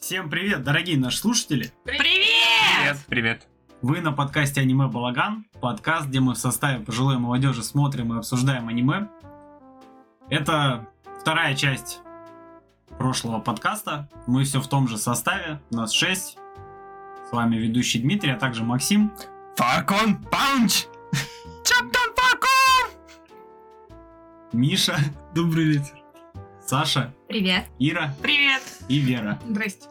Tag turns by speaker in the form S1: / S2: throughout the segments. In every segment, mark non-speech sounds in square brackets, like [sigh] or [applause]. S1: Всем привет, дорогие наши слушатели!
S2: Привет!
S3: Привет.
S1: Вы на подкасте «Аниме Балаган», подкаст, где мы в составе пожилой молодежи смотрим и обсуждаем аниме. Это вторая часть прошлого подкаста. Мы все в том же составе, нас шесть. С вами ведущий Дмитрий, а также Максим.
S3: Фаркон Панч! Чаптан Фаркон!
S1: Миша,
S3: Добрый вечер.
S1: Саша,
S2: Привет!
S1: Ира
S2: Привет!
S1: и Вера.
S2: Здрасте.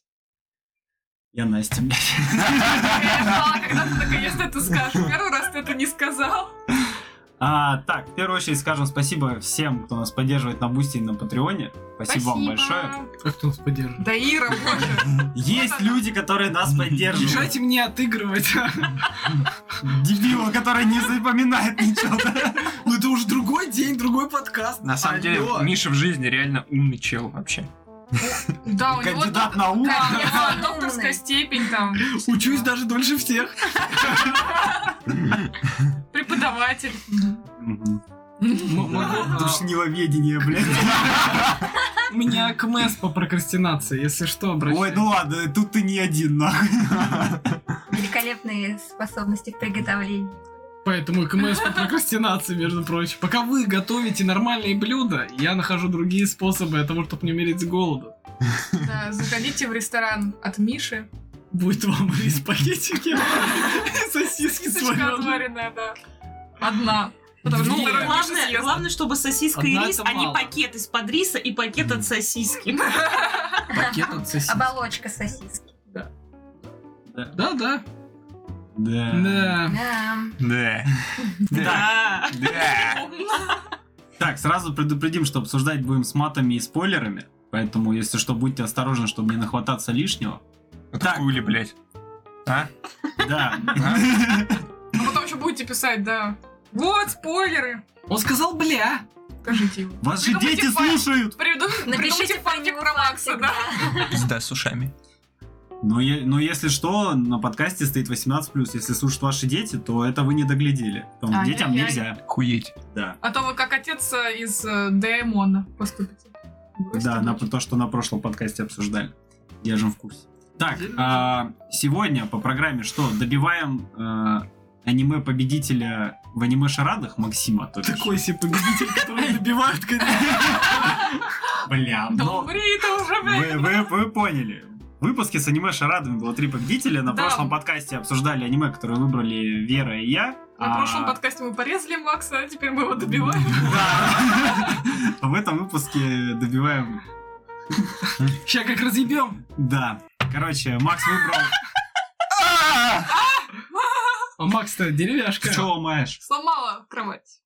S1: Я Настя, блядь.
S2: Я ждала, когда ты наконец-то это скажешь. Первый раз ты это не сказал.
S1: А, так, в первую очередь скажем спасибо всем, кто нас поддерживает на Бусти и на Патреоне. спасибо вам большое.
S4: А кто нас поддерживает?
S2: Да Ира, боже.
S1: Есть люди, которые нас поддерживают.
S4: Мешайте мне отыгрывать. а?
S1: Дебила, который не запоминает ничего. да?
S4: Ну это уже другой день, другой подкаст.
S3: На самом деле,
S4: Алло.
S3: Миша в жизни реально умный чел вообще.
S2: Да, у него
S1: Кандидат
S2: док-
S1: наук.
S2: да, у него докторская степень там.
S4: Учусь даже дольше всех.
S2: Преподаватель.
S1: Мгм.
S4: [laughs] М-
S1: Душниловедение, блядь.
S4: У меня КМС по прокрастинации, если что,
S1: Ой,
S4: обращайтесь.
S1: ну ладно, тут ты не один, нахуй.
S5: великолепные способности в приготовлении.
S4: Поэтому КМС по прокрастинации, между прочим. Пока вы готовите нормальные блюда, я нахожу другие способы того, чтобы не умереть с голоду.
S2: Да, заходите в ресторан от Миши.
S4: Будет вам [laughs] рис в пакетике и сосиски
S2: Кисочка
S4: сварёные.
S2: отваренная, да. Одна. Потому что
S4: Ну,
S2: вторую Миша
S6: Главное,
S2: съест.
S6: главное, чтобы сосиска
S4: Одна
S6: и рис,
S4: это
S6: а не
S4: мало.
S6: пакет из-под риса и пакет от сосиски.
S4: Пакет от сосисок.
S5: Оболочка сосиски.
S4: Да, да.
S1: Да.
S4: Да.
S5: Да.
S3: Да.
S6: [laughs] Да.
S5: [laughs]
S3: Да.
S1: Так, сразу предупредим, что обсуждать будем с матами и спойлерами. Поэтому, если что, будьте осторожны, чтобы не нахвататься лишнего. Так.
S3: Хули, блядь. А?
S1: Да.
S2: Ну потом еще будете писать, да. Вот, спойлеры.
S4: Он сказал, бля.
S2: Скажите его.
S1: Вас же
S2: Придумайте
S1: дети
S2: факт.
S1: слушают!
S2: Приду- Придумайте
S5: [laughs] Напишите про
S2: фанки
S5: него
S2: про Макса,
S5: фантик,
S2: да.
S3: Пизда с ушами.
S1: Но, е- но если что, на подкасте стоит 18+. Если слушают ваши дети, то это вы не доглядели. Потому что детям
S2: Ай-яй-яй.
S1: нельзя.
S3: Хуеть.
S1: Да.
S2: А то вы как отец э, из э, Дэймона поступите. Бросьте
S1: Да, на
S2: дочь.
S1: то, что на прошлом подкасте обсуждали. Держим в курсе. Так, а, сегодня по программе что? Добиваем а, аниме-победителя в аниме-шарадах Максима. то бишь.
S4: Такой себе победитель, который добивает, конечно.
S1: Бля,
S2: Да
S1: но
S2: умри ты уже,
S1: вы,
S2: блядь.
S1: вы- вы поняли. В выпуске с аниме-шарадами было три победителя. На
S2: Да.
S1: прошлом подкасте обсуждали аниме, которые выбрали Вера и я.
S2: На
S1: А-
S2: прошлом подкасте мы порезали Макса, а теперь мы его добиваем.
S1: [laughs] Да. А [laughs] В этом выпуске добиваем...
S4: Ща как разъебем.
S1: Да. Короче, Макс выбрал...
S4: А Макс-то деревяшка.
S1: Ты чё ломаешь?
S2: Сломала кровать.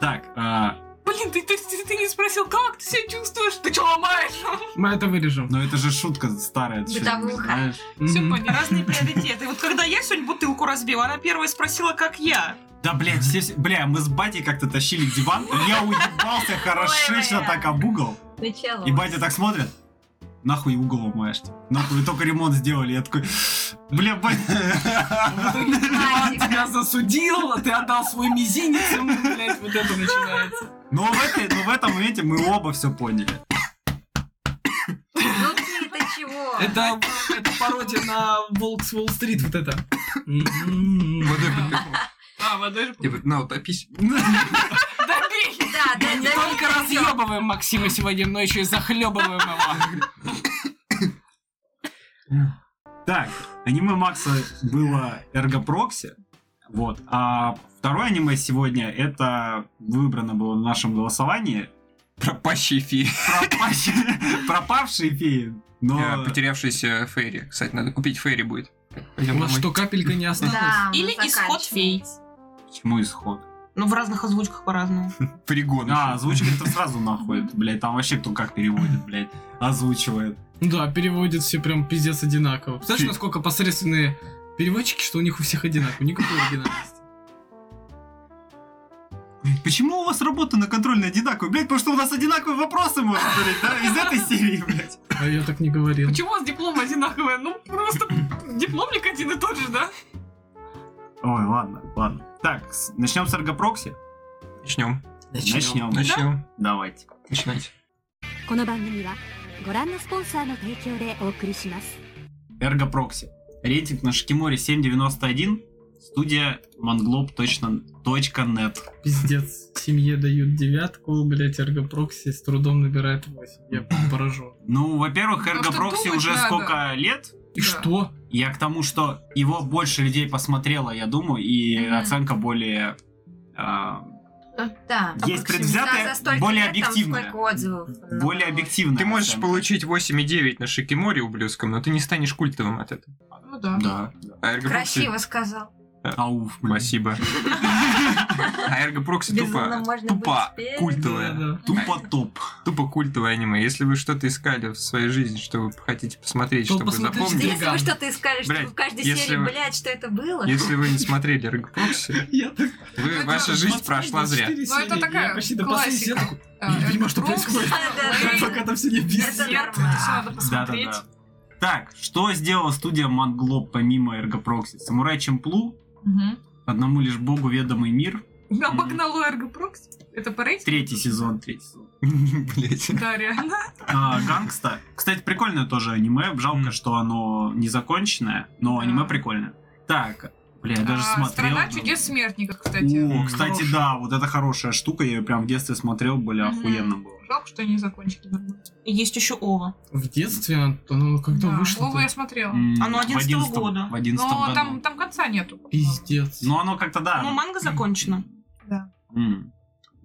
S1: Так, а,
S2: Блин, ты, ты- ты- ты не спросил, как ты себя чувствуешь? Ты что ломаешь?
S4: Мы это вырежем.
S1: но Ну, это же шутка старая. ты чё, не
S5: Бытовуха.
S1: знаешь?
S2: Все
S4: Мгм.
S2: понятно.
S6: Разные приоритеты. Вот когда я сегодня бутылку разбила, она первая спросила, как я.
S1: Да, блядь, все, все- бля, мы с батей как-то тащили диван, и я уебался хорошечно
S5: Ой, бля.
S1: так об угол,
S5: Начало.
S1: и батя так смотрит, нахуй угол ломаешь, типа, нахуй, вы только ремонт сделали, я такой, бля, батя,
S4: В итоге диван [laughs] тебя засудил, а ты отдал свой мизинец ему, блядь, вот это начинается.
S1: но Ну, в, этой, но в этом моменте мы оба все поняли.
S5: Ну ты-то чего?
S4: Это, это пародия на Волк с Уолл-стрит, вот это. М-м-м.
S3: Водой подпихнул.
S2: А, водой же пу-
S3: Типа, на, утопись.
S2: Добей!
S5: [laughs] Да, да,
S4: Мы не
S5: да,
S4: только
S5: да,
S4: разъебываем Максима сегодня, но еще и захлебываем его.
S1: Так, аниме Макса было Эргопрокси. Вот. А второе аниме сегодня это выбрано было в нашем голосовании.
S3: Пропащие феи.
S1: Пропащие, пропавшие феи.
S3: Э,
S1: Но
S3: Потерявшиеся фейри. Кстати, надо купить фейри будет.
S4: У
S3: Пойдем
S4: вас что, капелька не осталась?
S5: да, мы
S6: Или исход фей.
S1: почему исход?
S6: Ну, в разных озвучках по-разному.
S3: Пригон.
S1: А, озвучка это сразу нахуй. Блять, там вообще кто как переводит, блять. Озвучивает.
S4: Да, переводят все прям пиздец одинаково. Представляешь, насколько посредственные переводчики, что у них у всех одинаково. Никакой оригинальности.
S1: Почему у вас работа на контрольной одинаковая? Блять, потому что у нас одинаковые вопросы, можно говорить, да? Из этой серии, блять.
S4: А я так не говорил.
S2: Почему у вас диплом одинаковый? Ну, просто дипломник один и тот же, да?
S1: Ой, ладно, ладно. Так, с- начнем с эргопрокси.
S3: Начнем.
S1: Начнем.
S3: Начнем.
S1: Давайте.
S3: Начинайте.
S7: この番組はご覧のスポンサーの提供でお送りします。
S1: Эргопрокси. Рейтинг на Шикиморе 7.91. Студия manglob.net.
S4: Пиздец. Семье дают девятку, блять, эргопрокси с трудом набирает 8. Я поражен.
S1: Ну, во-первых,
S2: Потому что
S1: эргопрокси
S2: думать
S1: уже
S2: надо.
S1: сколько лет?
S4: И
S2: Да.
S4: что?
S1: Я к тому, что его больше людей посмотрело, я думаю, и
S5: Мгм.
S1: оценка более... а,
S5: Да.
S1: Есть
S5: В общем,
S1: предвзятые,
S5: за- за столько
S1: более
S5: лет там
S1: объективная.
S5: Сколько отзывов.
S1: более объективная.
S3: Ты можешь
S1: оценка.
S3: получить 8,9 на Шикиморе ублюдском, но ты не станешь культовым от этого.
S2: Ну да.
S1: Да.
S3: А эргопрокси-
S5: Красиво сказал.
S1: Ауф, блин.
S5: [laughs]
S3: Спасибо. А эргопрокси
S5: Безумно
S3: тупо,
S5: можно
S3: тупо
S5: быть успешным.
S3: культовое.
S1: Тупо топ.
S3: Тупо культовое аниме. Если вы что-то искали в своей жизни, что вы хотите посмотреть,
S4: То
S3: чтобы
S4: посмотрите.
S5: Что
S3: запомнить,
S5: если вы
S4: Гигант.
S5: что-то искали, что
S3: Блядь,
S5: в каждой
S3: если
S5: серии,
S3: вы-
S5: блядь, что это было?
S3: если вы не смотрели эргопрокси,
S4: Я так
S3: вы- ваша жизнь прошла зря.
S2: Ну, это такая
S4: почти до последней
S2: классика.
S4: серии [laughs] такой,
S2: А,
S4: Я не понимаю, что
S2: Эргпрокс,
S4: происходит.
S5: Да-да-да.
S4: Пока там все не
S5: Это
S4: объяснили.
S2: Сердце, это всё надо посмотреть.
S1: Да-да-да. Так, что сделала студия Manglob помимо эргопрокси? Самурай Чемплу,
S2: Мгм.
S1: одному лишь богу ведомый мир.
S2: Обогнало эргопрокс. Это по рейтингу?
S1: Третий сезон, третий сезон.
S3: Блять.
S2: Да, реально.
S1: А, Гангста. Кстати, прикольное тоже аниме. Жалко,
S3: М.
S1: что оно не законченное, но
S2: Да.
S1: аниме прикольное. Так, бля, я даже
S2: А,
S1: смотрел.
S2: Страна
S1: думаю,
S2: чудес смертников, кстати.
S1: О, кстати,
S4: Хорош.
S1: да, вот это хорошая штука, я ее прям в детстве смотрел, бля,
S2: Мгм.
S1: охуенно было.
S2: Жалко, что не закончили нормально.
S6: Есть еще Ова.
S4: В детстве оно когда
S2: Да,
S4: вышло
S2: Вову я смотрела.
S1: М, ну.
S6: Оно
S1: в
S6: 11-го
S1: 11-м,
S6: года.
S1: В 11
S2: Но
S1: году.
S2: там, там конца нету.
S4: Пиздец.
S1: Но оно как-то,
S4: А.
S1: да.
S6: Но манга закончена.
S1: М.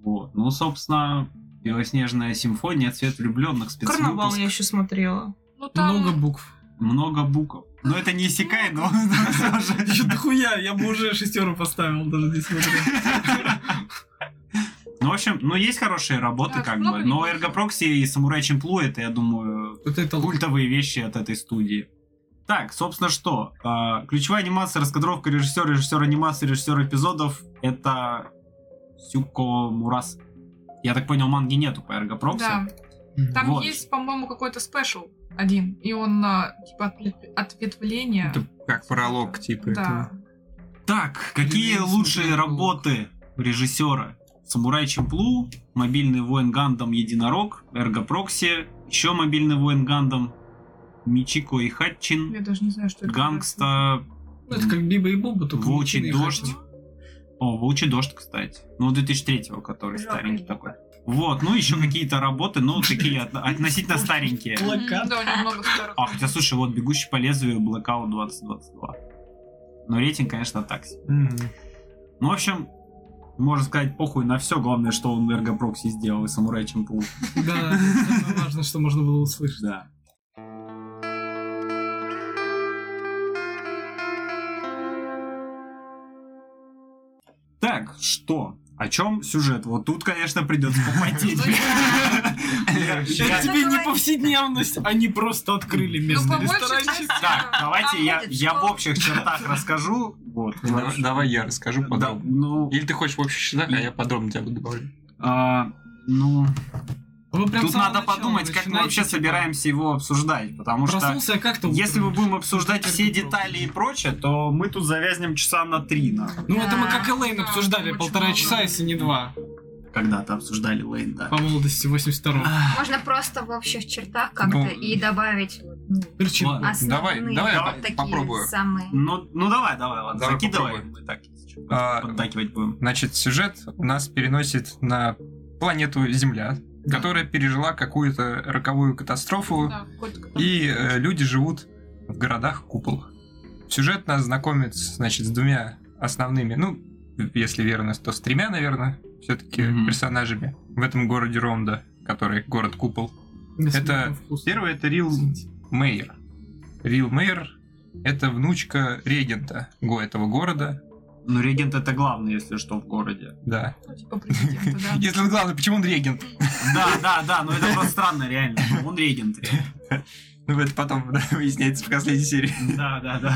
S1: Вот. Ну, собственно, Белоснежная симфония, цвет влюбленных, спецвыпуск.
S6: Карнавал я еще смотрела.
S2: Ну там...
S4: Много [laughs] букв.
S1: Много букв. Но это не иссякает, но
S6: Ну,
S1: [laughs] все
S4: Еще
S1: же.
S4: дохуя, я бы уже шестеру поставил, даже не смотря.
S1: Ну, в общем, ну, есть хорошие работы,
S2: Да,
S1: как
S2: много
S1: бы. Но
S2: неплохих.
S1: Эргопрокси и Самурай Чемплу, это, я думаю,
S4: Вот это лучше.
S1: культовые вещи от этой студии. Так, собственно, что? А, Ключевая анимация, раскадровка режиссера, режиссер анимации, режиссер эпизодов — это Сюко Мурас. Я так понял, манги нету по Эргопрокси.
S2: Да. Там
S1: Вот.
S2: есть, по-моему, какой-то спешл один, и он на типа отвле- ответвление.
S3: [laughs] Это как пролог, типа.
S2: Да.
S1: Так, какие
S4: Блин,
S1: лучшие
S4: смотрел.
S1: работы режиссера? Самурай Чемплу, Мобильный воин Гандам Единорог, Эрго Прокси, еще Мобильный воин Гандам, Мичико и Хатчин,
S2: Я даже не знаю, что это.
S1: Гангста,
S4: Ну, это как Биба и Боба, только
S1: Волчий
S4: мужчины и
S1: дождь.
S4: женщины.
S1: о, Волчий дождь, кстати, ну 2003-го, который
S5: Жалко
S1: старенький
S5: его.
S1: такой. Вот, ну еще какие-то работы, ну такие от- относительно старенькие.
S2: Мгм,
S4: Плакат.
S2: Да, у него много старых.
S1: А, хотя, слушай, вот «Бегущий по лезвию» Blackout 2022. Но рейтинг, конечно, так себе. Ну, в общем, можно сказать, похуй на все. Главное, что он эргопрокси сделал и самурай чемпу.
S4: Да, это самое важное, что можно было услышать.
S1: Да. Так, что? О чем сюжет? Вот тут, конечно, придется попотеть. Я- я-
S4: Это тебе не повседневность, они просто открыли
S2: Ну,
S4: местный
S2: по большей
S4: ресторанчик.
S2: части...
S1: Так, давайте я,
S5: Проходит,
S1: я в
S5: что?
S1: общих чертах расскажу. Вот.
S3: Давай давай я расскажу
S1: Да,
S3: подробно.
S1: ну,
S3: Или ты хочешь в общих чертах, а я подробно тебя буду добавлять.
S1: а, ну,
S4: Вы прям с
S1: тут
S4: самого
S1: надо
S4: начала
S1: подумать, как мы
S4: начинаете,
S1: вообще
S4: типа,
S1: собираемся его обсуждать, потому что
S4: Проснулся я как-то
S1: Если мы
S4: утром.
S1: будем обсуждать
S4: Как
S1: все
S4: бы просто.
S1: детали и прочее, то мы тут завязнем часа на три. на-
S4: Ну, это мы
S5: Да,
S4: как Элейн
S2: да,
S4: обсуждали
S2: очень
S4: полтора
S2: много.
S4: часа, если не два.
S1: Когда-то обсуждали Лейн, да.
S4: По молодости 82-го.
S1: А,
S5: Можно просто в общих чертах как-то
S3: Ну,
S5: и добавить вот, ну,
S4: Перчинку.
S1: ладно.
S3: Давай,
S5: основные
S3: давай я
S5: вот
S3: по-
S5: такие
S3: попробую.
S5: самые.
S1: Ну, ну давай, давай, ладно,
S3: Давай
S1: закидывай.
S3: попробуем.
S1: Мы так если чё,
S3: А,
S1: поддакивать будем.
S3: Значит, сюжет нас переносит на планету Земля, которая пережила какую-то роковую катастрофу,
S2: Да, какой-то-
S3: и э, люди живут в городах-куполах. Сюжет нас знакомит, значит, с двумя основными, ну, если верно, то с тремя, наверное, все-таки
S1: Мгм.
S3: персонажами в этом городе Ромда, который город-купол. это Первый это Рил Мейер. Рил Мейер — это внучка регента го этого города,
S1: Ну, регент это главное, если что, в городе.
S3: да.
S2: ну, типа президента, да.
S3: [laughs] Если он главный, почему он регент?
S1: Да, да, да, но это просто странно, реально. что Он регент. реально.
S3: Ну, это потом да, [laughs] выясняется в последней серии.
S1: Да, да, да.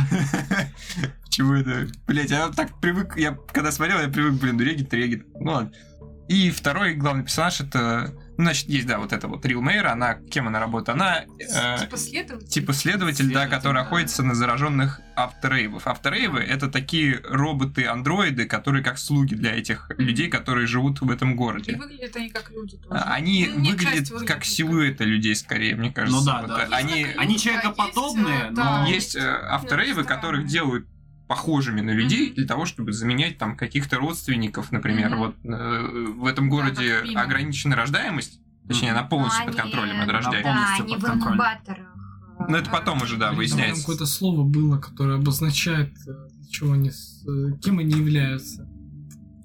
S3: Почему это? Блять, я так привык, я когда смотрел, я привык, блин, ну регент, регент. Ну ладно. И второй главный персонаж это Значит, есть, да, вот эта вот Рил Мэйр, она, кем она работает? Она э,
S2: Типа следовать?
S3: типа следователь, да,
S4: Следователь,
S3: который
S4: да.
S3: охотится на зараженных авторейвов. Авторейвы — это такие роботы-андроиды, которые как слуги для этих людей, которые живут в этом
S2: И
S3: городе.
S2: выглядят они как люди тоже.
S3: А, Они
S2: Ну, не
S3: выглядят
S2: часть выглядит
S3: как
S2: как-
S3: силуэты людей, скорее, мне кажется.
S1: Ну да,
S3: Вот,
S1: да,
S3: э,
S1: да.
S3: Они,
S2: Есть
S1: они человекоподобные,
S2: э,
S1: но
S2: да,
S3: есть э, авторейвы,
S2: странно.
S3: которых делают похожими на людей
S2: Мгм.
S3: для того, чтобы заменять там каких-то родственников, например.
S2: Мгм.
S3: Вот э, в этом городе
S2: как Рима.
S3: ограничена рождаемот, точнее, она полностью под
S5: Они-
S3: контролем от рождения.
S5: А, Да,
S1: полностью
S5: они
S1: под
S5: в
S1: контролем.
S5: инкубаторах. э,
S3: Но Ну, это потом уже, да,
S4: Блин, Там
S3: выясняется.
S4: какое-то слово было, которое обозначает, э, чего они, с- э, кем они являются.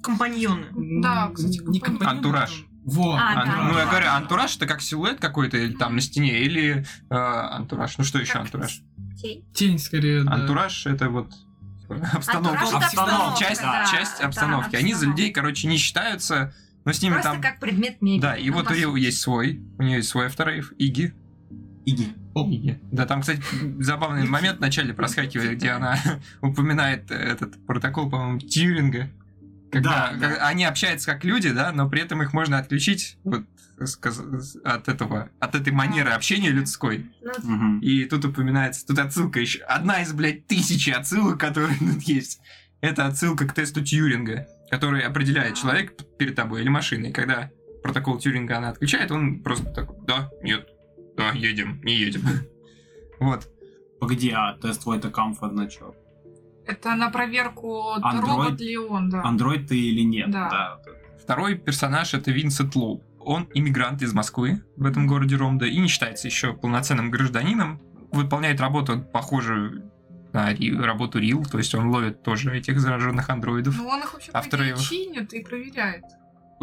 S6: Компаньоны.
S2: Да,
S4: М,
S2: кстати, компания.
S4: не компаньон,
S3: Антураж.
S4: а там- Во.
S5: А, да,
S3: Ан-
S5: да.
S3: ну, я говорю, антураж это как силуэт какой-то, или там на стене, или э, антураж. Ну что еще
S5: Как
S3: антураж?
S5: детей.
S4: Тень скорее, да.
S3: Антураж это вот обстановка.
S5: Антураж это
S1: Обстановка,
S3: часть,
S5: да,
S3: часть
S5: да,
S3: обстановки. Они за
S5: обстановка.
S3: людей, короче, не считаются, но с ними
S5: Просто
S3: там.
S5: как предмет мебели.
S3: Да, и
S5: ну,
S3: вот
S5: по
S3: у Рил
S5: сути.
S3: есть свой, у нее есть свой авторейв, Иги.
S1: Иди.
S3: Иги. Да, там, кстати, забавный момент вначале проскакивает, где она [laughs] упоминает э, этот протокол, по-моему, Тьюринга. Когда
S1: Да, да.
S3: когда они общаются как люди, да, но при этом их можно отключить вот, сказ- от этого, от этой манеры общения людской.
S5: Ну,
S1: Мгм.
S3: И тут упоминается, тут отсылка еще. Одна из, блядь, тысячи отсылок, которые [laughs] тут есть. Это отсылка к тесту Тьюринга, который определяет человек перед тобой или машиной. Когда протокол Тьюринга она отключает, он просто такой, да, нет, да, едем, не едем. [laughs] Вот.
S1: Погоди, а тест твой это комфорт на чё?
S2: Это на проверку,
S1: Андроид.
S2: робот ли он, да.
S1: Андроид ты или нет?
S2: Да.
S3: Второй персонаж это Винсент Лоу. Он иммигрант из Москвы в этом городе Ромда и не считается еще полноценным гражданином. Выполняет работу, похожую на Ри- работу Рил, то есть он ловит тоже этих зараженных андроидов.
S2: Ну, он их вообще, по
S3: Автор
S2: идее,
S3: его.
S2: чинит и проверяет.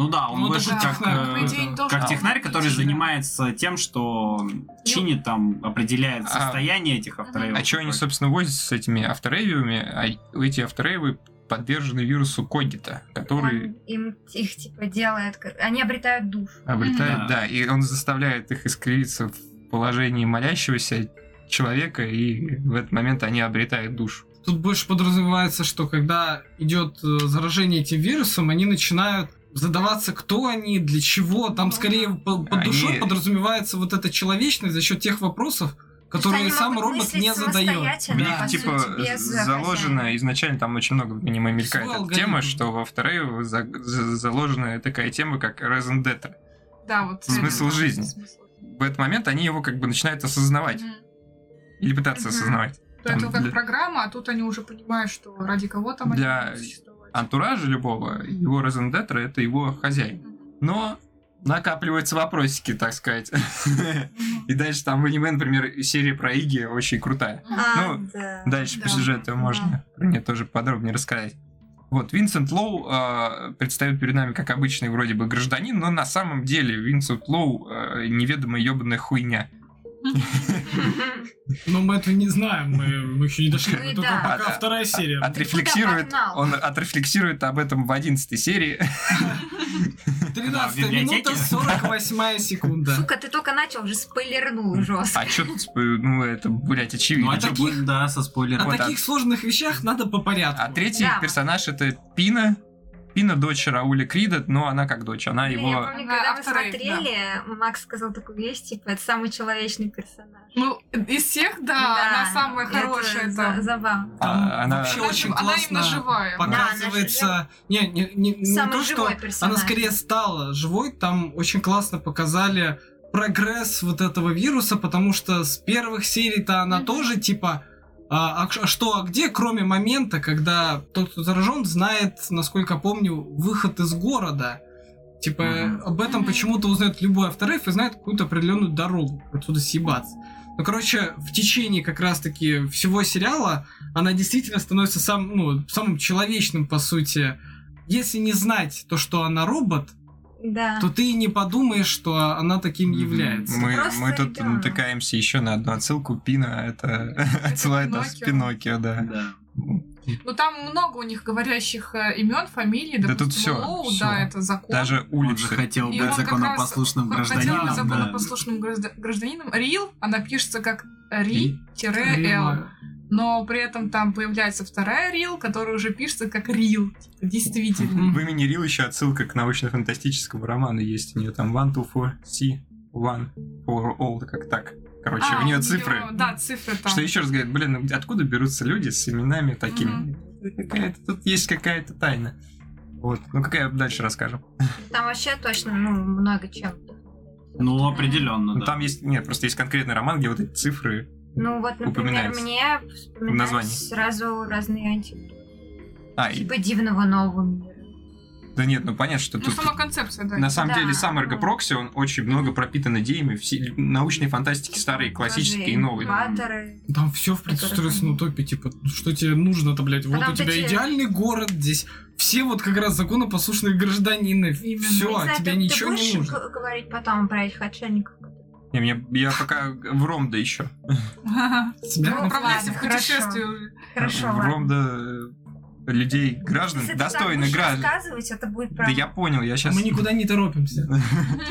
S1: Ну да, он
S4: Ну,
S1: вышел
S2: да,
S1: как,
S4: технарь
S1: э,
S2: По идее, должен
S1: как
S3: А,
S2: быть
S1: технарь, который
S2: чинен.
S1: занимается тем, что чинит там, определяет
S3: А.
S1: состояние этих авторов.
S3: А что они, собственно, возятся с этими авторейвами? А эти авторейвы подвержены вирусу Когита, который
S5: он им их типа делает, как- они обретают душу.
S3: обретает,
S1: Мгм.
S3: да, и он заставляет их искривиться в положении молящегося человека, и в этот момент они обретают душу.
S4: Тут больше подразумевается, что когда идет э, заражение этим вирусом, они начинают задаваться, кто они, для чего. Там
S2: Ну,
S4: скорее по- под
S3: Они-
S4: душой подразумевается вот эта человечность за счет тех вопросов, которые
S5: они
S4: сам
S5: могут
S4: робот
S5: мыслить
S4: не задает.
S5: самостоятельно,
S3: В
S5: по
S3: них, типа,
S5: сути, без
S3: заложено,
S5: хозяина.
S3: изначально там очень много в аниме мелькает
S4: Свой
S3: эта
S4: алгоритм.
S3: тема, что во второй за- за- заложена такая тема, как Resident Dead.
S2: Да, вот.
S3: Смысл
S2: это, да,
S3: жизни.
S2: смысл.
S3: В этот момент они его как бы начинают осознавать,
S2: Мгм.
S3: или пытаться
S5: Мгм.
S3: осознавать.
S2: То это
S3: Там
S2: как
S3: для-
S2: программа, а тут они уже понимают, что ради кого там
S3: Для
S2: они будут существовать.
S3: антуража любого, его резендетра это его хозяин.
S2: Мгм.
S3: Но накапливаются вопросики, так сказать. [laughs] И дальше там в аниме, например, серия про Иги очень крутая.
S5: А,
S3: ну,
S5: да. [laughs]
S3: Дальше по
S2: Да.
S3: сюжету можно про нее тоже подробнее рассказать. Вот, Винсент Лоу э, предстает перед нами как обычный вроде бы гражданин, но на самом деле Винсент Лоу э, неведомая ебаная хуйня.
S4: Но мы этого не знаем, мы, мы еще не дошли.
S5: Ну
S4: Мы
S5: и
S4: только
S5: да.
S4: пока
S3: А-
S4: вторая серия.
S3: Отрефлексирует,
S5: куда погнал?
S3: он отрефлексирует об этом в 11 серии. [laughs]
S4: 13
S1: в библиотеке.
S4: минута 48 секунда.
S5: Сука, ты только начал, уже спойлернул жестко.
S3: А чё тут, спо- ну это, блядь,
S1: Ну,
S3: очевидно.
S1: а чё
S4: таких-
S1: будет, да, со
S4: О
S1: спойлером.
S3: Вот, а-
S4: таких сложных вещах надо по порядку.
S3: А третий
S5: Да.
S3: персонаж это Пина. Пина дочь Рауля Крида, но она как дочь, она
S5: Блин, Я
S3: А, его...
S5: помню,
S2: Она
S5: когда мы
S2: автор их,
S5: смотрели, Макс сказал такую вещь, типа, это самый человечный персонаж.
S2: Ну, из всех, да, она самая
S5: это
S2: хорошая.
S5: за-
S2: да.
S4: Там
S5: Забавно.
S3: а, она-
S4: вообще
S2: Она
S4: очень
S2: жив- она именно
S4: классно
S2: живая.
S4: показывается... Не, не, не, не
S5: Самый
S4: то, что
S5: живой персонаж.
S4: Она скорее стала живой, там очень классно показали прогресс вот этого вируса, потому что с первых серий-то она
S5: Мгм.
S4: тоже типа а, а ш- а что, а где, кроме момента, когда тот, кто заражен, знает, насколько помню, выход из города. Типа,
S1: Мгм.
S4: об этом
S2: Мгм.
S4: почему-то узнает любой авторейф и знает какую-то определенную дорогу, отсюда съебаться. Ну, короче, в течение как раз-таки всего сериала она действительно становится сам, ну, самым человечным, по сути. Если не знать то, что она робот,
S5: Да.
S4: то ты и не подумаешь, что она таким
S1: Мгм.
S4: является.
S3: Мы,
S5: Просто
S3: мы тут
S5: да.
S3: натыкаемся еще на одну отсылку. Пина это отсылает нас к Пиноккио, да.
S1: Да.
S2: Ну, там много у них говорящих э, имен, фамилий.
S3: Да
S2: допустим,
S3: тут всё,
S2: Лоу,
S3: всё.
S2: да, это закон.
S3: Даже
S1: Он же
S3: улицы.
S1: хотел
S2: И
S1: быть
S2: он как
S1: законопослушным
S2: раз хотел быть
S1: гражданином. да.
S2: законопослушным гражда- гражданином. Рил, она пишется как Ри-Эл.
S4: Реально.
S2: но при этом там появляется вторая рил, которая уже пишется как рил. Типа, действительно.
S3: В имени Рил еще отсылка к научно-фантастическому роману есть. У нее там one, two, four, C, one, for all, как так. Короче,
S2: А,
S3: у нее цифры.
S2: Да, цифры там.
S3: Что еще раз говорит, блин, ну откуда берутся люди с именами такими? Какая-то, тут есть какая-то тайна. Вот. Ну, какая дальше расскажем.
S5: Там вообще точно, ну, много чем.
S1: Ну, определенно,
S3: Ну,
S1: да.
S3: там есть. Нет, просто есть конкретный роман, где вот эти цифры.
S5: Ну вот, например,
S3: Упоминается.
S5: мне
S3: названии.
S5: вспоминаются сразу разные анти...
S3: А, и-
S5: Типа дивного нового мира.
S3: да нет, ну понятно, что
S2: Ну,
S3: тут.
S2: сама концепция, да. [laughs]
S3: На самом
S5: Да,
S3: деле, сам
S5: ну.
S3: Эргопрокси, он очень много пропитан идеями всей научной
S5: типа Ну,
S3: фантастики, старые, классические и новые.
S5: Инкубаторы.
S4: Там все в предусмотрено утопии, типа, ну что тебе нужно-то, блядь? Вот
S5: там
S4: у тебя
S5: такие-
S4: идеальный город, здесь все вот как раз законопослушные гражданины.
S2: Именно.
S4: Все,
S3: Ну, а
S5: Не знаю,
S4: тебе
S5: ты-
S4: ничего
S5: ты
S4: не
S5: будешь
S4: нужно.
S5: г- говорить потом про этих отшельников?
S3: Не, мне- я пока в Ромда еще.
S5: ну,
S4: Тебя-
S2: Управляйся в
S5: Ладно, хорошо.
S2: путешествие.
S5: Хорошо,
S3: в
S5: ладно.
S3: Ромда э, людей, граждан,
S5: Если ты так
S3: достойных
S5: будешь
S3: граждан.
S5: рассказывать, это будет
S3: Да
S5: правда.
S3: я понял, я сейчас...
S4: Мы никуда не торопимся.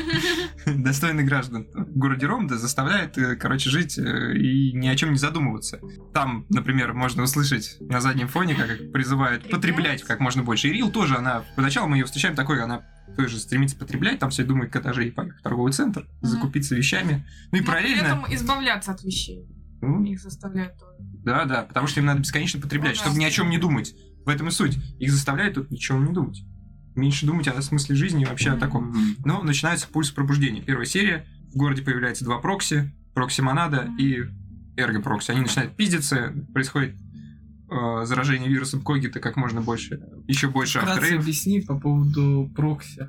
S3: [laughs] Достойный граждан в городе Ромда заставляет, э, короче, жить э, и ни о чем не задумываться. Там, например, можно услышать на заднем фоне, как призывают потреблять как можно больше. И Рил тоже, она, поначалу мы ее встречаем такой, она тоже стремится потреблять, там все думают, когда же ей поехать в торговый центр,
S2: Мгм.
S3: закупиться вещами. Ну и
S2: Но при
S3: параллельно...
S2: этом избавляться от вещей.
S3: Ну,
S2: Их заставляют тоже.
S3: Да, да, потому что им надо бесконечно потреблять,
S2: Ну да.
S3: чтобы ни о чем не думать. В этом и суть. Их заставляют тут ничего не думать. Меньше думать о смысле жизни и вообще о
S2: Мгм.
S3: таком. Но начинается пульс пробуждения. Первая серия. В городе появляются два прокси. Прокси Монада
S2: Мгм.
S3: и Эрго Прокси. Они начинают пиздиться. Происходит э, заражение вирусом Когита как можно больше. Еще больше
S4: Вкратце
S3: авторейв.
S4: объясни по поводу прокси.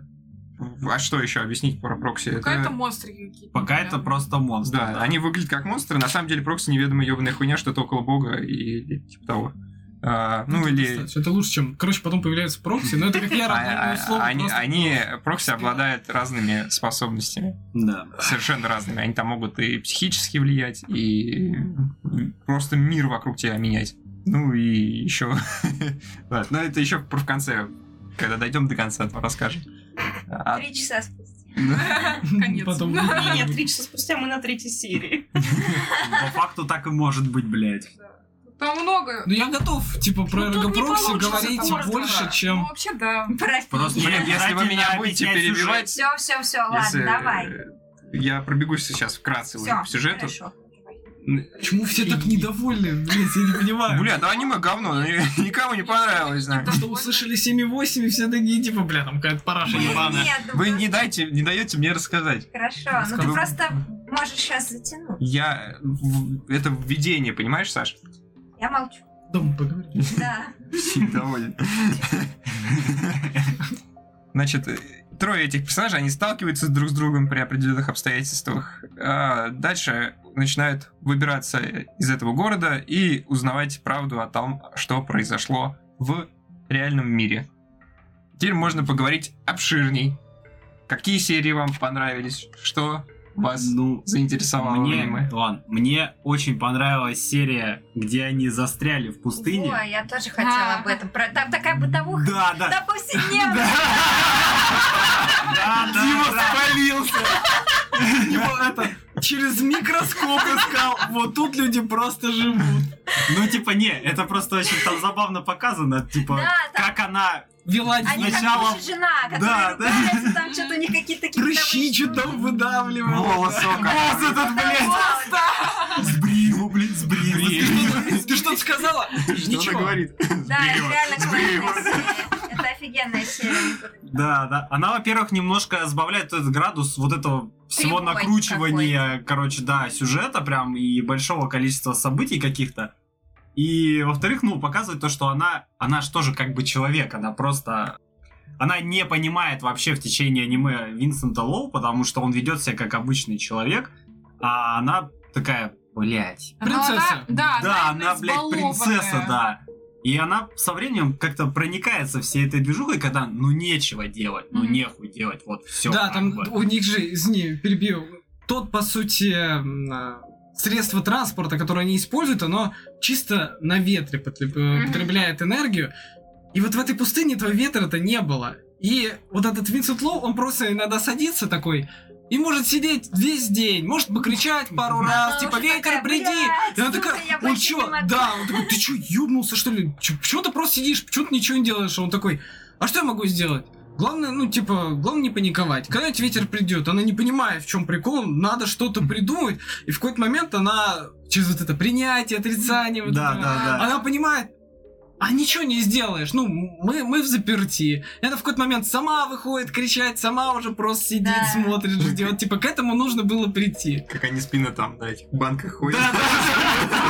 S3: А что еще объяснить про прокси?
S2: Пока это
S3: Это...
S2: монстры какие-то.
S1: Пока
S2: да.
S1: это просто монстр.
S3: Да, они выглядят как монстры. На самом деле прокси неведомая ебаная хуйня, что-то около бога и, или типа того. А, ну
S4: Это
S3: или
S4: достаточно. Это лучше, чем... Короче, потом появляются прокси, но это как
S3: [laughs]
S4: я
S3: А-
S4: родное
S3: а-
S4: слово.
S3: Они,
S4: просто- [laughs]
S3: они, прокси обладают разными способностями,
S1: Да.
S3: совершенно разными. Они там могут и психически влиять, и просто мир вокруг тебя менять. Ну и еще... [laughs] Ладно, Но это еще в конце, когда дойдем до конца, то расскажем. А-
S5: Три часа спустя.
S2: Конец.
S6: [laughs]
S4: Потом-
S2: Да.
S6: Нет, три часа спустя мы на третьей серии.
S1: По факту так и может быть, блядь.
S2: Там много.
S4: Ну я готов, типа, про
S6: Ну, тут не
S4: эргопрокси
S6: получится
S4: говорить
S6: такого
S4: больше,
S6: разговора.
S2: Ну,
S4: чем...
S2: вообще, да.
S1: Просто,
S3: Блин,
S1: блин,
S3: если вы меня будете перебивать,
S5: Все, все, все, ладно,
S3: если- э,
S5: давай.
S3: Я пробегусь сейчас вкратце уже
S5: Все,
S3: по сюжету.
S5: Хорошо.
S4: Почему все так недовольны, блядь, я не понимаю.
S3: Бля, да аниме говно, [laughs] никому не понравилось. нахуй.
S4: Потому что услышали 7,8 и все такие, типа, бля, там какая-то параша ебаная.
S5: Нет, ну
S3: [laughs] Вы
S5: просто-
S3: не дайте, не даете мне рассказать.
S5: Хорошо, ну
S4: Расскажу.
S5: ты просто можешь сейчас затянуть.
S3: Я... в- Это введение, понимаешь,
S5: [laughs]
S3: Саш?
S5: Я молчу.
S3: [laughs]
S4: Дома поговорим.
S5: Да.
S3: Сильно доволен.
S1: [laughs]
S3: Значит, э, трое этих персонажей, они сталкиваются друг с другом при определенных обстоятельствах. А дальше начинают выбираться из этого города и узнавать правду о том, что произошло в реальном мире. Теперь можно поговорить обширней. Какие серии вам понравились? Что вас
S1: Ну,
S3: заинтересовало в
S1: мне,
S3: аниме?
S1: ладно, мне очень понравилась серия, где они застряли в пустыне.
S5: Ой, я тоже хотела об этом. Про- Там такая бытовуха.
S1: Да, да.
S5: Да
S3: [laughs]
S5: повседневная.
S1: Да, да, да.
S3: спалился!
S4: Его это через микроскоп искал. Вот тут люди просто живут.
S1: Ну, типа, не, это просто очень там забавно показано, типа,
S5: Да, там-
S1: как она...
S4: Вела
S5: Они
S1: Сначала-
S5: как муж и жена,
S1: Да,
S5: которые
S1: да.
S5: ругаются, там что-то у них какие-то такие
S4: прыщи что там выдавливают.
S3: Волос,
S1: Волос этот, блядь, сбрил, блядь, сбрил.
S4: Ты что-то сказала?
S3: Что она
S4: Ничего.
S3: говорит?
S5: Да, это
S3: Сбрила.
S5: реально
S3: Сбрила.
S5: классная серия. Это офигенная серия.
S1: Да, да. Она, во-первых, немножко сбавляет этот градус вот этого всего
S5: Тревоги
S1: накручивания, короче, да, сюжета прям и большого количества событий каких-то. И, во-вторых, ну, показывает то, что она, она же тоже как бы человек, она просто... Она не понимает вообще в течение аниме Винсента Лоу, потому что он ведет себя как обычный человек, а она такая, блядь,
S4: Принцесса.
S2: Да,
S1: да,
S2: именно
S1: она, блядь,
S2: избалованная.
S1: принцесса, да. И она со временем как-то проникается всей этой движухой, когда ну нечего делать, ну
S2: Мгм.
S1: нехуй делать, вот все.
S4: Да, там у них же, извини, перебью. Тот, по сути, м, а, средство транспорта, которое они используют, оно чисто на ветре потреб- э,
S5: Мгм.
S4: потребляет энергию. И вот в этой пустыне этого ветра-то не было. И вот этот Винсент Лоу, он просто иногда садится такой, И может сидеть весь день, может покричать пару раз,
S5: Она
S4: типа,
S5: уже
S4: ветер,
S5: такая,
S4: приди.
S5: «Блядь,
S4: И она
S5: слушай,
S4: такая,
S5: я
S4: он
S5: пойти
S4: чё,
S5: не могу».
S4: да, он такой, ты чё, ёбнулся, что ли? Чё- Почему ты просто сидишь, почему ты ничего не делаешь? А Он такой, а что я могу сделать? Главное, ну, типа, главное не паниковать. Когда ветер придет, она не понимает, в чем прикол, надо что-то придумать. И в какой-то момент она через вот это принятие, отрицание, вот
S1: Да,
S4: это,
S1: да, да.
S4: она понимает, а ничего не сделаешь. Ну, мы, мы в заперти. И она в какой-то момент сама выходит кричать, сама уже просто сидит,
S5: Да.
S4: смотрит, ждет. Типа, к этому нужно было прийти.
S3: Как они спина там на этих банках ходят. [laughs]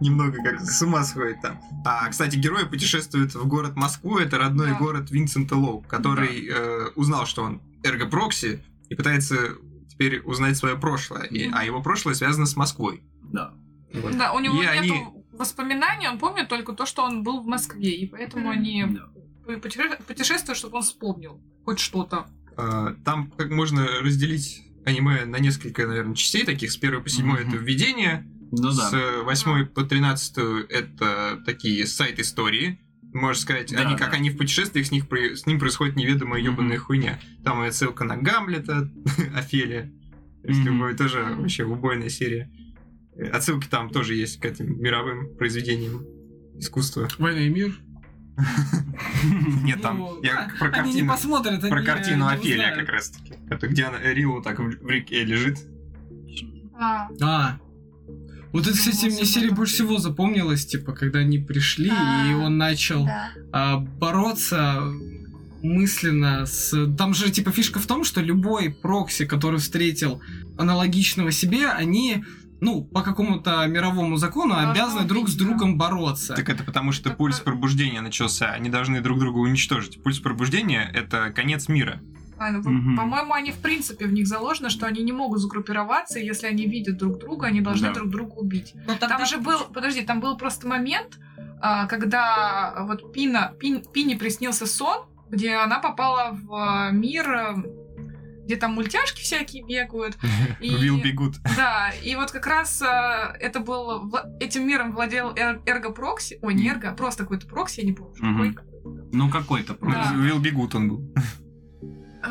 S3: Немного как с ума сходит там. А, кстати, герои путешествуют в город Москву. Это родной
S2: Да.
S3: город Винсента Лоу, который э, узнал, что он эргопрокси и пытается теперь узнать свое прошлое. И-
S2: Мгм.
S3: а его прошлое связано с Москвой.
S1: Да.
S3: Вот.
S2: Да, у него
S3: И
S2: нету
S3: они-
S2: воспоминаний, он помнит только то, что он был в Москве, и поэтому они
S1: Да.
S2: пу- путеше- путешествуют, чтобы он вспомнил хоть что-то.
S3: А, Там как можно разделить аниме на несколько, наверное, частей таких. С первой по седьмой
S1: Мгм.
S3: это введение,
S1: Ну да.
S3: с 8 по 13 это такие сайт-истории. Можно сказать,
S1: Да,
S3: они,
S1: да.
S3: как они в путешествиях, с, них, про- с ним происходит неведомая
S1: Мгм.
S3: ебаная хуйня. Там и отсылка на Гамлета, [laughs] Офелия. То есть
S1: Мгм.
S3: любой тоже вообще убойная серия. Э, Отсылки там тоже есть к этим мировым произведениям
S1: [laughs]
S3: искусства.
S4: Война и мир.
S3: Нет, там
S4: Ну,
S3: я
S4: а,
S3: про
S4: Они не
S3: картину.
S4: посмотрят, они
S3: Про
S4: не-
S3: картину
S4: не
S3: Офелия
S4: узнают.
S3: как раз таки. Это где она, э, Рилу так в в реке лежит.
S2: А,
S4: А. Вот это, кстати,
S2: Думала,
S4: мне серия
S2: собака.
S4: больше всего запомнилась, типа, когда они пришли, и
S5: А,
S4: он начал
S5: Да.
S4: а, бороться мысленно с... Там же, типа, фишка в том, что любой прокси, который встретил аналогичного себе, они, ну, по какому-то мировому закону
S2: Должны
S4: обязаны друг с
S2: убить, да.
S4: другом бороться.
S3: Так это потому, что
S2: Так
S3: пульс
S2: про-
S3: пробуждения начался. Они должны друг друга уничтожить. Пульс пробуждения — это конец мира.
S2: а, ну,
S1: Мгм.
S2: По-моему, они в принципе в них заложено, что они не могут сгруппироваться, и если они видят друг друга, они должны
S1: Да.
S2: друг друга убить.
S6: Ну, тогда-
S2: Там же был, подожди, там был просто момент, а, когда а, вот Пина, Пин- Пине приснился сон, где она попала в а, мир, э, где там мультяшки всякие бегают, И-
S3: Вил бегут.
S2: Да, и вот как раз э, это был... вла- Этим миром владел эр- эрго-прокси. Ой, не эрго, а просто какой-то прокси, я не помню.
S1: Мгм.
S2: какой.
S1: Ну какой-то просто.
S2: Да.
S3: Вил бегут он был.
S2: Э,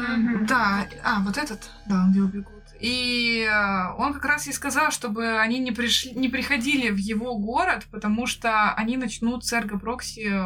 S2: Да, а, вот этот, да, он вел бегут. И э, он как раз и сказал, чтобы они не, пришли, не приходили в его город, потому что они начнут с эрго-прокси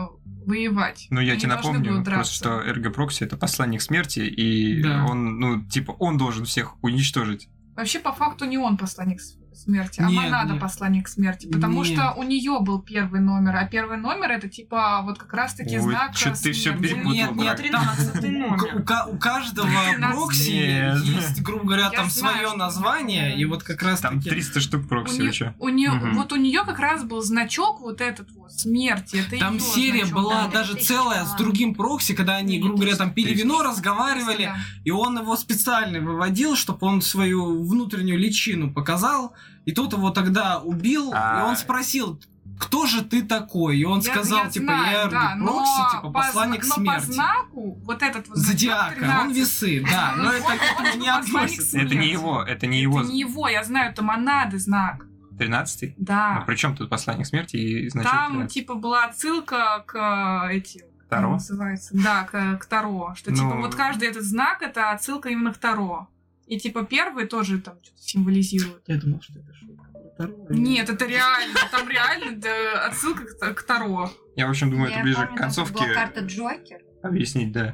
S2: воевать.
S3: Но Ну, я
S2: Они
S3: тебе
S2: должны
S3: напомню
S2: будут
S3: просто,
S2: драться.
S3: что Эргопрокси — это посланник смерти, и
S4: Да.
S3: он, ну, типа, он должен всех уничтожить.
S2: Вообще, по факту, не он посланник с- смерти, а
S4: Нет,
S2: Монада
S4: нет.
S2: посланник смерти, потому
S4: Нет.
S2: что у нее был первый номер, а первый номер это типа вот как раз-таки
S3: Ой,
S2: знак
S3: чё
S2: э,
S3: ты всё
S2: смерти.
S3: перепутал.
S4: Нет, нет,
S6: Тринадцатый
S4: там Ну, у,
S6: номер.
S4: у ка- у каждого прокси
S1: Нет.
S4: есть, грубо говоря,
S2: Я
S4: там
S2: знаю,
S4: свое
S2: что
S4: название,
S2: такое.
S4: и вот как раз
S3: Там
S4: таки-
S3: 300 штук
S2: У
S3: прокси
S2: неё-
S3: вообще.
S2: у неё-
S1: Мгм.
S2: Вот у нее как раз был значок вот этот вот смерти. Это
S4: Там
S2: её
S4: серия
S2: значок,
S4: была
S5: там
S4: даже
S5: 3000
S4: целая с
S5: была.
S4: другим прокси, когда они,
S5: Не,
S4: грубо говоря, там пили
S3: 3000.
S4: вино, разговаривали,
S2: Да.
S4: и он его специально выводил, чтобы он свою внутреннюю личину показал, и тот его тогда убил, и
S3: А.
S4: он спросил, кто же ты такой? И он
S2: Я-
S4: сказал,
S2: я
S4: типа,
S2: знаю, да,
S4: я Эрди
S2: но
S4: Прокси,
S2: по
S4: типа, посланник
S2: зна- Но по
S4: смерти.
S2: знаку вот этот вот значок
S4: Зодиака,
S2: 13.
S4: он весы, да, но
S2: Ну,
S4: это
S2: он-
S4: к этому
S2: он
S4: не
S2: посланник
S4: относится.
S2: смерти.
S3: Это не его, это не его
S2: Это не его, я знаю, это Монады знак.
S3: 13-й.
S2: Да.
S3: Причем Ну, тут посланник смерти и А значок
S2: А. Там
S3: 13
S2: типа была отсылка к э, этим Как
S3: Таро.
S2: называется? Да, к, к Таро. Что
S3: Ну.
S2: типа вот каждый этот знак это отсылка именно к Таро. И типа первый тоже там что-то символизирует.
S4: Я думал, что это шутка. Второе.
S2: Нет, это реально. Там реально да, отсылка к, та- к Таро.
S3: Я, в общем, думаю, это
S5: Я
S3: ближе
S5: помню,
S3: к
S5: там
S3: концовке
S5: была карта Джокер.
S3: объяснить, да.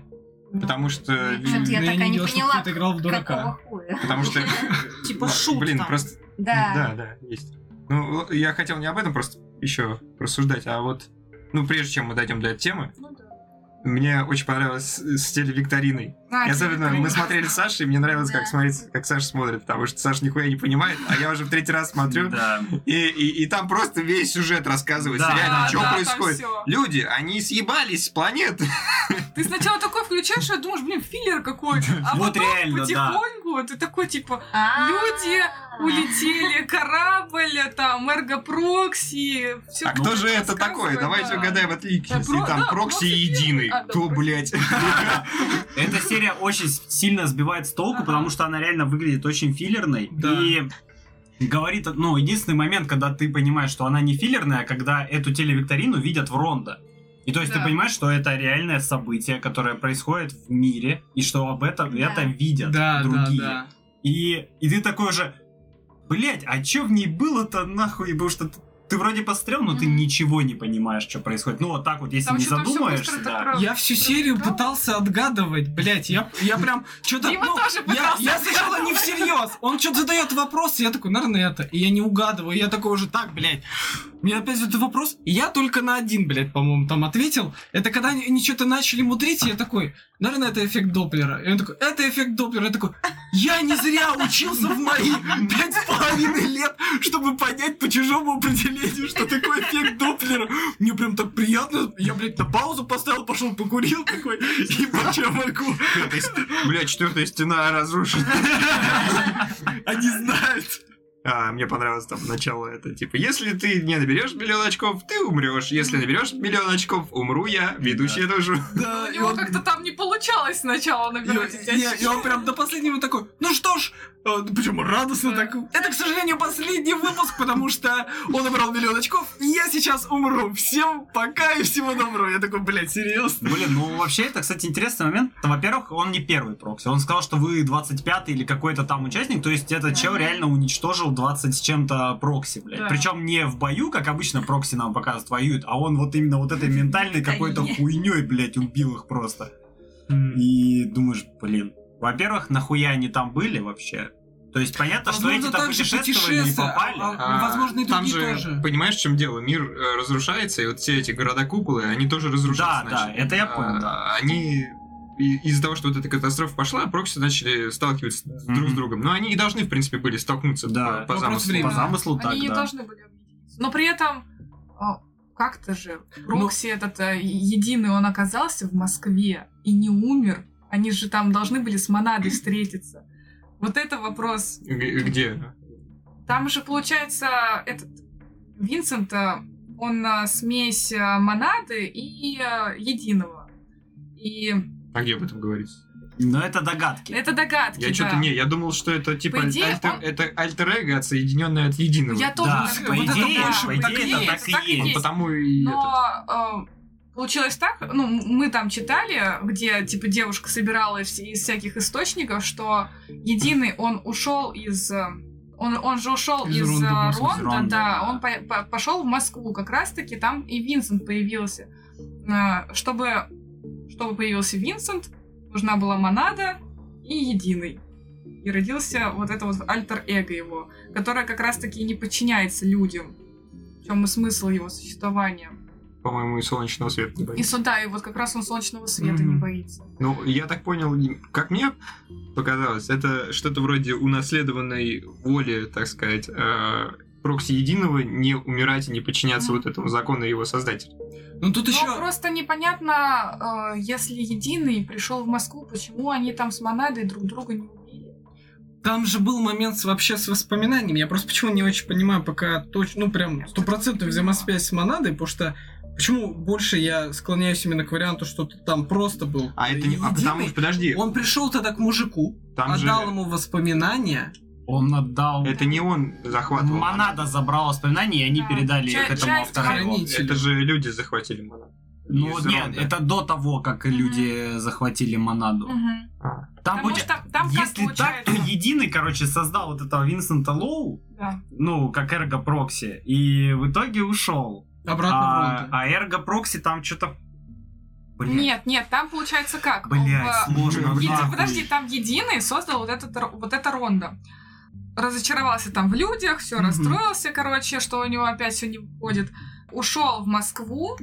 S3: Потому что...
S5: Нет, Что-то я [laughs]
S4: Ну, я
S5: такая
S4: не
S5: не
S4: видел, чтоб
S5: поняла,
S4: кто-то играл в дурака.
S5: какого хуя.
S3: Потому что...
S6: Типа шут
S3: Блин,
S6: там.
S3: просто Да,
S5: Да.
S3: да, есть. Ну, л- я хотел не об этом просто еще рассуждать, а вот, ну, прежде чем мы дойдем до этой темы,
S2: Ну
S3: мне очень понравилось с- с телевикториной.
S2: А,
S3: И особенно
S2: телевизор.
S3: мы смотрели с Сашей, и мне нравилось, как
S5: Да.
S3: смотреть, как Саша смотрит, потому что Саша нихуя не понимает, а я уже в третий раз смотрю,
S1: Да.
S3: и, и, и там просто весь сюжет рассказывается,
S1: Да,
S3: реально,
S2: Да,
S3: что
S2: да, там
S3: происходит.
S2: всё.
S3: Люди, они съебались с планеты.
S2: Ты сначала такой включаешь, и думаешь, блин, филлер какой. А
S1: Вот
S2: потом
S1: реально, да.
S2: потихоньку ты такой типа
S5: А.
S2: Люди улетели корабль, там эрго-прокси, все.
S3: А кто же это такое? Давайте угадаем отличность.
S2: Да,
S3: И
S2: про-
S3: там
S2: да,
S3: прокси
S2: прокси
S3: единый.
S2: первый. А, да,
S3: Кто,
S2: прокси [laughs]
S3: блядь?
S1: Эта серия очень с- сильно сбивает с толку,
S2: Ага.
S1: потому что она реально выглядит очень филлерной.
S4: Да.
S1: И говорит, а ну, единственный момент, когда ты понимаешь, что она не филлерная, когда эту телевикторину видят в Рондо. И то есть
S2: Да.
S1: ты понимаешь, что это реальное событие, которое происходит в мире, и что об этом
S5: Да.
S1: это видят
S4: Да, да,
S1: другие.
S4: да.
S1: И, и ты такой же, блять, а чё в ней было-то нахуй? Потому что ты, ты вроде посмотрел, но ты
S2: Мгм.
S1: ничего не понимаешь, что происходит. Ну вот так вот, если
S2: Там
S1: не
S2: что-то всё
S1: задумаешься,
S2: быстро так
S1: да.
S2: про-
S4: Я всю серию
S2: Правда?
S4: пытался отгадывать, блядь, я, я прям что-то...
S2: Дима тоже
S4: я,
S2: пытался
S4: я сначала не всерьез, он что-то задает вопрос, и я такой, наверное, это, и я не угадываю, и я такой уже, так, блядь, мне опять задают вопрос, и я только на один, блядь, по-моему, там ответил, это когда они, они что-то начали мудрить, и я такой, наверное, это эффект Доплера, и он такой, это эффект Доплера, я такой, я не зря учился в мои пять с половиной лет, чтобы понять по чужому определению, что такое эффект Доплера, мне прям так приятно. Я, блядь, на паузу поставил, пошел покурил такой. И я могу.
S8: Бля, четвертая стена разрушена.
S4: Они знают.
S8: А, мне понравилось там начало это, типа, если ты не наберешь миллион очков, ты умрешь. Если наберешь миллион очков, умру я, ведущий это уже.
S4: Да,
S2: Ну, У
S4: и
S2: него
S4: он-
S2: как-то там не получалось сначала
S4: и-
S2: набирать эти
S4: и-
S2: очки.
S4: и он прям до последнего такой, ну что ж, э, причем радостно так. Это, к сожалению, последний выпуск, потому что он набрал миллион очков, и я сейчас умру. Всем пока и всего доброго. Я такой, блядь, серьезно?
S1: Блин, ну вообще это, кстати, интересный момент. Во-первых, он не первый прокси. Он сказал, что вы 25 или какой-то там участник. То есть этот чел реально уничтожил 20 с чем-то прокси, блядь.
S2: Да.
S1: Причем не в бою, как обычно прокси нам показывают, воюют, а он вот именно вот этой ментальной какой-то хуйней, блядь, убил их просто. И думаешь, блин. Во-первых, нахуя они там были вообще? То есть понятно,
S4: ну,
S1: что эти там путешествовали не попали.
S4: а, возможно, и
S3: там
S4: другие
S3: же,
S4: тоже.
S3: понимаешь, в чем дело? Мир э, разрушается, и вот все эти города-куполы, они тоже разрушаются.
S1: Да, да,
S3: начали.
S1: это я
S3: А,
S1: понял,
S3: Они и- из-за того, что вот эта катастрофа пошла, прокси начали сталкиваться друг с
S1: Мгм.
S3: другом. Но они и должны, в принципе, были столкнуться
S1: Да. Ну,
S3: по, по
S4: Вопрос
S3: замыслу.
S4: времени.
S1: По замыслу так,
S2: Они не
S1: да.
S2: должны были объединиться. Но при этом а, как-то же Прокси этот а, единый, он оказался в Москве и не умер. Они же там должны были с Монадой встретиться. Вот это вопрос.
S3: Г- Где?
S2: Там же, получается, этот Винсент, а, он а, смесь а, Монады и а, единого. И
S3: А где об этом говорится?
S1: Но это догадки.
S2: это догадки,
S3: Я что-то
S2: да.
S3: не, я думал, что это типа
S2: По идее,
S3: альтер,
S2: он-
S3: это альтер-эго, отсоединенное от единого.
S2: Я тоже
S1: Да,
S2: так
S1: по
S2: думаю.
S1: идее,
S2: Вот это
S1: по
S2: да,
S1: идее это так и
S3: Он
S1: есть.
S3: потому и этот.
S2: Но э, получилось так, ну, м- мы там читали, где, типа, девушка собиралась из всяких источников, что единый, он ушел из... э, Он, он же ушел
S4: Из
S2: из,
S4: Ронда
S2: э,
S4: в Москву.
S2: Ронда,
S1: Из Ронда,
S2: да,
S1: да.
S2: он пошел в Москву, как раз-таки там и Винсент появился. Э, Чтобы, чтобы появился Винсент, нужна была Монада и Единый. И родился вот это вот альтер-эго его, которое как раз-таки и не подчиняется людям. В чем и смысл его существования.
S3: По-моему, и солнечного света не
S2: И
S3: боится.
S2: сюда, и вот как раз он солнечного света
S4: Мгм.
S2: не боится.
S3: Ну, я так понял, как мне показалось, это что-то вроде унаследованной воли, так сказать, э, прокси единого не умирать и не подчиняться
S2: Мгм.
S3: вот этому закону его создателя.
S4: Ну тут
S2: Но
S4: еще...
S2: просто непонятно, э, если единый пришел в Москву, почему они там с Монадой друг друга не убили.
S4: Там же был момент с- вообще с воспоминаниями. Я просто почему не очень понимаю, пока точно, ну прям стопроцентную взаимосвязь с Монадой, потому что почему больше я склоняюсь именно к варианту, что ты там просто был.
S3: А это не... А потому
S4: единый.
S3: что, подожди,
S4: Он пришел тогда к мужику,
S3: там же...
S4: отдал ему воспоминания.
S1: Он отдал...
S3: Это не он захватывал.
S1: Монада забрала воспоминания, и они
S2: Да.
S1: передали
S2: Ча-
S1: их этому
S2: часть
S1: автору.
S4: хранить.
S3: Это же люди захватили Монаду.
S1: Ну
S3: Из
S1: вот нет,
S3: Ронда.
S1: это до того, как
S2: Мгм.
S1: люди захватили Монаду.
S2: Мгм.
S1: Там
S2: Потому
S1: будет...
S2: что там как
S1: Если так, то
S2: получается...
S1: единый, короче, создал вот этого Винсента Лоу,
S2: Да.
S1: ну, как Эрго Прокси, и в итоге ушел.
S4: Обратно
S1: А,
S4: в Ронда.
S1: а Эрго Прокси там что-то... Блять,
S2: Нет, нет, там получается как?
S1: блять,
S2: В-
S1: сложно.
S2: Еди-
S1: нахуй.
S2: Подожди, там единый создал вот, этот, р- вот это Ронда. Разочаровался там в людях, все
S4: Мгм.
S2: расстроился, короче, что у него опять все не выходит. Ушел в Москву,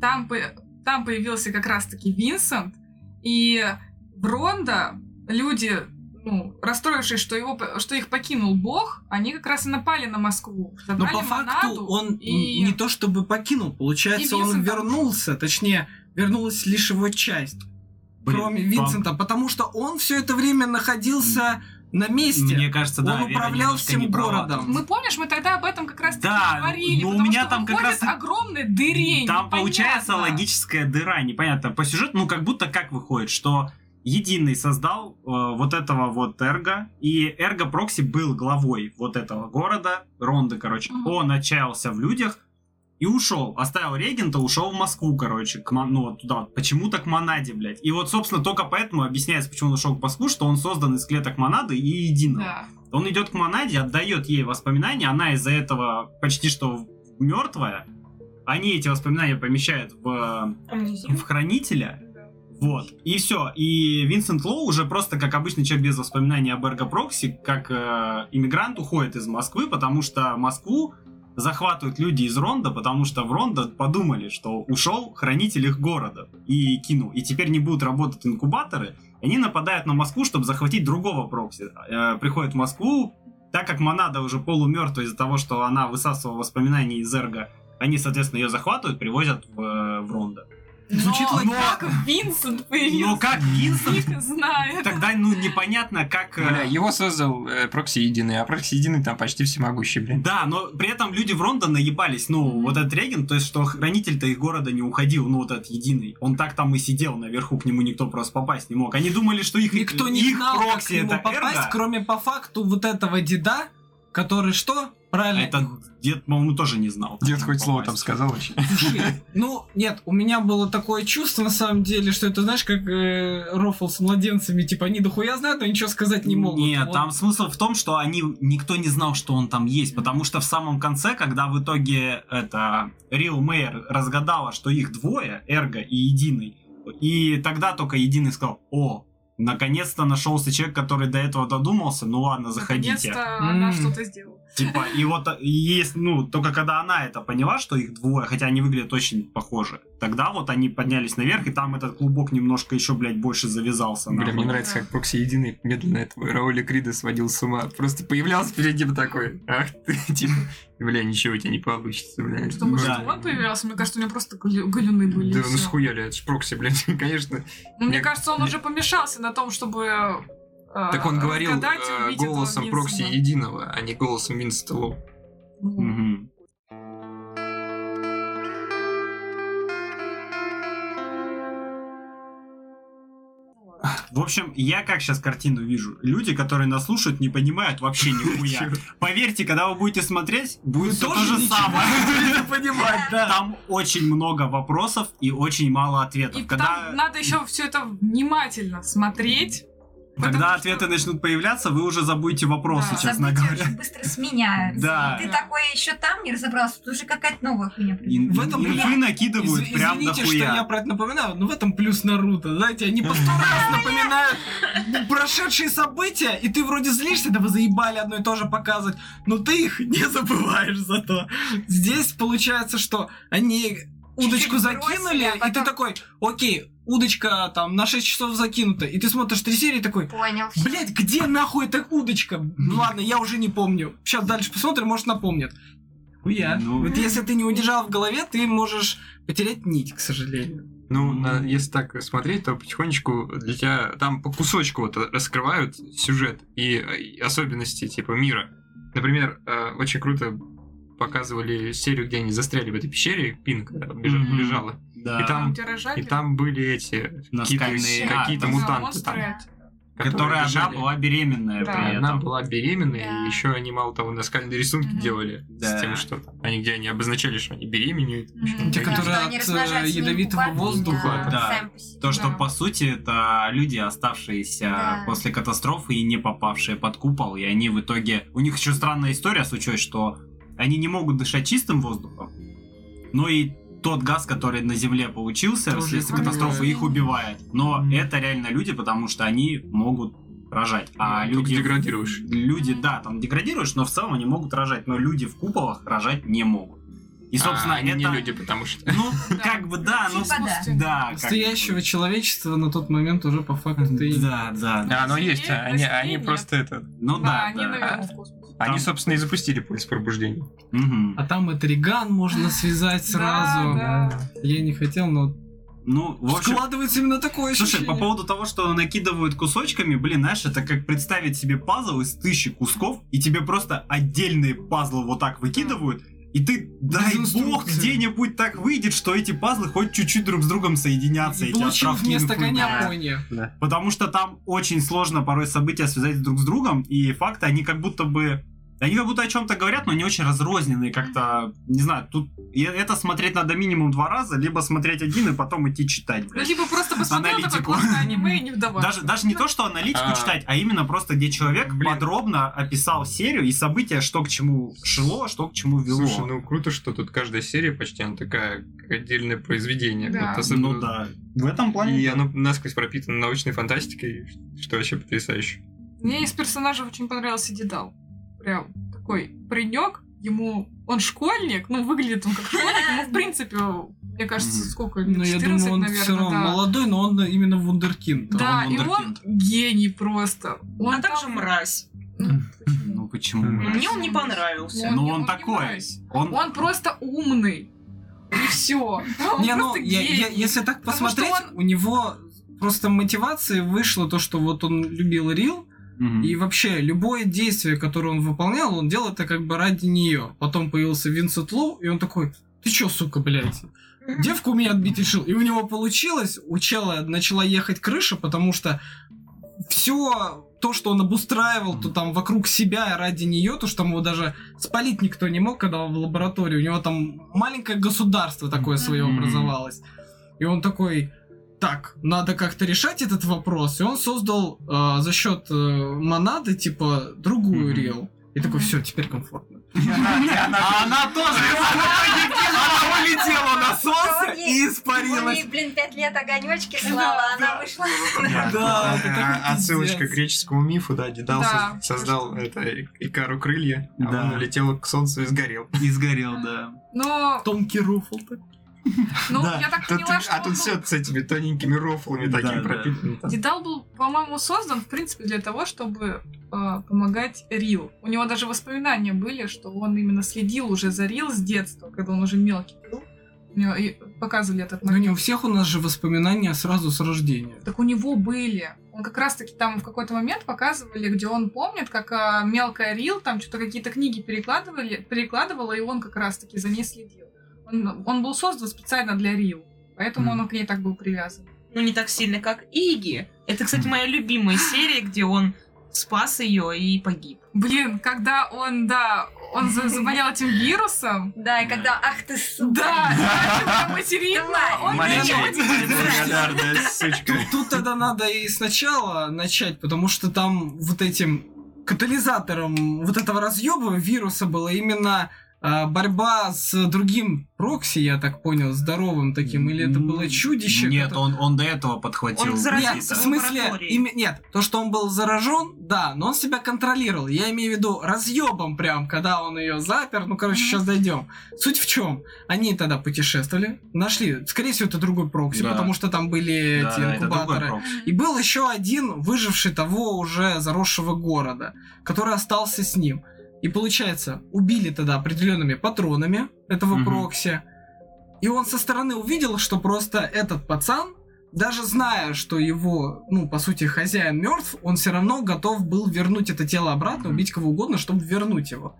S2: там, по- там появился как раз-таки Винсент, и в Ронда люди, ну, расстроившись, что, его, по- что их покинул Бог, они как раз и напали на Москву.
S4: Но
S2: Забрали
S4: по факту
S2: Монаду
S4: он
S2: и-
S4: не то чтобы покинул,
S2: И
S4: получается, он
S2: Винсент там
S4: вернулся, точнее, вернулась лишь его часть,
S1: Блин,
S4: кроме
S1: вам-
S4: Винсента, потому что он все это время находился на месте.
S1: Мне кажется, да,
S4: Он
S1: Вера
S4: управлял
S1: немножко
S4: всем
S1: не права
S4: городом.
S1: тут.
S2: Мы помнишь, мы тогда об этом как раз таки
S1: Да,
S2: говорили,
S1: но у
S2: потому
S1: меня
S2: что
S1: там как
S2: выходит
S1: раз-
S2: огромной дыре.
S1: Там получается
S2: непонятно.
S1: логическая дыра, непонятно. По сюжету, ну как будто как выходит, что единый создал э, вот этого вот Эрго, и Эрго Прокси был главой вот этого города, Ронды, короче.
S2: Мгм.
S1: Он отчаялся в людях, И ушел, оставил регента, ушел в Москву, короче, к, Мон- ну вот туда, вот, почему-то к Монаде, блядь. И вот, собственно, только поэтому объясняется, почему он ушел к Москву, что он создан из клеток Монады и единого.
S2: Да.
S1: Он идет к Монаде, отдает ей воспоминания, она из-за этого почти что мертвая. Они эти воспоминания помещают в, э, в хранителя. Вот. И все. И Винсент Лоу уже просто, как обычный человек без воспоминаний об эргопрокси, как э, иммигрант уходит из Москвы, потому что Москву захватывают люди из Ронда, потому что в Ронда подумали, что ушел хранитель их города и кинул. И теперь не будут работать инкубаторы, и Они нападают на Москву, чтобы захватить другого прокси. Э, приходят в Москву, так как Монада уже полумертва из-за того, что она высасывала воспоминания из Эрго, они, соответственно, ее захватывают, привозят в, э, в Рондо.
S4: Звучит
S2: но,
S4: логично.
S2: Ну, как Винсент появился?
S1: Но Ну, как
S2: [laughs]
S1: Винсент, [laughs]
S2: Фиг знает.
S1: тогда, ну, непонятно, как... э,
S3: Бля, его создал э, Прокси Единый, а Прокси Единый там почти всемогущий, блин.
S1: Да, но при этом люди в Рондо наебались, ну,
S2: Мгм.
S1: вот этот Реген, то есть, что хранитель-то из города не уходил, ну, вот этот единый. Он так там и сидел наверху, к нему никто просто попасть не мог. Они думали, что их,
S4: Никто не
S1: их
S4: знал, как к
S1: прокси
S4: нему
S1: это
S4: попасть,
S1: Эрго.
S4: кроме по факту вот этого деда, который что?
S1: А
S4: Правильно. [laughs]
S1: этот дед, по-моему, тоже не знал. как
S3: Дед хоть
S1: попасть.
S3: слово там сказал вообще.
S4: Слушай, Ну, нет, у меня было такое чувство, на самом деле, что это, знаешь, как э, Рофл с младенцами, типа, они дохуя знают, но ничего сказать не могут.
S1: Нет,
S4: Вот.
S1: там смысл в том, что они никто не знал, что он там есть, потому что в самом конце, когда в итоге это Рил Мэйр разгадала, что их двое, Эрго и Единый, и тогда только Единый сказал, о, наконец-то нашелся человек, который до этого додумался, ну ладно, заходите.
S2: Наконец-то она
S4: М.
S2: что-то сделала.
S1: Типа, и вот э, и есть, ну, только когда она это поняла, что их двое, хотя они выглядят очень похожи, тогда вот они поднялись наверх, и там этот клубок немножко еще, блядь, больше завязался.
S3: Бля, мне
S1: нахуй.
S3: нравится, как Прокси Единый медленно этого Рауля Крида сводил с ума. Просто появлялся перед ним такой, ах ты, [laughs] типа, бля, ничего у тебя не получится, бля.
S2: Потому
S1: Да.
S2: что он появлялся, мне кажется, у него просто галю- галюны были.
S3: Да
S2: и
S3: ну
S2: всё.
S3: схуяли, это ж Прокси, блядь, [laughs] конечно.
S2: Ну, мне
S3: Мне-
S2: кажется, он
S3: мне-
S2: уже помешался на том, чтобы... э,
S3: Так он говорил
S2: разгадать и
S3: э,
S2: убить этого
S3: голосом Прокси
S2: Винсента.
S3: Единого, а не голосом Винсента Лоу.
S2: Ну,
S1: Мгм. В общем, я как сейчас картину вижу. Люди, которые нас слушают, не понимают
S4: [laughs]
S1: вообще нихуя. Поверьте, когда вы будете смотреть, будет все то
S4: тоже
S1: же
S4: ничего [laughs]
S1: самое.
S4: понимать, да.
S1: Там очень много вопросов и очень мало ответов.
S2: И
S1: Когда
S2: там надо еще все это внимательно смотреть.
S1: когда
S2: потому
S1: ответы
S2: что-
S1: начнут появляться, вы уже забудете вопросы,
S2: Да.
S1: честно
S5: События
S1: говоря.
S5: очень быстро сменяются.
S1: Да.
S5: И Ты такой еще там не разобрался, тут уже какая-то новая хуйня.
S1: И-
S5: придумана.
S4: В этом
S1: инфы
S4: меня-
S1: накидывают
S4: Из-
S1: прям
S4: извините,
S1: дохуя.
S4: что я про это напоминаю, но в этом плюс Наруто, знаете, они по сто
S1: [laughs]
S4: раз напоминают прошедшие события, и ты вроде злишься, да вы заебали одно и то же показывать, но ты их не забываешь зато. Здесь получается, что они удочку
S5: Чуть-чуть
S4: закинули,
S5: бросили, а
S4: и ты
S5: потом-
S4: такой, окей, удочка там на 6 часов закинута, и ты смотришь три серии и такой,
S5: Понял. всё.
S4: Блять, где нахуй эта удочка? Ну
S1: [laughs]
S4: Ладно, я уже не помню. Сейчас дальше посмотрим, может напомнят. Хуя.
S1: Ну.
S4: Вот если ты не удержал в голове, ты можешь потерять нить, к сожалению.
S3: Ну,
S1: Мгм.
S3: на- если так смотреть, то потихонечку для тебя там по кусочку вот раскрывают сюжет и, э, и особенности типа мира. Например, э, очень круто показывали серию, где они застряли в этой пещере, Пинг э, бежа-
S1: Мгм.
S3: бежала.
S1: Да.
S3: И там-
S2: тиражами.
S3: и там были эти какие-то,
S1: Наскальные
S3: какие-то
S5: А,
S2: Да,
S3: мутанты,
S2: монстры
S3: там,
S2: эти.
S1: которая она
S3: бежали.
S1: была беременная
S2: Да,
S1: при
S3: Она
S1: этом.
S3: была беременной,
S5: Да.
S3: и еще они мало того наскальные рисунки
S2: Мгм.
S3: делали
S1: Да.
S3: с тем, что там они где они обозначали, что они беременеют. А,
S5: Мгм.
S3: Почему?
S4: Те,
S5: Потому
S4: которые
S5: что они
S4: от, э,
S5: размножаются не
S4: ядовитого
S5: инкубаторами,
S4: воздуха.
S5: а
S1: Да.
S5: сами по себе.
S1: То, что
S2: Да.
S1: по сути это люди, оставшиеся
S5: Да.
S1: после катастрофы и не попавшие под купол, и они в итоге... У них еще странная история с учетом, что они не могут дышать чистым воздухом, но и тот газ, который на Земле получился
S4: Тоже
S1: вследствие
S4: их
S1: катастрофы,
S4: убивает.
S1: их убивает. Но
S4: Мгм.
S1: это реально люди, потому что они могут рожать. А
S3: Ну, только
S1: люди...
S3: деградируешь.
S1: Люди, да, там деградируешь, но в целом они могут рожать, но люди в куполах рожать не могут. И, собственно,
S3: А, они
S1: это...
S3: не люди, потому что
S1: Ну, как бы да, ну...
S5: Типа да.
S1: Да, как бы.
S4: Настоящего человечества на тот момент уже по факту и...
S1: Да, да,
S3: Да, оно есть, а они,
S2: Растения.
S3: они просто это.
S1: Ну
S2: Да,
S1: да,
S2: они
S1: да.
S2: наверное в космосе.
S1: Там-
S3: Они, собственно, и запустили поиск пробуждения.
S1: Мгм.
S4: А там и триган можно
S2: [laughs]
S4: связать сразу.
S2: Да, да.
S4: Я не хотел, но
S1: Ну, в общем,
S4: складывается именно такое
S1: слушай,
S4: ощущение.
S1: по поводу того, что накидывают кусочками, блин, знаешь, это как представить себе пазл из тысячи кусков, и тебе просто отдельные пазлы вот так выкидывают, и ты, дай бог,
S4: инструкции.
S1: где-нибудь так выйдет, что эти пазлы хоть чуть-чуть друг с другом соединятся.
S4: И
S1: эти
S4: Получил
S1: островки,
S4: вместо
S1: ну хуй
S4: коня
S1: знает.
S4: пони.
S1: Потому что там очень сложно порой события связать друг с другом, и факты, они как будто бы Они как будто о чем-то говорят, но не очень разрозненные как-то, не знаю, тут и это смотреть надо минимум два раза, либо смотреть один и потом идти читать.
S2: Ну,
S1: блядь.
S2: либо просто посмотрел такое
S1: Аналитику.
S2: классное аниме и не вдаваться.
S1: Даже, даже не то, что аналитику
S3: А.
S1: читать, а именно просто, где человек
S3: Блин.
S1: подробно описал серию и события, что к чему шло, что к чему вело.
S3: Слушай, ну круто, что тут каждая серия почти, она такая, как отдельное произведение.
S2: Да.
S3: Вот
S1: Ну
S3: особенно-
S1: да. В этом плане.
S3: И
S1: да.
S3: оно насквозь пропитано научной фантастикой, что вообще потрясающе.
S2: Мне из персонажей очень понравился Дедал. Прям такой паренек, ему... Он школьник, ну, выглядит он как школьник, ему, в принципе, мне кажется,
S1: Мгм.
S2: сколько,
S4: Ну,
S2: лет
S4: я
S2: 14,
S4: думаю, он
S2: наверное,
S4: все равно
S2: да.
S4: молодой, но он именно вундеркинд.
S2: Да,
S1: он
S2: и он
S1: вундеркинд.
S2: гений просто. Он
S6: а также
S2: там-
S6: мразь.
S2: Ну, почему?
S1: Ну почему?
S3: Мгм.
S1: блядь?
S6: Мне он не понравился.
S2: он
S1: Ну
S2: не-
S1: он
S2: он не
S1: такой.
S2: мразь.
S1: Он,
S2: Он просто умный. И все. Он
S4: Не, ну,
S2: просто
S4: я- я-
S2: гений.
S4: если так
S2: Потому что
S4: посмотреть, у него просто мотивации вышло то, что вот он любил Рил,
S1: Мгм.
S4: и вообще любое действие, которое он выполнял, он делал это как бы ради нее. Потом появился Винсент Лоу, и он такой, ты чё, сука, блядь? Девку у меня отбить решил. И у него получилось, у чела начала ехать крыша, потому что все то, что он обустраивал, то там вокруг себя и ради нее, то, что там его даже спалить никто не мог, когда он в лаборатории. У него там маленькое государство такое свое
S3: Мгм.
S4: образовалось. И он такой, так, надо как-то решать этот вопрос. И он создал э, за счет э, монады, типа, другую
S3: Мгм.
S4: рил. И такой, все, теперь комфортно.
S1: А она тоже Она улетела на солнце и
S5: Ой,
S1: испарилась.
S5: блин, пять лет огонечки слала, она вышла.
S4: Да,
S3: Да, а-
S4: это такой
S3: а- Отсылочка
S4: пиздец.
S3: к греческому мифу, да, Дедал
S2: Да,
S3: соз- создал это и- Икару крылья, а
S1: Да.
S3: он улетел к солнцу и сгорел.
S1: И сгорел, да.
S2: Но,
S4: Тонкий руфл
S2: ну,
S3: Да,
S2: я так
S3: тут-
S2: поняла, что
S3: А
S2: он
S3: тут
S2: был-
S3: все с этими тоненькими рофлами
S1: Да, да.
S3: такими пропитано. там.
S2: Дедал был, по-моему, создан, в принципе, для того, чтобы э, помогать Рил. У него даже воспоминания были, что он именно следил уже за Рил с детства, когда он уже мелкий был. У него и показывали этот
S4: Ну, не у
S2: момент.
S4: всех у нас же воспоминания сразу с рождения.
S2: Так у него были. Он как раз-таки там в какой-то момент показывали, где он помнит, как а, мелкая Рил там что-то какие-то книги перекладывали, перекладывала, и он как раз-таки за ней следил. Он, он был создан специально для Рил, поэтому
S3: Мгм.
S2: он к ней так был привязан.
S6: Ну, не так сильно, как Иги. Это, кстати, моя любимая серия, где он спас ее и погиб.
S2: Блин, когда он, да, он за- заболел этим вирусом,
S5: Да, и когда, ах ты сука.
S2: Да, это материнка, он
S5: Давай.
S2: меня
S5: Маленькая.
S2: очень любит.
S3: Благодарная сучка.
S4: Тут, тут тогда надо и сначала начать, потому что там вот этим катализатором вот этого разъеба вируса было именно а, борьба с другим прокси, я так понял, здоровым таким, или это было чудище?
S1: Нет,
S4: которое-
S1: он, он до этого подхватил.
S6: Он
S4: Нет,
S6: заразился
S4: в смысле,
S6: лаборатории.
S4: ими- нет, то, что он был заражен, да, но он себя контролировал. Я имею в виду разъебом прям, когда он ее запер. Ну, короче, сейчас дойдем. Суть в чем? Они тогда путешествовали, нашли, скорее всего, это другой прокси,
S1: Да.
S4: потому что там были
S1: Да,
S4: эти
S1: да, это другой
S4: инкубаторы.
S1: прокси.
S4: И был еще один выживший того уже заросшего города, который остался с ним. И получается, убили тогда определенными патронами этого
S1: Мгм.
S4: прокси. И он со стороны увидел, что просто этот пацан, даже зная, что его, ну, по сути, хозяин мертв, он все равно готов был вернуть это тело обратно,
S1: Мгм.
S4: убить кого угодно, чтобы вернуть его.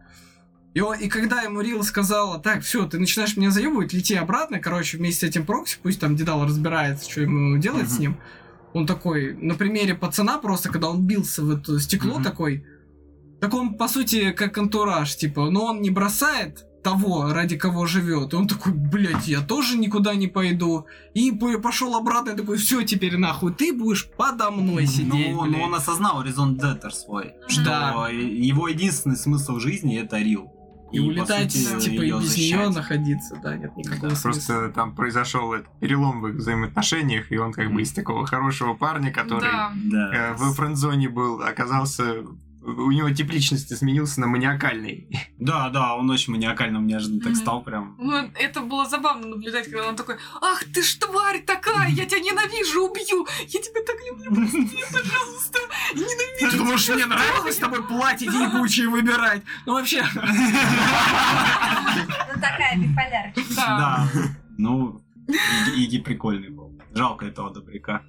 S4: И, он- и когда ему Рил сказала, так, все, ты начинаешь меня заебывать, лети обратно, короче, вместе с этим прокси, пусть там Дедал разбирается, что ему делать с
S1: Мгм.
S4: ним. Он такой, на примере пацана просто, когда он бился в это стекло,
S1: Мгм.
S4: такой, так он, по сути, как антураж, типа, но он не бросает того, ради кого живет. И он такой, блядь, я тоже никуда не пойду. И пошел обратно, и такой, все, теперь нахуй, ты будешь подо мной сидеть.
S1: Ну,
S4: блядь».
S1: но он осознал Резон Детер свой, что
S4: Да.
S1: его единственный смысл жизни это Рил.
S4: И, улетать, типа, и
S1: её
S4: без нее
S1: защищать.
S4: находиться, да, нет никакого смысла.
S3: Просто там произошел этот перелом в их взаимоотношениях, и он как бы из такого хорошего парня, который
S2: Да.
S1: Да.
S3: э, в френд-зоне был, оказался... У него тип личности сменился на маниакальный.
S1: да, да, он очень маниакальным неожиданно так
S2: Мгм.
S1: стал прям.
S2: Ну, это было забавно наблюдать, когда он такой, ах ты ж тварь такая, я тебя ненавижу, убью, я тебя так люблю, прости, пожалуйста, ненавижу.
S4: Ты думаешь, мне нравилось с тобой платье ебучее выбирать? Ну, вообще... [laughs]
S5: Ну такая биполярка.
S2: Да.
S1: Да. Ну, Иги- Иги прикольный был. Жалко этого добряка.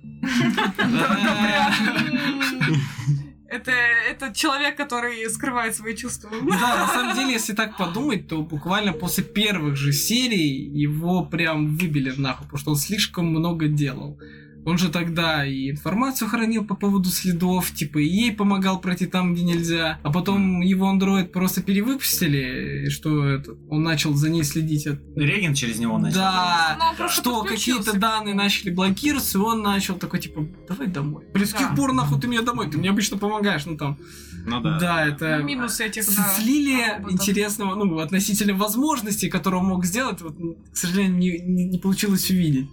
S2: Это, это человек, который скрывает свои чувства.
S4: Да, на самом деле, если так подумать, то буквально после первых же серий его прям выбили нахуй, потому что он слишком много делал. Он же тогда и информацию хранил по поводу следов, типа и ей помогал пройти там, где нельзя. А потом его андроид просто перевыпустили, и что это, он начал за ней следить. от-
S1: Реген через него начал.
S4: Да,
S2: Ну, он просто
S4: А, что
S2: подключился.
S4: какие-то данные начали блокироваться, и он начал такой, типа, давай домой. Блин, с каких
S2: Да.
S4: пор нахуй ты мне домой? Ты мне обычно помогаешь, ну там.
S1: Ну
S4: Да,
S1: да.
S4: это...
S2: Ну, минус этих,
S4: э, с-
S2: да.
S4: Слили
S2: роботов.
S4: интересного, ну, относительно возможностей, которые он мог сделать, вот, к сожалению, не, не- не получилось увидеть.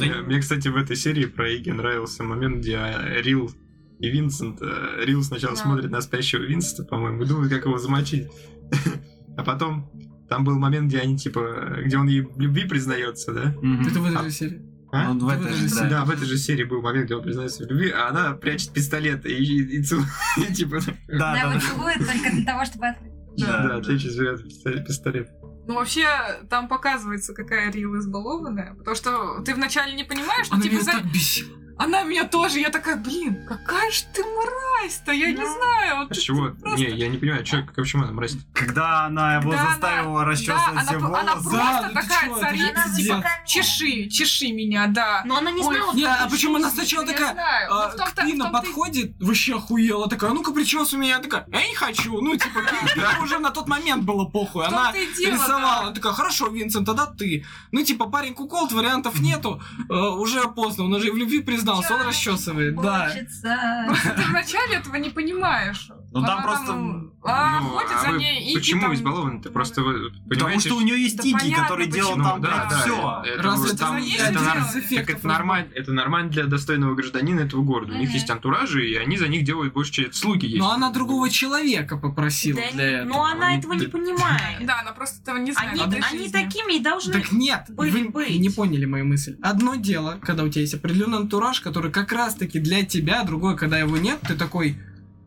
S3: Э, Мне, кстати, в этой серии про Иги нравился момент, где э, Рил и Винсент... э, Рил сначала
S2: Да.
S3: смотрит на спящего Винсента, по-моему, и думает, как его замочить. [laughs] А потом там был момент, где они, типа, где он ей в любви признается, да?
S1: Мгм.
S4: Это в этой
S3: А-
S4: же серии.
S3: А?
S1: Ну, в этой же,
S3: Да.
S1: да.
S3: в этой же серии был момент, где он признается в любви, а она прячет пистолет и, и, и целует, [laughs] и типа...
S1: Да,
S5: Она
S1: А, да,
S5: его
S1: да.
S5: целует только для того, чтобы открыть.
S1: Да,
S3: Да,
S1: да.
S3: отлично берет пистолет- пистолет.
S2: Ну, вообще, там показывается, какая Рил избалованная. Потому что ты вначале не понимаешь, что
S4: Она
S2: типа
S4: меня
S2: за-
S4: так бесила.
S2: Она меня тоже, я такая, блин, какая же ты мразь-то, я не знаю. вот
S3: А
S2: ты-
S3: чего?
S2: ты просто-
S3: Не, я не понимаю, чё, почему она мразь?
S1: Когда она его
S2: Когда она-
S1: заставила
S2: да,
S1: расчесывать
S2: она,
S1: все
S2: п-
S1: волосы.
S2: она
S4: Да,
S2: просто
S4: ну ты
S2: такая
S4: чё, это же
S2: царица,
S4: пиздец.
S2: типа, чеши, чеши меня, да.
S6: Но она не
S2: Ой,
S6: знала,
S4: не,
S6: кто
S4: а
S6: это
S4: почему она
S6: Шиза?
S4: сначала
S2: Я
S4: такая,
S2: знаю,
S4: а,
S2: но Э, ну, в том-то-
S4: к Нина
S2: в том-то и-
S4: подходит, вообще охуела, такая, «А ну-ка причес у меня, я такая, я не хочу, ну типа, Кина уже на тот момент было похуй,
S2: В
S4: она
S2: том-то и дело,
S4: рисовала,
S2: да.
S4: она такая, хорошо, Винсент, тогда ты, ну типа, парень куколт, вариантов нету, Э, уже поздно, он уже и в любви признался, он
S5: Чай
S4: расчесывает, да.
S5: Хочется.
S2: Просто ты вначале этого не понимаешь.
S1: Ну, там
S2: Она
S1: просто,
S2: м, а,
S3: Ну,
S2: ходит
S3: а
S2: за
S3: вы
S2: ней и типа,
S3: Почему избалован? Ты просто вы
S1: Потому
S3: понимаете,
S1: что у нее есть
S2: Да
S1: Тиги,
S2: понятно,
S1: который делал
S2: почему,
S1: там,
S2: да,
S1: блядь,
S2: да,
S1: все.
S3: это
S4: Разве
S3: уже
S4: это
S3: там-
S2: зависит
S3: это
S2: от
S3: нар-
S2: дела?
S4: без
S3: так
S4: эффектов
S3: это нормально, это нормально для достойного гражданина этого города. У них
S5: Мгм.
S3: есть антуражи, и они за них делают больше, чем слуги есть.
S4: Но она Ну, а другого человека попросила
S6: Да,
S4: для этого.
S6: Но она
S3: Они-
S6: этого не понимает.
S2: Да, она просто этого не знает.
S6: Они,
S2: она
S6: они
S2: жизни.
S6: такими и должны...
S4: Так нет,
S6: были
S4: вы
S6: быть.
S4: не поняли мою мысль. Одно дело, когда у тебя есть определенный антураж, который как раз-таки для тебя, другое, когда его нет, ты такой,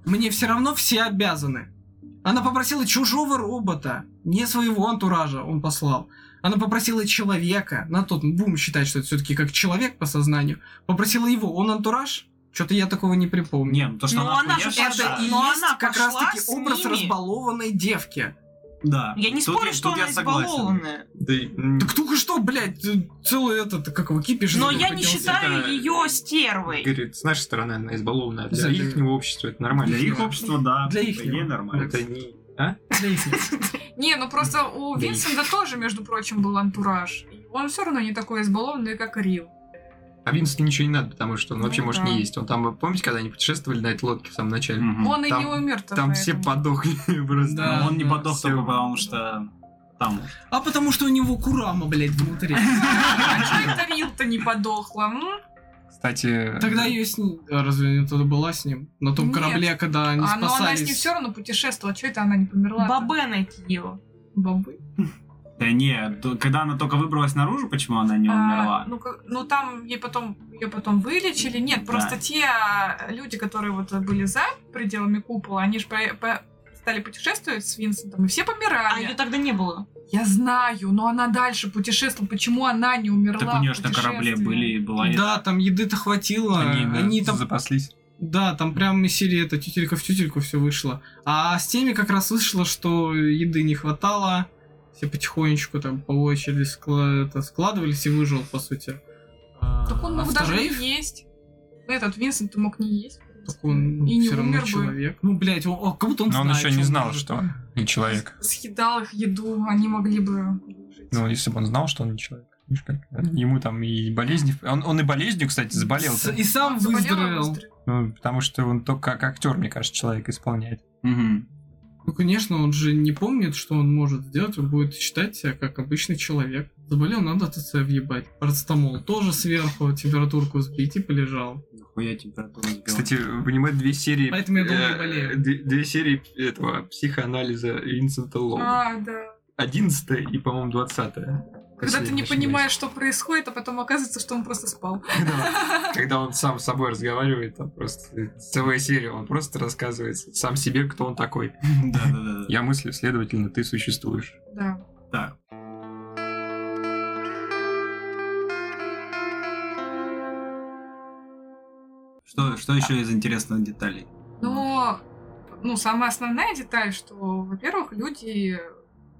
S4: мне все равно все обязаны. Она попросила чужого робота, не своего антуража он послал. Она попросила человека, на тот, будем считать, что это все-таки как человек по сознанию, попросила его, он антураж? Что-то я такого не припомню.
S1: Не, ну то, что
S6: Но она же
S1: охуевшая,
S6: пошла-
S4: Это и
S6: Но
S4: есть
S6: она
S4: как
S6: пошла
S4: раз-таки
S6: с
S4: образ
S6: ними.
S4: разбалованной девки.
S1: Да.
S6: Я не
S1: Тут
S6: спорю, что
S1: тут
S6: она
S1: я согласен.
S6: избалованная.
S3: Да и- м,
S4: Так только что, блядь, э, целый этот, как его, кипиш.
S6: Но
S4: из
S6: я
S4: него
S6: не
S4: поднялся.
S6: считаю
S3: Это-
S6: ее стервой.
S3: говорит, с нашей стороны она избалованная, а
S4: Да,
S3: для
S4: да.
S3: их общества это нормально.
S1: Для их общества, да.
S4: Для их
S1: по идее,
S4: него.
S1: нормально.
S3: Это не... А?
S4: Для их
S2: Не, ну просто у
S3: Да
S2: Винсента тоже, между прочим, был антураж. Он все равно не такой избалованный, как Рил.
S3: А Винсу ничего не надо, потому что он
S6: Ну
S3: вообще может
S6: да.
S3: не есть. Он там, помните, когда они путешествовали на этой лодке в самом начале?
S1: Мгм.
S2: Он и
S3: Там-
S2: не умер
S3: Там все подохли [laughs] просто.
S4: Да.
S1: Но он не
S4: да,
S1: подох
S3: всё.
S1: только потому, что там.
S4: А потому что у него курама, блядь, внутри.
S2: [laughs] А чё это Рил-то не подохла? м?
S3: Кстати...
S4: Тогда ее с ним... А Разве не тогда была с ним? На том
S2: Нет.
S4: корабле, когда они
S2: А, но она с ним
S4: спасались.
S2: все равно путешествовала. Че это она не померла?
S6: Бабен от ее.
S2: Бабы.
S1: Да э, не, то- когда она только выбралась наружу, почему она не умерла?
S2: А, ну, как- ну, там ей потом ее потом вылечили. Нет, просто
S1: Да.
S2: те а, люди, которые вот были за пределами купола, они же стали путешествовать с Винсентом, и все
S6: А
S2: помирали.
S6: ее тогда не было.
S2: Я знаю, но она дальше путешествовала. Почему она не умерла?
S1: так у нее
S2: в
S1: же на корабле
S2: путешествии?
S1: были и была
S4: Да, там еды-то хватило.
S3: Они, да,
S4: Они там...
S3: запаслись.
S4: Да, там прям из серии это тютелька в тютельку все вышло. А с теми как раз вышло, что еды не хватало. Все потихонечку там по очереди скла- это, складывались и выжил, по сути. А,
S2: Так он
S4: а
S2: мог даже
S4: вторых-
S2: не есть. Этот Винсент мог не есть.
S4: Так он
S2: И не
S4: все равно
S2: умер бы.
S4: человек. Ну, блядь, он, о, как будто он
S9: Но он
S4: знает,
S9: еще не знал,
S4: может.
S9: что он не человек.
S2: Съедал их еду, они могли бы жить.
S9: Ну, если бы он знал, что он не человек. Видишь, как? Ему там и болезни... Он, он и болезнью, кстати, заболел.
S4: С- И сам
S2: Заболела
S4: выздоровел.
S2: быстро.
S9: Ну, потому что он только как актер, мне кажется, человек исполняет.
S1: Мгм.
S4: Ну, конечно, он же не помнит, что он может сделать, он будет считать себя как обычный человек. Заболел, надо ТЦ въебать. Парацетамол тоже сверху, температурку сбить и полежал.
S1: Нахуя температура сбила?
S3: Кстати, в аниме две серии...
S4: Поэтому я думаю,
S3: э,
S4: болею.
S3: две, две серии этого психоанализа Винсента Лоу.
S2: А, да.
S3: Одиннадцатая и, по-моему, двадцатая.
S2: Когда ты не понимаешь, что происходит, а потом оказывается, что он просто спал.
S3: Когда он сам с собой разговаривает, там просто целая серия, он просто рассказывает сам себе, кто он такой.
S1: Да-да-да.
S3: Я мыслю, следовательно, ты существуешь.
S2: Да.
S1: Так. Что, что еще из интересных деталей?
S2: Но, ну, самая основная деталь, что, во-первых, люди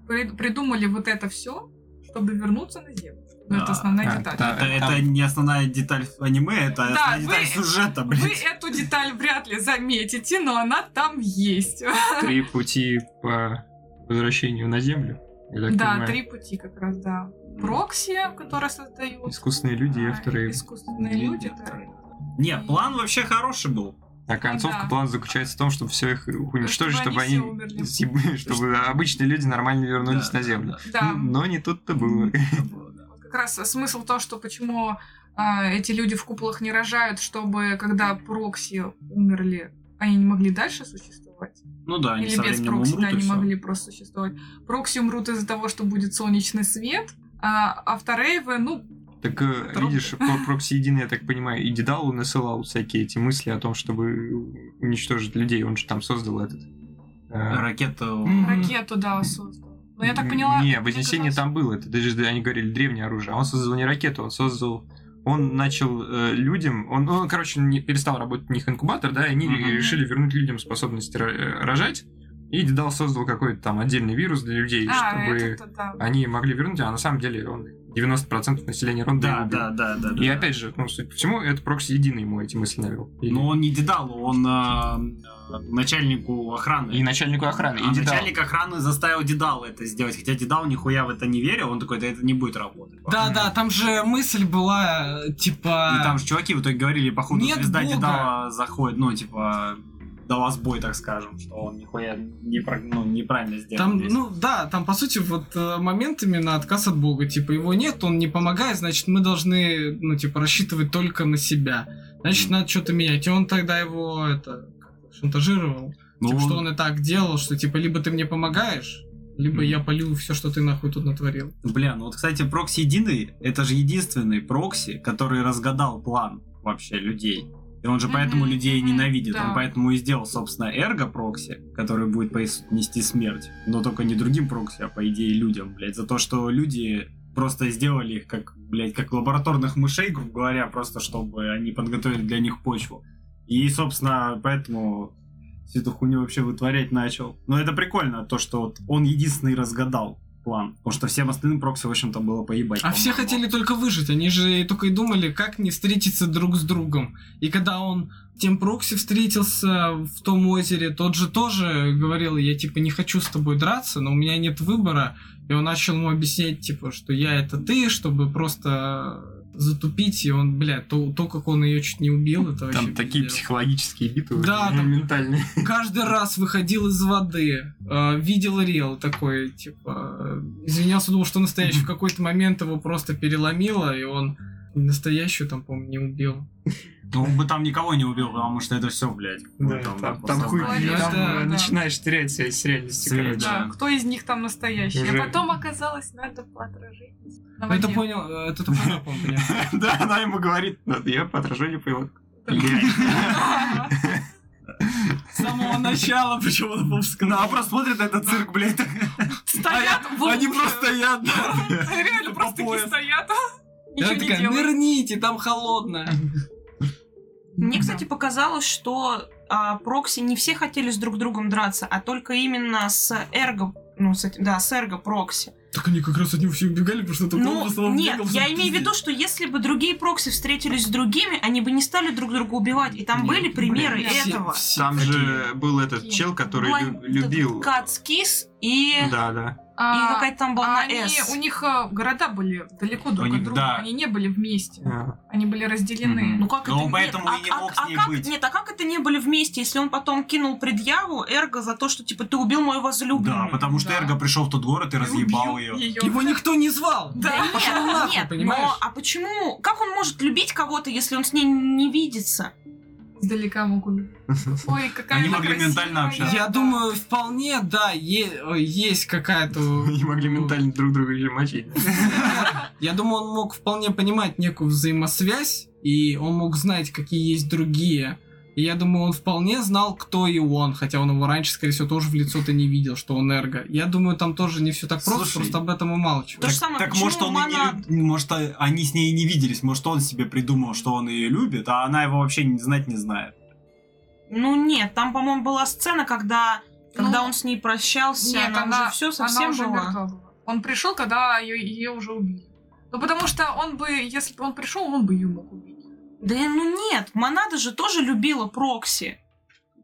S2: при- придумали вот это все, чтобы вернуться на Землю. Но
S1: Да.
S2: это основная
S3: А,
S2: деталь.
S3: да,
S1: Это,
S3: там-
S1: это не основная деталь аниме, это
S2: Да,
S1: основная
S2: вы-
S1: деталь сюжета, блядь.
S2: Вы эту деталь вряд ли заметите, но она там есть.
S3: Три пути по возвращению на Землю. Я так
S2: Да,
S3: понимаю.
S2: три пути как раз, да. Прокси, которые создают. а,
S3: Искусственные люди и авторы.
S2: Искусственные люди, да.
S1: Не, план вообще хороший был.
S3: А концовка
S2: Да.
S3: плана заключается в том, чтобы все их уничтожить,
S2: Чтобы
S3: чтобы
S2: они
S3: они,
S2: все умерли.
S3: съеб- [laughs] чтобы обычные люди нормально
S1: Да,
S3: вернулись Ну, на
S1: да,
S3: Землю.
S2: Да.
S3: Но не тут-то было.
S1: да, было, да.
S2: Вот Как раз смысл то, что почему а, эти люди в куполах не рожают, чтобы когда прокси умерли, они не могли дальше существовать.
S1: Ну да, они
S2: Или
S1: со
S2: без
S1: временем
S2: прокси,
S1: умрут
S2: да,
S1: и
S2: не
S1: всё.
S2: могли просто существовать. Прокси умрут из-за того, что будет солнечный свет, а, а вторейвы, ну,
S3: Так э,
S2: Трудно.
S3: видишь, по прокси единый, я так понимаю, и Дедалу насылал всякие эти мысли о том, чтобы уничтожить людей. Он же там создал этот. э,
S1: Ракету.
S3: Мгм.
S2: ракету, да, создал. Но Ну, я так поняла...
S3: Не,
S2: мне
S3: Вознесение
S2: казалось-
S3: там было. Это даже да, они говорили древнее оружие. А он создал не ракету, он создал. Он начал э, людям. Он, он, короче, не перестал работать у них инкубатор, да, и они
S1: Мгм.
S3: решили вернуть людям способность ро- э, рожать. И Дедал создал какой-то там отдельный вирус для людей,
S2: А,
S3: чтобы
S2: это, да.
S3: они могли вернуть, а на самом деле он 90% населения Ронда
S1: Да,
S3: его убил.
S1: да, да, да. да.
S3: И опять же, ну, суть по всему, это прокси единый ему эти мысли навел. И,
S1: Но Ну, он не Дедалу, он а, а, начальнику охраны.
S3: и начальнику охраны,
S1: А
S3: и Дедал.
S1: начальник охраны заставил Дедала это сделать, хотя Дедал нихуя в это не верил, он такой, да это не будет работать.
S4: Да, да, там же мысль была, э, типа...
S1: И Ну, там же чуваки в итоге говорили, походу,
S4: Нет
S1: звезда
S4: бога.
S1: Дедала заходит, ну, типа, дала сбой, так скажем, что он нихуя не, про- ну, неправильно сделал.
S4: Там,
S1: здесь.
S4: ну да, там по сути вот э, моментами на отказ от Бога, типа его нет, он не помогает, значит мы должны, ну типа рассчитывать только на себя, значит надо что-то менять, и он тогда его это как-то шантажировал,
S1: Ну,
S4: типа что он и так делал, что типа либо ты мне помогаешь, либо
S1: Мгм.
S4: я полю все, что ты нахуй тут натворил.
S1: Бля, ну вот, кстати, прокси единый, это же единственный прокси, который разгадал план вообще людей. И он же
S2: Мгм,
S1: поэтому людей и
S2: мгм,
S1: ненавидит.
S2: да.
S1: Он поэтому и сделал, собственно, эрго прокси, который будет по ис- нести смерть. Но только не другим прокси, а по идее людям, блядь. За то, что люди просто сделали их как, блядь, как лабораторных мышей, грубо говоря, просто чтобы они подготовили для них почву. И, собственно, поэтому всю эту хуйню вообще вытворять начал. Но это прикольно, то, что вот он единственный разгадал план. Потому что всем остальным прокси, в общем-то, было поебать.
S4: А все
S1: по-моему.
S4: хотели только выжить, они же только и думали, как не встретиться друг с другом. И когда он тем прокси встретился в том озере, тот же тоже говорил, я типа не хочу с тобой драться, но у меня нет выбора. И он начал ему объяснять, типа, что я это ты, чтобы просто затупить, и он, бля, то, то, как он ее чуть не убил, это вообще...
S3: Там такие
S4: пиздец.
S3: психологические битвы.
S4: Да, там-
S3: моментальные.
S4: Каждый раз выходил из воды, э, видел рел такой, типа, э, извинялся, думал, что настоящий. В какой-то момент его просто переломило, и он настоящую там, по-моему, не убил.
S1: Ну, он бы там никого не убил, потому что это все, блядь.
S3: Да,
S1: вот
S3: там,
S1: вот
S3: там хуй,
S1: сознание.
S2: Говоришь,
S3: там
S4: да,
S3: э,
S2: да.
S3: начинаешь терять связь с реальностью,
S1: Связь,
S3: короче.
S2: [laughs] Да,
S1: Да.
S2: кто из них там настоящий.
S3: Уже-
S2: А потом оказалось, надо по отражению. на
S6: А
S4: Ну, это
S2: воде.
S4: понял, э, это только я
S6: [laughs]
S4: помню.
S3: Да, она ему говорит, «Надо, я по отражению поняла. [laughs]
S4: С самого начала, причем он
S1: Ну, а просто смотрит на этот цирк, блядь. так.
S6: А
S2: Стоят в
S1: Они
S2: луже.
S1: просто стоят.
S4: [laughs]
S1: да.
S2: [laughs] Реально просто такие
S1: пояс.
S2: стоят. [laughs]
S4: Она
S2: Ничего не
S4: такая,
S2: делают.
S4: нырните, там холодно.
S6: Мне, кстати, показалось, что а, прокси не все хотели с друг другом драться, а только именно с эрго, ну, с этим, да, с эрго прокси.
S4: Так они как раз от него все убегали, потому что
S6: Ну, нет, я имею в виду, что если бы другие прокси встретились с другими, они бы не стали друг друга убивать. И там
S1: Нет,
S6: были примеры
S2: блин,
S6: этого.
S3: Там же был этот
S2: Такие.
S3: чел, который
S6: Была
S3: лю-
S6: вот этот
S3: любил...
S6: Кацкис и...
S3: Да, да.
S6: И
S2: А,
S6: какая-то там была
S2: а
S6: на
S2: они,
S6: «С».
S2: у них а, города были далеко друг
S1: них,
S2: от друга,
S1: да.
S2: они не были вместе,
S3: А,
S2: они были разделены.
S1: Мгм.
S6: Ну как
S1: Ну,
S6: это
S1: поэтому
S6: нет?
S1: и не
S6: а,
S1: мог
S6: а-
S1: с ней
S6: а как,
S1: быть.
S6: Нет, а как это не были вместе, если он потом кинул предъяву Эрго за то, что типа ты убил мою возлюбленную?
S1: Да, потому что
S2: Да.
S1: Эрго пришел в тот город и разъебал ее.
S2: Убил её.
S4: Его никто не звал.
S6: Да
S4: Пошел
S6: нет,
S4: нахуй,
S6: нет,
S4: понимаешь?
S6: но а почему, как он может любить кого-то, если он с ней не видится?
S2: Издалека мог убить. Ой, какая
S1: Они
S2: она
S1: могли
S2: красивая.
S1: ментально общаться.
S4: Я
S2: Да.
S4: думаю, вполне, да, е- э, есть какая-то...
S3: Они могли ментально друг друга еще мочить.
S4: Я думаю, он мог вполне понимать некую взаимосвязь, и он мог знать, какие есть другие. И я думаю, он вполне знал, кто и он, хотя он его раньше, скорее всего, тоже в лицо-то не видел, что он эрго. Я думаю, там тоже не все так просто,
S1: Слушай,
S4: просто об этом
S6: То
S4: умалчивают.
S6: же самое,
S1: так
S6: почему
S1: может он и не
S6: Мана-
S1: люб- может а- они с ней и не виделись, может он себе придумал, что он ее любит, а она его вообще не знать не знает.
S6: Ну нет, там, по-моему, была сцена, когда, когда
S2: Ну,
S6: он с ней прощался,
S2: Нет,
S6: она,
S2: она
S6: уже все
S2: она
S6: совсем
S2: уже
S6: была.
S2: мертва была. Он пришел, когда ее, уже убили. Ну, потому что он бы, если бы он пришел, он бы ее мог убить.
S6: Да и ну нет, Монада же тоже любила Прокси.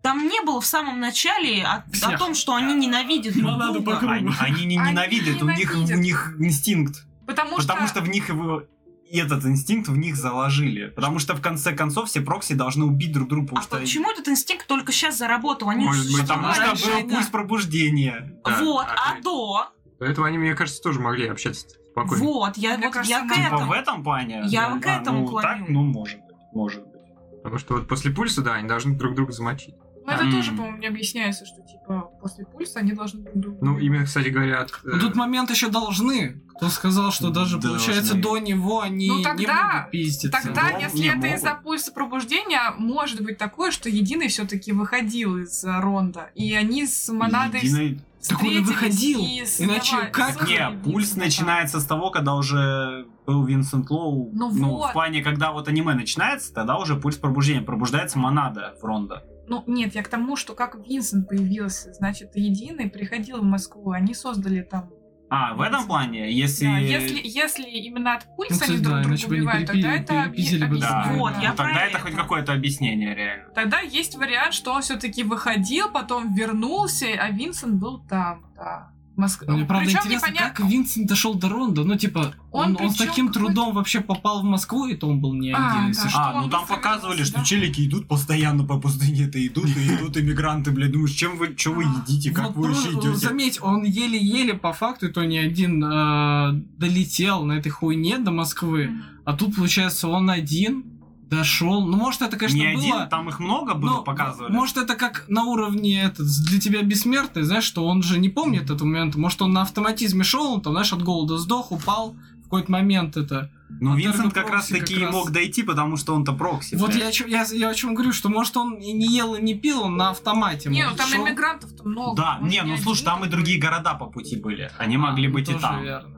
S6: Там не было в самом начале о, о
S4: Всех.
S6: том, что они ненавидят друг
S4: Монаду
S6: друга.
S4: по кругу.
S1: Они, они не
S2: Они
S1: ненавидят, у них,
S2: ненавидят.
S1: у них инстинкт.
S2: Потому,
S1: Потому что в них его и этот инстинкт в них заложили. Потому что в конце концов все прокси должны убить друг друга, потому
S6: А
S1: что...
S6: почему этот инстинкт только сейчас заработал? Они
S8: Может быть,
S1: Потому что
S6: раньше,
S1: был
S6: да.
S1: пульс пробуждения.
S8: Да,
S6: Вот,
S8: да,
S6: а до,
S8: Поэтому они, мне кажется, тоже могли общаться спокойно.
S6: вот, я,
S2: Мне
S6: вот,
S2: кажется,
S6: я
S2: ну,
S6: к
S1: Типа
S6: этому.
S1: в этом плане.
S6: Я
S1: да,
S6: к
S1: а,
S6: этому
S1: ну,
S6: клоню.
S1: Так, ну, может быть, может быть.
S8: Потому что вот после пульса, да, они должны друг друга замочить.
S2: Ну, это
S1: М.
S2: тоже, по-моему, не объясняется, что, типа, после пульса они должны друг друга...
S8: Ну, именно, кстати говоря, от,
S4: Но
S1: Ну,
S8: э,
S4: тут момент еще должны. Кто сказал, что даже,
S1: Должны.
S4: получается, до него они
S2: Ну,
S4: не
S2: тогда-
S4: будут пиздиться.
S2: Тогда,
S1: Ну,
S2: если
S1: не,
S2: это
S1: могут.
S2: из-за пульса пробуждения, а может быть такое, что Единый все-таки выходил из э, Ронда. И они с Монадой
S1: Единый-
S4: Так он и
S2: встретились
S4: выходил.
S2: и
S4: Иначе
S2: сдавали-
S4: как?
S2: сдавали
S1: Не,
S2: Винсента.
S1: пульс начинается с того, когда уже был Винсент Лоу.
S2: Ну вот.
S1: в плане, когда вот аниме начинается, тогда уже пульс пробуждения. Пробуждается монада Фронда.
S2: Ну, нет, я к тому, что как Винсент появился, значит, Единый приходил в Москву, они создали там...
S1: А, в этом плане, если...
S2: Да, если, если именно от
S4: Ну,
S2: пульса
S4: кстати,
S2: они друг
S4: да,
S2: друга
S4: иначе бы не
S2: убивают, тогда
S4: перепили-
S2: это
S4: перепиздили бы
S2: объ-
S1: Да,
S2: объясняет,
S6: Вот,
S1: ну,
S6: я про
S1: тогда это
S6: это.
S1: хоть какое-то объяснение реально.
S2: Тогда есть вариант, что он все-таки выходил, потом вернулся, а Винсент был там, да.
S1: Ну,
S2: Москва.
S4: Ну, Мне правда
S2: Причем
S4: интересно,
S2: непонятно.
S4: как Винсент дошел до Ронда. Ну, типа,
S2: Он
S4: он, он с
S2: причем
S4: таким
S2: какой-то-
S4: трудом вообще попал в Москву, и то он был не
S2: А,
S4: один,
S2: да.
S4: если что.
S1: А,
S2: он
S1: ну там
S2: просто
S1: показывали,
S2: вернулся,
S1: что
S2: да?
S1: челики идут постоянно по пустыне, это идут, и идут иммигранты, блядь, думаешь, чем вы, что вы едите, как
S4: Вот
S1: вы
S4: ну, просто,
S1: вообще идете?
S4: Заметь, он еле-еле по факту, и то не один э, долетел на этой хуйне до Москвы.
S2: Мгм.
S4: А тут, получается, он один дошел. Ну, может, это, конечно,
S1: Не
S4: было.
S1: один, там их много было,
S4: Ну,
S1: показывали.
S4: Может, это как на уровне этот, для тебя бессмертный, знаешь, что он же не помнит этот момент. Может, он на автоматизме шел, он там, знаешь, от голода сдох, упал в какой-то момент это.
S1: Но
S4: а
S1: Винсент
S4: Тарго
S1: как
S4: Прокси
S1: раз таки
S4: как
S1: и
S4: раз-
S1: мог дойти, потому что он-то прокси.
S4: вот
S1: блядь.
S4: я, о чём- я, я о чем говорю, что может он и не ел и не пил, он на автомате.
S2: Не, ну
S4: может,
S2: там
S4: шёл.
S2: иммигрантов-то много.
S1: Да,
S2: он
S1: не, ну
S2: один
S1: слушай, там и
S2: такой.
S1: другие города по пути были. Они
S4: А,
S1: могли
S4: ну,
S1: быть и
S4: тоже
S1: там.
S4: верно.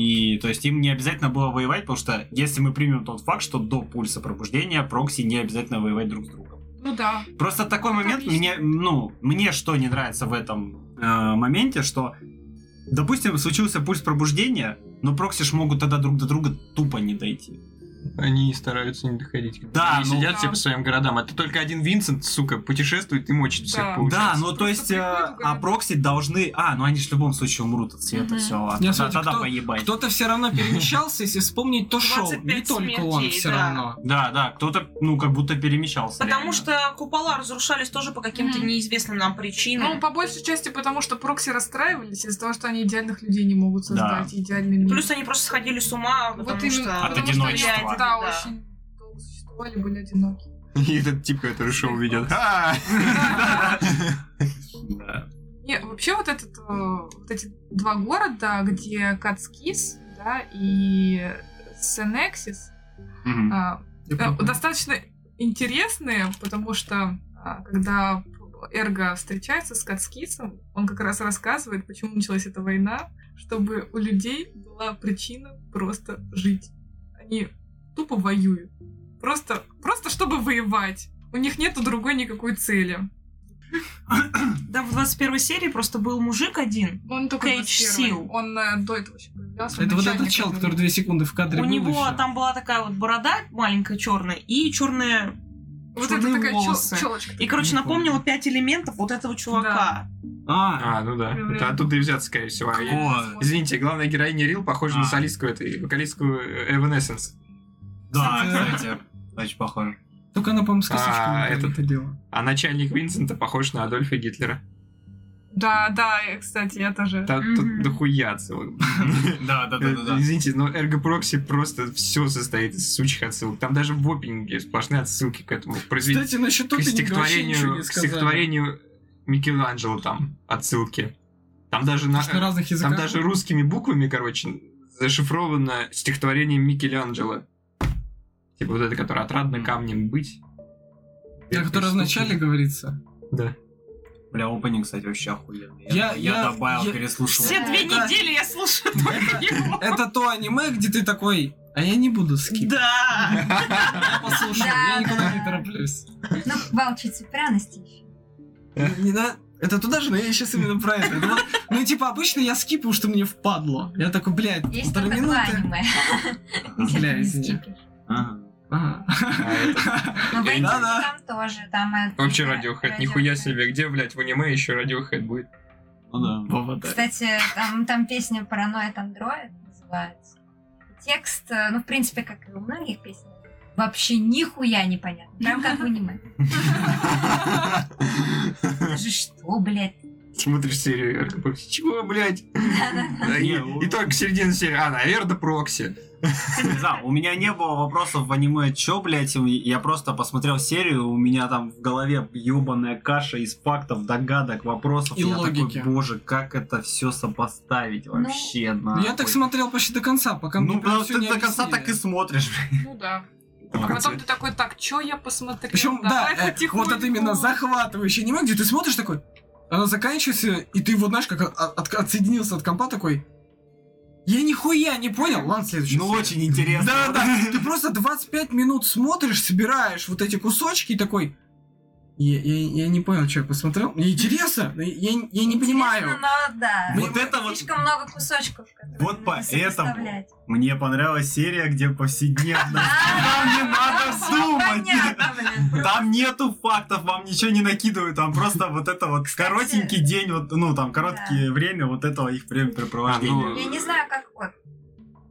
S1: И то есть им не обязательно было воевать, потому что если мы примем тот факт, что до пульса пробуждения прокси не обязательно воевать друг с другом.
S2: Ну да.
S1: Просто такой
S2: Это
S1: момент
S2: отлично.
S1: мне, ну, мне что не нравится в этом э, моменте, что, допустим, случился пульс пробуждения, но прокси ж могут тогда друг до друга тупо не дойти.
S3: Они стараются не доходить.
S1: Да,
S3: Они
S1: ну-
S3: сидят
S2: Да.
S8: типа
S3: все по своим городам, а ты только один Винсент, сука, путешествует и мочит всех
S2: Да.
S1: Да,
S8: [laughs]
S3: получается.
S1: ну то есть, э,
S2: приходят в
S1: а
S2: города.
S1: прокси должны... А, ну они же в любом случае умрут от света,
S6: Мгм.
S1: все, ладно.
S4: Не,
S1: Да,
S4: смотрите,
S1: тогда
S4: кто-
S1: поебать.
S4: Кто-то все равно перемещался, если вспомнить, то шел. Не
S6: 25
S4: только он
S6: смертей,
S4: все
S6: да.
S4: равно.
S1: Да, да, кто-то, ну, как будто перемещался.
S6: Потому
S1: реально.
S6: что купола разрушались тоже по каким-то
S2: Мгм.
S6: неизвестным нам причинам.
S2: Ну, по большей части потому, что прокси расстраивались из-за того, что они идеальных людей не могут создать, идеальный мир.
S6: Плюс они просто сходили с ума,
S2: Вот
S6: потому
S2: именно,
S6: что...
S1: От
S2: потому что
S1: одиночества.
S2: они,
S6: Блядь,
S2: да, очень долго существовали, были одиноки.
S3: И этот тип, который шоу
S1: ну,
S3: ведет. «А,
S1: [laughs] Да.
S2: Не, вообще вот этот, э, вот эти два города, где Кацкис, да, и Сенексис,
S1: Мгм.
S2: а,
S4: Я
S2: э,
S4: помню.
S2: достаточно интересные, потому что а, когда Эрго встречается с Кацкисом, он как раз рассказывает, почему началась эта война, чтобы у людей была причина просто жить. Они тупо воюют. Просто, просто чтобы воевать. У них нету другой никакой цели.
S6: Да, в 21 серии просто был мужик один.
S2: Ну, Он только
S6: Кейдж
S2: 21.
S6: Сил.
S2: Он э, до этого еще появлялся.
S4: Это вот этот
S2: начальник
S4: чел,
S2: этого-
S4: который две секунды в кадре
S6: У
S4: был, и
S6: него
S4: всё.
S6: там была такая вот борода маленькая черная и черная...
S2: Вот это
S6: черные
S2: такая
S6: волосы.
S2: челочка.
S6: И, короче, напомнила пять элементов вот этого чувака.
S4: А,
S8: А, ну да.
S2: Прям
S8: Это
S2: реально.
S8: оттуда и взято, скорее всего. А я- Извините, главная героиня Рил похожа
S1: А.
S8: на солистку этой, вокалистку э, Evanescence.
S1: Да,
S4: Самое-
S1: кстати, очень похоже.
S4: [laughs] только она, по-моему, с
S8: А,
S4: косичками
S8: этот-
S4: ходила.
S8: А начальник Винсента похож на Адольфа Гитлера.
S2: Да, да, и, кстати, я тоже.
S8: Та-
S6: Мгм.
S8: Тут дохуя целых.
S1: Да, да, да, да, да.
S8: Извините, но Эрго Прокси просто все состоит из сучих отсылок. Там даже в опенинге сплошные отсылки к этому. Произведению
S4: Кстати, насчет
S8: к
S4: опенинга вообще ничего
S8: стихотворению,
S4: не
S8: к
S4: сказали.
S8: стихотворению Микеланджело там отсылки. Там даже на,
S4: Потому что на разных языках.
S8: там даже русскими буквами, короче, зашифровано стихотворение Микеланджело. Типа вот это, которое отрадно камнем быть.
S4: О которой вначале
S8: [laughs]
S4: говорится.
S8: Да.
S1: Бля, опенинг, кстати, вообще охуенный. Я,
S4: Я-
S1: я
S4: я-
S1: добавил,
S4: я-
S1: переслушал.
S6: Все две
S4: Да.
S6: недели я слушаю только его.
S4: Это, это то аниме, где ты такой, а я не буду скип.
S6: Да.
S4: Я послушаю, я
S5: Да,
S4: никуда
S5: да.
S4: не тороплюсь.
S5: Ну, волчицы пряности еще.
S4: Не на- Это туда же, но я сейчас именно про это. Это вот, ну, типа, обычно я скипаю, что мне впадло. Я такой, блядь,
S5: Есть
S4: полторы
S5: только два
S4: минуты.
S5: аниме.
S4: Бля,
S5: Где ты не
S4: извини.
S5: скипишь?
S1: Ага.
S4: Ага.
S5: Ну, в
S8: Я не-
S5: Энди
S4: Да-да.
S5: там тоже, там... э,
S8: [laughs] Вообще
S5: э,
S8: Radiohead,
S5: Radiohead.
S8: нихуя себе, где, блядь, в аниме еще Radiohead будет?
S1: Ну да.
S4: Вова, да.
S5: Кстати, там, там песня «Параноид Андроид» называется. Текст, э, ну, в принципе, как и у многих песен, вообще нихуя не понятно. Прям как в аниме. Даже что, блядь?
S8: Смотришь серию Эрго Прокси, чего, блядь? Да, И и только середина серии, а, наверное, Прокси.
S1: Не знаю, у меня не было вопросов в аниме, чё, блядь, и я просто посмотрел серию, у меня там в голове ебаная каша из фактов, догадок, вопросов.
S4: И
S1: я
S4: логики.
S1: такой, боже, как это все сопоставить вообще,
S4: Ну,
S1: нахуй.
S4: Я так смотрел почти до конца, пока мне
S1: Ну,
S4: прям
S1: потому
S4: всё
S1: что ты
S4: не
S1: до конца
S4: объяснили.
S1: так и смотришь, блядь.
S2: Ну да.
S8: В
S2: А
S8: конце.
S2: потом ты такой, так, чё я посмотрел?
S4: Причем, да,
S2: Давай
S4: э, вот
S2: потихоньку».
S4: это именно захватывающее аниме, где ты смотришь такой, оно заканчивается, и ты вот знаешь, как от- от- отсоединился от компа такой, я нихуя не понял, ладно, следующий.
S1: Ну, очень интересно.
S4: Да, да, ты просто 25 минут смотришь, собираешь вот эти кусочки и такой, я, я- я не понял, что я посмотрел, мне интересно, но я, я не понимаю.
S5: Интересно, но да.
S1: Вот это вот-
S5: Слишком много кусочков, которые
S1: Вот
S5: надо
S1: поэтому.
S5: сопоставлять.
S1: Мне понравилась серия, где
S5: [laughs]
S1: повседневно. Там не надо думать.
S5: Ну, Понятно, блин.
S1: Там нету фактов, вам ничего не накидывают, там просто вот это вот коротенький день, вот, ну там короткое время вот этого их времяпрепровождения.
S8: А,
S5: Я не знаю, как... вот,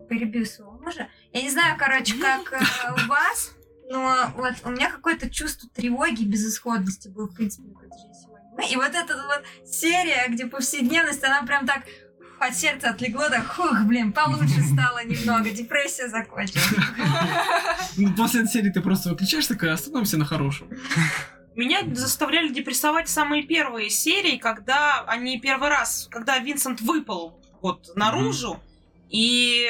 S5: перебью своего мужа. Я не знаю, короче, как э, у вас, но вот у меня какое-то чувство тревоги и безысходности было, в принципе, на протяжении всего аниме. И вот эта вот серия, где повседневность, она прям так ух, от сердца отлегло, так, хух,
S1: [laughs]
S5: блин, получше стало немного, депрессия закончилась.
S4: Ну, После этой серии ты просто выключаешь, такой, остановимся на хорошем.
S6: Меня заставляли депрессовать самые первые серии, когда они первый раз, когда Винсент выпал вот наружу, и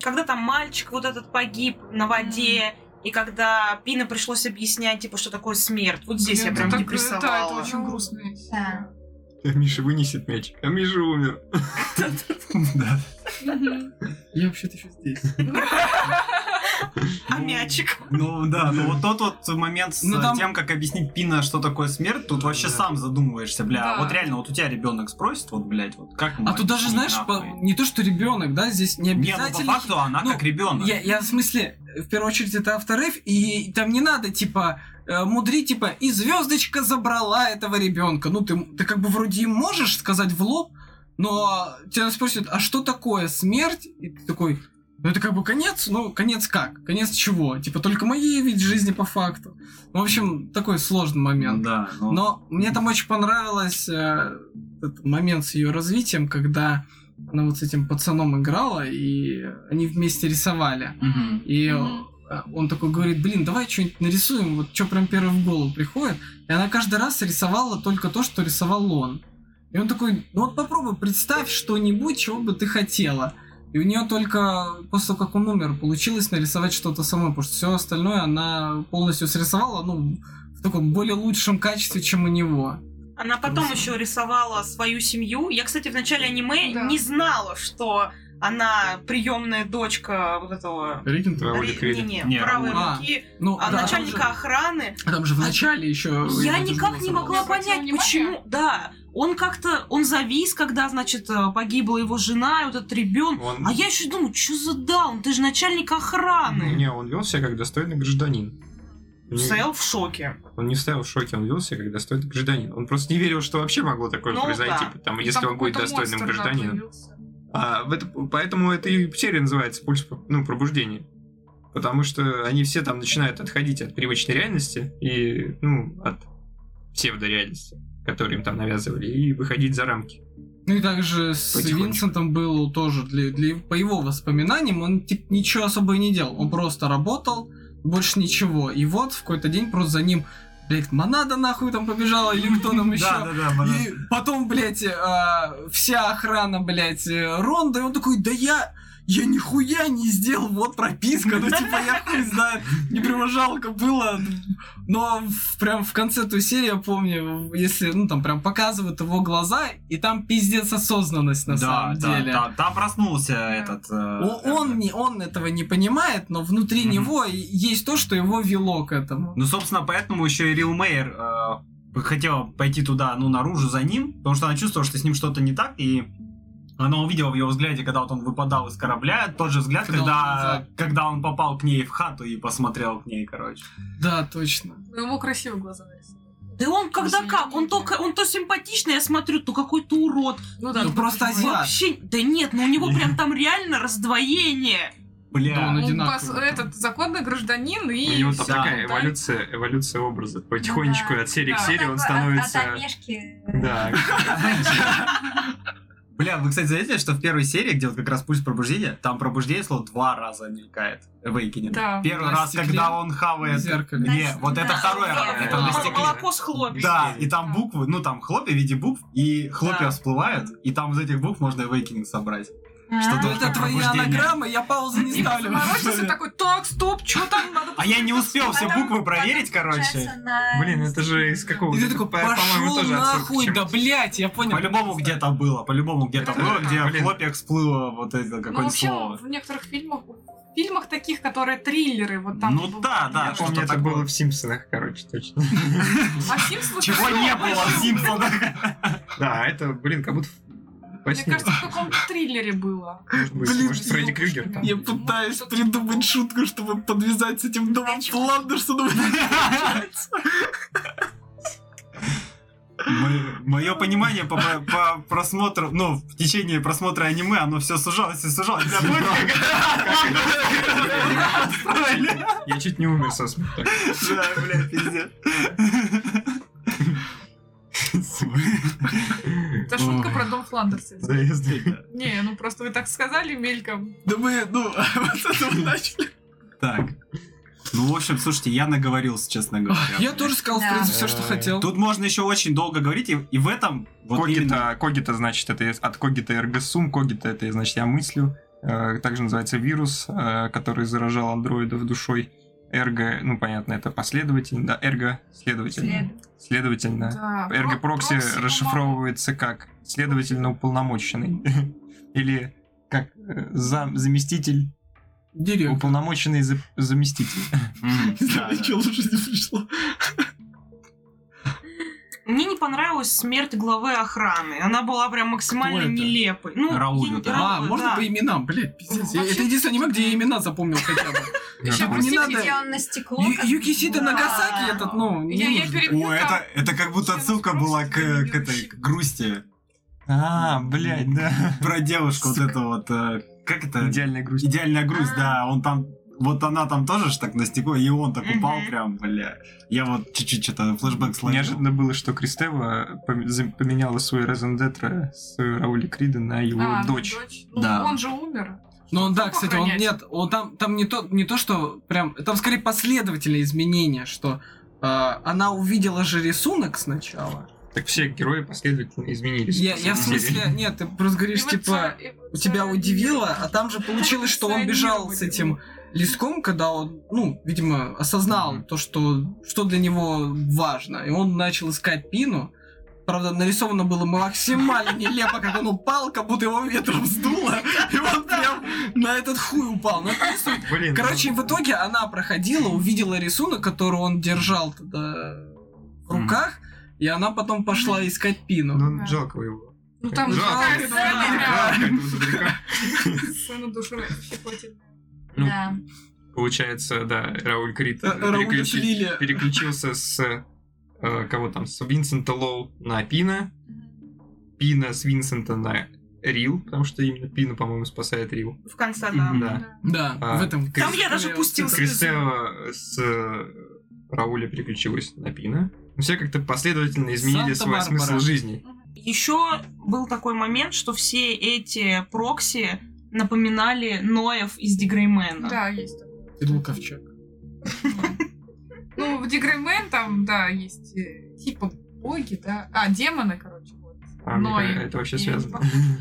S6: когда там мальчик вот этот погиб на воде, и когда Пина пришлось объяснять, типа, что такое смерть. Вот здесь я
S2: Блин,
S6: прям
S4: э,
S2: это так,
S6: депрессовала.
S2: Да, это очень грустная
S5: Да.
S2: серия.
S8: А Миша вынесет мяч, а Миша умер.
S4: ну,
S1: [laughs] Да.
S4: Я вообще-то еще здесь.
S6: А мячик?
S1: Ну да, ну вот тот вот момент с
S4: Ну, там-
S1: тем, как объяснить Пина, что такое смерть, тут вообще сам задумываешься, бля.
S2: Да.
S1: Вот реально, вот у тебя ребенок спросит, вот, блядь, вот как ему
S4: А тут даже,
S1: объяснить,
S4: знаешь, по-
S1: нахуй?
S4: не то, что ребенок, да, здесь не
S1: Не, ну
S4: обязательно.
S1: по факту она
S4: ну,
S1: как ребенок.
S4: Я, я в смысле, в первую очередь это авторыв, и там не надо, типа, э, мудрить, типа, и звездочка забрала этого ребенка. Ну, ты, ты как бы вроде и можешь сказать в лоб, но тебя спросят, а что такое смерть? И ты такой, ну это как бы конец, ну конец как? Конец чего? Типа только моей ведь жизни по факту. В общем, такой сложный момент.
S1: Да, ну,
S4: Но мне там очень понравилось э, этот момент с ее развитием, когда она вот с этим пацаном играла, и они вместе рисовали.
S1: мгм.
S4: И
S2: Мгм.
S4: э, он такой говорит, блин, давай что-нибудь нарисуем, вот что прям первое в голову приходит. И она каждый раз рисовала только то, что рисовал он. И он такой, ну вот попробуй, представь что-нибудь, чего бы ты хотела. И у нее только после того, как он умер, получилось нарисовать что-то самой, потому что все остальное она полностью срисовала, ну, в таком более лучшем качестве, чем у него.
S6: Она потом еще рисовала свою семью. Я, кстати, в начале аниме
S2: Да.
S6: не знала, что она приемная дочка вот этого...
S8: Рауля
S6: Ри-
S8: Квиля.
S6: не, не,
S1: Не,
S6: правой
S4: Рауля.
S6: руки,
S4: Ну,
S6: а
S4: да,
S6: начальника
S4: там же-
S6: охраны.
S4: а там же в начале еще.
S6: Я никак не могла
S2: Вы обратили
S6: понять,
S2: внимание?
S6: почему. Да, он как-то, он завис, когда, значит, э, погибла его жена, и вот этот ребенок.
S8: Он...
S6: А я еще думаю, что за даун? Ты же начальник
S3: Ну,
S6: охраны.
S8: Не, он вел себя как достойный гражданин. Не-
S6: Сэл в шоке.
S8: Он не стоял в шоке, он вел себя как достойный гражданин. Он просто не верил, что вообще могло такое
S6: Ну
S8: произойти,
S6: да.
S8: потому
S2: И
S8: если
S2: там
S8: он будет
S2: какой-то
S8: достойным
S2: монстр, да,
S8: гражданином.
S2: появился.
S8: А, в это- поэтому эта и серия называется «Пульс по- ну, пробуждения». Потому что они все там начинают отходить от привычной реальности и, ну, от псевдореальности, которую им там навязывали, и выходить за рамки.
S4: Ну и также с
S8: Потихонечку.
S4: Винсентом был тоже для, для- по его воспоминаниям, он типа ничего особо и не делал. Он просто работал, больше ничего. И вот в какой-то день просто за ним, блядь, Монада нахуй там побежала, или кто там еще.
S1: Да, да, да, она-
S4: И потом, блядь, э, вся охрана, блядь, э, Ронда, и он такой, да я, я нихуя не сделал, вот прописка, ну типа я хуй знает, не жалко было, но в- прям в конце той серии, я помню, если, ну там прям показывают его глаза, и там пиздец осознанность на
S1: да,
S4: самом
S1: да,
S4: деле.
S1: да, там проснулся этот... э,
S4: О- Он, не, он этого не понимает, но внутри
S1: Мгм.
S4: него и- есть то, что его вело к этому.
S1: Ну, собственно, поэтому еще и Рил Мейер э, хотела пойти туда, ну, наружу за ним, потому что она чувствовала, что с ним что-то не так, и она увидела в его взгляде, когда вот он выпадал из корабля, тот же взгляд,
S4: Когда он
S1: когда,
S4: назад.
S1: когда он попал к ней в хату и посмотрел к ней, короче.
S4: Да, точно.
S2: Ну, ему красиво глаза нарисовали.
S6: Да он когда
S2: Извините.
S6: как? Он то, к- он то симпатичный, я смотрю, то какой-то урод.
S2: Ну
S4: Ну,
S2: ты
S4: просто
S2: понимаешь.
S4: азиат.
S6: типа, Вообще, да нет, ну у него прям там реально раздвоение.
S1: Бля.
S4: Да, он
S2: Он
S4: одинаковый
S2: пос-
S4: там.
S2: этот законный гражданин
S3: У
S2: и...
S3: него там
S1: Да.
S3: такая
S2: Да.
S3: эволюция, эволюция образа. Потихонечку
S5: Ну да.
S3: от серии к
S2: Да.
S3: серии он
S5: От- От
S3: становится...
S5: омешки.
S3: Да,
S1: Бля, вы, кстати, заметили, что в первой серии, где вот как раз пульс пробуждения, там пробуждение слово два раза мелькает. Awakening.
S2: Да.
S1: Первый
S4: На
S1: раз,
S4: стекле,
S1: когда он хавает...
S4: в зеркале.
S1: Не,
S5: На-
S1: вот это
S5: да,
S1: второй
S5: в
S1: раз.
S5: зеркале.
S1: Это на
S6: М-
S1: стекле.
S6: Молоко с хлопьями.
S1: Да,
S3: Объяснение.
S1: и там буквы, ну там хлопья в виде букв, и хлопья
S6: Да.
S1: всплывают, и там из этих букв можно Awakening собрать.
S6: А?
S1: Что-то
S4: Это твои
S1: пробуждение.
S4: анаграммы, я паузу
S1: [laughs]
S4: не ставлю.
S2: Заморочился и такой, так, стоп, что там надо...
S1: А я не успел все
S5: Потом-
S1: буквы проверить,
S5: потом
S1: короче.
S5: получается на-
S3: Блин, это же из какого-то...
S4: И ты такой,
S3: по- по-моему,
S4: пошел
S3: тоже отсылка к
S4: нахуй,
S3: чему-то.
S4: да блять, я понял.
S1: По-любому где-то было, по-любому где-то
S2: Это-
S1: было, где в
S3: Блин.
S1: хлопьях всплыло вот это
S2: Ну,
S1: какое-нибудь
S2: вообще,
S1: слово.
S2: в некоторых фильмах, в фильмах таких, которые триллеры, вот там...
S1: Ну да, да,
S3: Я помню,
S1: что-то
S3: это
S1: такое.
S3: было в Симпсонах, короче, точно. [laughs]
S2: А
S1: [laughs] [laughs]
S2: Симпсоны
S1: Чего
S2: всё,
S1: не было
S2: [laughs]
S1: в Симпсонах? [laughs]
S3: Да, это, блин, как будто...
S2: Мне
S3: Почти.
S2: кажется, в каком-то триллере было.
S3: Может быть,
S4: Блин,
S3: может, Фредди Крюгер там.
S4: Я пытаюсь
S2: Ну,
S4: придумать шутку, чтобы подвязать с этим домом
S5: Иначе-
S4: Фландерсоном.
S1: Мое понимание по, по- по просмотру, ну, в течение просмотра аниме, оно все сужалось и сужалось. Бля, будет [laughs]
S3: [laughs]
S1: как-
S3: Я чуть не умер со смеха.
S1: Да, бля, пиздец.
S2: Это шутка про дом Фландерса.
S3: Да, я знаю.
S2: Не, ну просто вы так сказали мельком.
S4: Да мы, ну, [laughs] вот это мы начали.
S1: Так. Ну, в общем, слушайте, я наговорился, честно говоря.
S4: А, Я тоже сказал, в
S5: Да.
S4: принципе, все, что хотел.
S1: Тут можно еще очень долго говорить, и, и в этом вот именно...
S3: Когита, когита, значит, это из- от когита эргосум, когита это, значит, я мыслю. Э, Также называется вирус, э, который заражал андроидов душой. Эрго, ну понятно, это последовательно, да, эрго, следовательно.
S5: След-
S3: Следовательно.
S2: Да. ну,
S3: Эрго прокси
S2: Прокси,
S3: расшифровывается как следовательно уполномоченный. [laughs] Или как э, зам- заместитель,
S4: Деревья.
S3: уполномоченный за- заместитель.
S1: М,
S4: Не
S1: да,
S4: знаю,
S1: да.
S4: ничего лучше не пришло.
S6: Мне не понравилась смерть главы охраны. Она была прям максимально
S4: Кто это?
S6: нелепой. Ну,
S1: Рауль,
S6: я не-
S1: да.
S4: А,
S6: Рауль,
S4: можно
S6: да.
S4: по именам, блядь, пиздец. Я-
S2: Вообще-
S4: Это единственное аниме, где я имена запомнил хотя бы.
S2: Еще
S4: Ну,
S2: простите,
S4: не надо.
S5: Где он на стекло.
S4: Ю-
S5: как
S4: Юкисита
S5: бы.
S4: Нагасаки этот, ну, не
S2: Я, я
S4: нужен.
S2: перебью
S1: О,
S2: там.
S1: это, это как будто
S2: Все
S1: отсылка была к, к этой
S2: верующие.
S1: к грусти.
S3: А, блядь, да.
S1: Про девушку вот
S3: Сука.
S1: это вот... э, Как это?
S3: Идеальная грусть.
S1: Идеальная грусть, да. Он там... Вот она там тоже ж так на стекло, и он так упал
S6: Мгм.
S1: прям, бля. Я вот чуть-чуть что-то флешбэк словил.
S3: Неожиданно было, что Кристева пом- зам- поменяла свой Резон Детра с Раули э, Крида на его
S2: А, ну,
S3: дочь.
S2: Ну,
S1: Да.
S2: он же умер.
S4: Но Ну, он, да,
S2: Кто
S4: кстати, он
S2: охранять?
S4: нет, он там, там не то, не то, что прям, там скорее последовательные изменения, что а, она увидела же рисунок сначала.
S3: Так все герои последовательно изменились.
S4: Я, я в
S3: последней
S4: смысле,
S3: серии.
S4: нет, ты просто
S2: И
S4: говоришь,
S2: вот
S4: типа,
S2: ца- и вот
S4: у тебя
S2: ца-
S4: удивило, а там же получилось, что он бежал с этим леском, когда он, ну, видимо, осознал
S3: Мгм.
S4: то, что, что для него важно. И он начал искать пину. Правда, нарисовано было максимально нелепо, как он упал, как будто его ветром сдуло, и он прям на этот хуй упал. Но это не суть.
S3: Блин,
S4: Короче,
S3: ну,
S4: в итоге она проходила, увидела рисунок, который он держал тогда в руках, и она потом пошла искать пину.
S3: Ну,
S2: Да.
S3: жалко его. [laughs]
S2: Ну там же
S3: Жалко,
S2: такая
S5: да.
S2: сцена,
S3: Жалко этого добряка.
S2: прям, сцена душещипательная.
S3: Ну,
S5: Да.
S3: Получается, да, Рауль Крид
S4: Э, Рауля
S3: переключи-
S4: Шлиля.
S3: переключился с э, кого там, с Винсента Лоу на Пина, Пина с Винсента на Рил, потому что именно Пина, по-моему, спасает Рил.
S6: В конце, да.
S3: Да.
S4: Да,
S3: А,
S4: в этом.
S6: Там я
S4: Крис-
S6: даже
S4: вот
S6: пустил
S4: это-
S3: Кристева с э, Рауля переключилась на Пина. Ну, Все как-то последовательно изменили свой
S4: Санта-Барбара.
S3: смысл жизни.
S6: Еще был такой момент, что все эти прокси напоминали Ноев из
S1: А.
S6: Дигреймена.
S2: Да, есть такое.
S4: Федул Ковчег.
S2: Ну, в Дигреймен там, да, есть э, типа боги, да. А, демоны, короче, вот.
S3: А, мне
S2: Ной.
S3: кажется, это вообще
S2: И-
S3: связано.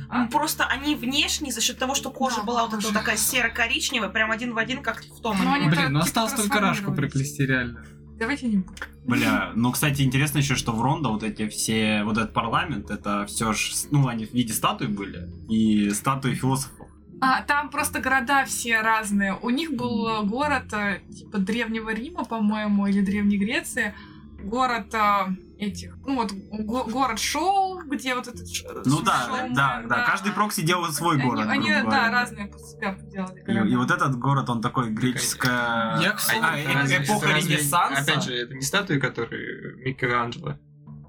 S1: А.
S6: Ну, просто они внешне, за счет того, что кожа
S2: Да,
S6: была вот эта
S2: тоже.
S6: вот такая серо-коричневая, прям один в один, как в том
S2: Ну,
S6: аниме.
S2: они
S4: Блин, ну
S2: так
S4: осталось только рашку
S2: трансформировались.
S4: приплести, реально.
S2: Давайте не будем.
S1: Бля, ну, кстати, интересно еще, что в Рондо вот эти все, вот этот парламент, это все ж, ну, они в виде статуи были, и статуи философов.
S2: А, там просто города все разные. У них был э, город э, типа Древнего Рима, по-моему, или Древней Греции, город а, этих, ну вот го- город шоу, где вот этот ш- э,
S1: Ну да,
S2: шоумен,
S1: да, да. Каждый прокси делал свой
S2: Они-
S1: город.
S2: Они,
S1: грубо
S2: да,
S1: говоря.
S2: разные под себя делали.
S1: И, и вот этот город, он такой греческая...
S4: Я, к слову,
S1: а, э-
S3: Разве-
S1: эпоха
S3: это разве-
S1: Ренессанса.
S3: Опять же, это не статуи, которые Микеланджело.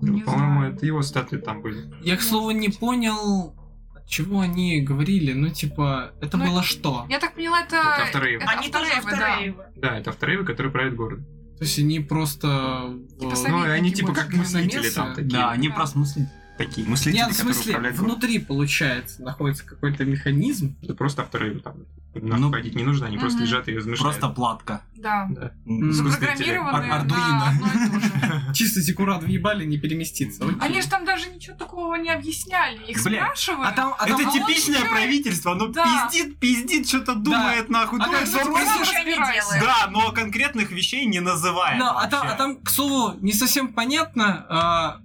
S2: Не
S3: По-моему,
S2: знаю.
S3: это его статуи там были.
S4: Я, к
S2: Ну,
S4: слову, не понял, чего они говорили. Ну, типа, это
S2: Ну,
S4: было что?
S2: Я так поняла, это...
S3: Это авторейвы.
S2: это
S6: Они тоже
S2: авторейвы, да.
S6: авторейвы.
S3: Да, это авторейвы, которые правят город.
S4: То есть они просто...
S2: Типа
S4: э,
S2: сами
S3: Ну, и они
S2: такие
S3: типа
S2: больше
S3: как
S4: на
S3: мыслители
S4: место.
S3: там такие.
S1: Да, они
S2: да.
S1: просто мысли.
S3: Такие
S4: ну,
S3: мыслители,
S4: Нет, в
S3: которые
S4: смысле,
S3: управляют городом.
S4: внутри, получается, находится какой-то механизм.
S3: Это просто авторейвы там. Им Нам
S1: Ну,
S3: ходить не нужно, они просто
S2: мгм.
S3: лежат и размышляют.
S1: Просто платка.
S2: Да.
S4: М.
S2: Запрограммированные
S1: Ар-
S2: на
S4: [laughs]
S1: Ардуино.
S2: одно и то же.
S1: [laughs]
S4: Чисто Секурат въебали, не переместиться. Окей.
S2: Они же там даже ничего такого не объясняли. Их
S1: Бля,
S2: спрашивают.
S4: А там, а там
S1: Это
S2: а
S3: типа,
S2: он
S1: типичное
S2: еще и-
S1: правительство, оно
S2: Да.
S1: пиздит, пиздит, что-то думает нахуй.
S4: А
S1: думает,
S4: как же
S1: думает,
S2: Сам
S4: спросишь,
S1: думает.
S5: ничего не
S2: разбирайся.
S5: делаем.
S1: Да, но конкретных вещей не называет
S4: Да, а там,
S1: вообще.
S4: а там, к слову, не совсем понятно. а,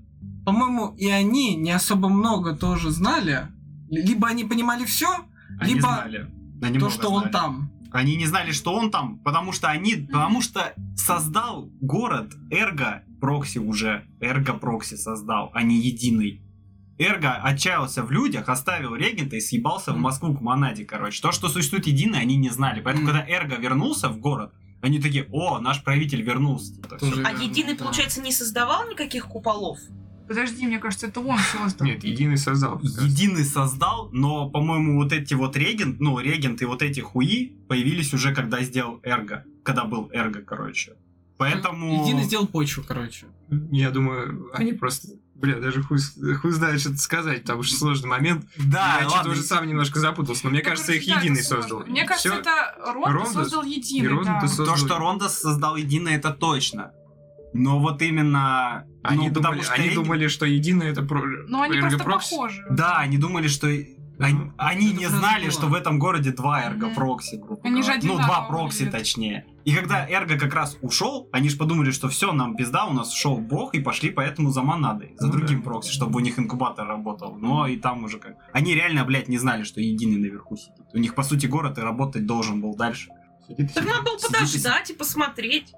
S4: по-моему, и они не особо много тоже знали. Либо они понимали все,
S1: Они
S4: либо
S1: знали. Они
S4: то,
S1: много
S4: что он
S1: знали.
S4: там.
S1: Они не знали, что он там, потому что они, потому что создал город Эрго Прокси уже, Эрго Прокси создал, а не единый. Эрго отчаялся в людях, оставил регента и съебался в Москву к Монаде, короче. То, что существует единое, они не знали. Поэтому,
S4: Мгм.
S1: когда Эрго вернулся в город, они такие, о, наш правитель вернулся. Это всё.
S4: Тоже
S6: А
S4: верно,
S6: единый,
S4: да.
S6: получается, не создавал никаких куполов?
S2: Подожди, мне кажется, это он создал.
S3: Нет, единый создал. как раз.
S1: единый создал, но, по-моему, вот эти вот регент, ну, регент и вот эти хуи появились уже, когда сделал Эрго. Когда был Эрго, короче. Поэтому...
S4: Единый сделал почву, короче.
S3: Я думаю, они просто... Бля, даже хуй, с- хуй знает, что сказать, потому что сложный момент.
S1: Да,
S3: я
S1: ладно.
S3: что-то уже сам немножко запутался, но мне
S2: Да,
S3: кажется,
S2: Ну, короче,
S3: их
S2: да, это
S3: единый
S2: сложно.
S3: создал.
S2: Мне кажется,
S3: Всё.
S2: это Ронда,
S3: Ронда
S2: создал единый,
S3: Ронда
S2: да.
S3: создал-
S1: То, что Рондос создал единое, это точно. Но вот именно...
S3: Они,
S1: ну, потому
S3: думали,
S1: что
S3: они
S1: регент-
S3: думали, что единый это про...
S2: Но Ну, они просто
S3: эргопрокси.
S2: похожи.
S1: Да, они думали, что... и- Они, они
S4: Ну, это
S1: не
S4: просто
S1: знали,
S4: было.
S1: что в этом городе два эрго
S2: Мгм.
S1: прокси, грубо
S2: Они же
S1: говоря. Ну, два
S2: одинаково
S1: прокси,
S2: выглядят.
S1: точнее. И когда эрго как раз ушел, они же подумали, что все, нам пизда, у нас ушел бог, и пошли поэтому за Монадой, за
S3: Ну
S1: другим
S3: да.
S1: прокси, чтобы у них инкубатор работал. Но и там уже как... Они реально, блядь, не знали, что единый наверху сидит. У них, по сути, город и работать должен был дальше.
S6: Так надо было
S1: Сидите себе.
S6: подождать и посмотреть.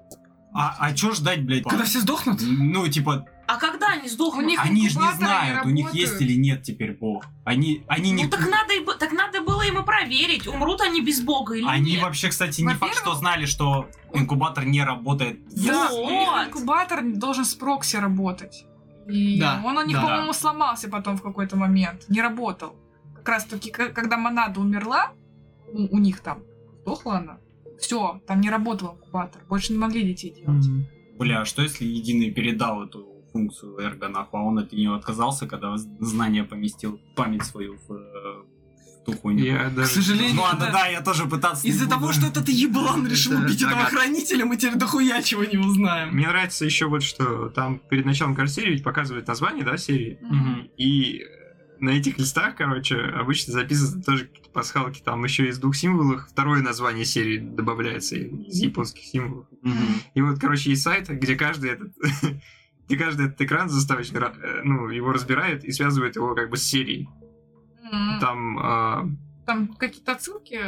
S1: А, а чё ждать, блядь?
S4: Когда все сдохнут?
S1: Ну, типа,
S6: А когда они
S2: У
S6: сдохнут?
S2: них
S1: Они же не
S2: инкубаторы
S1: знают, у них
S2: работают.
S1: есть или нет теперь бог. Они, они не...
S6: Ну так надо, и б- так надо было им и проверить, умрут они без бога или
S1: Они
S6: нет.
S1: вообще, кстати, не факт,
S2: Во-первых-
S1: что знали, что инкубатор не работает.
S6: Да.
S2: У них инкубатор должен с прокси работать. И
S4: Да,
S2: он у них,
S4: да.
S2: по-моему, сломался потом в какой-то момент. Не работал. Как раз таки, к- когда Монада умерла, у, у них там сдохла она. Все, там не работал инкубатор. Больше не могли детей делать.
S1: Бля, а что если единый передал эту функцию Эрго нахуй, а он от нее отказался, когда знание поместил память свою в, э, в ту хуйню?
S3: Я
S4: К
S3: даже...
S1: Ну
S4: сожалению,
S1: ладно,
S4: да.
S1: да, я тоже пытаться не
S4: Из-за
S1: буду.
S4: того, что этот еблан решил
S3: Да,
S4: убить этого
S3: ага.
S4: хранителя, мы теперь дохуя чего не узнаем.
S3: Мне нравится еще вот что там перед началом каждой серии ведь показывают название, да, серии.
S1: Мгм.
S3: И на этих листах, короче, обычно записаны тоже какие-то пасхалки. Там еще из двух символов второе название серии добавляется из японских символов.
S1: Мгм.
S3: И вот, короче, есть сайт, где каждый этот [laughs] где каждый этот экран заставочный, ра- э, ну, его разбирает и связывает его как бы с серией.
S2: М,
S3: Там, а,
S2: Там какие-то отсылки.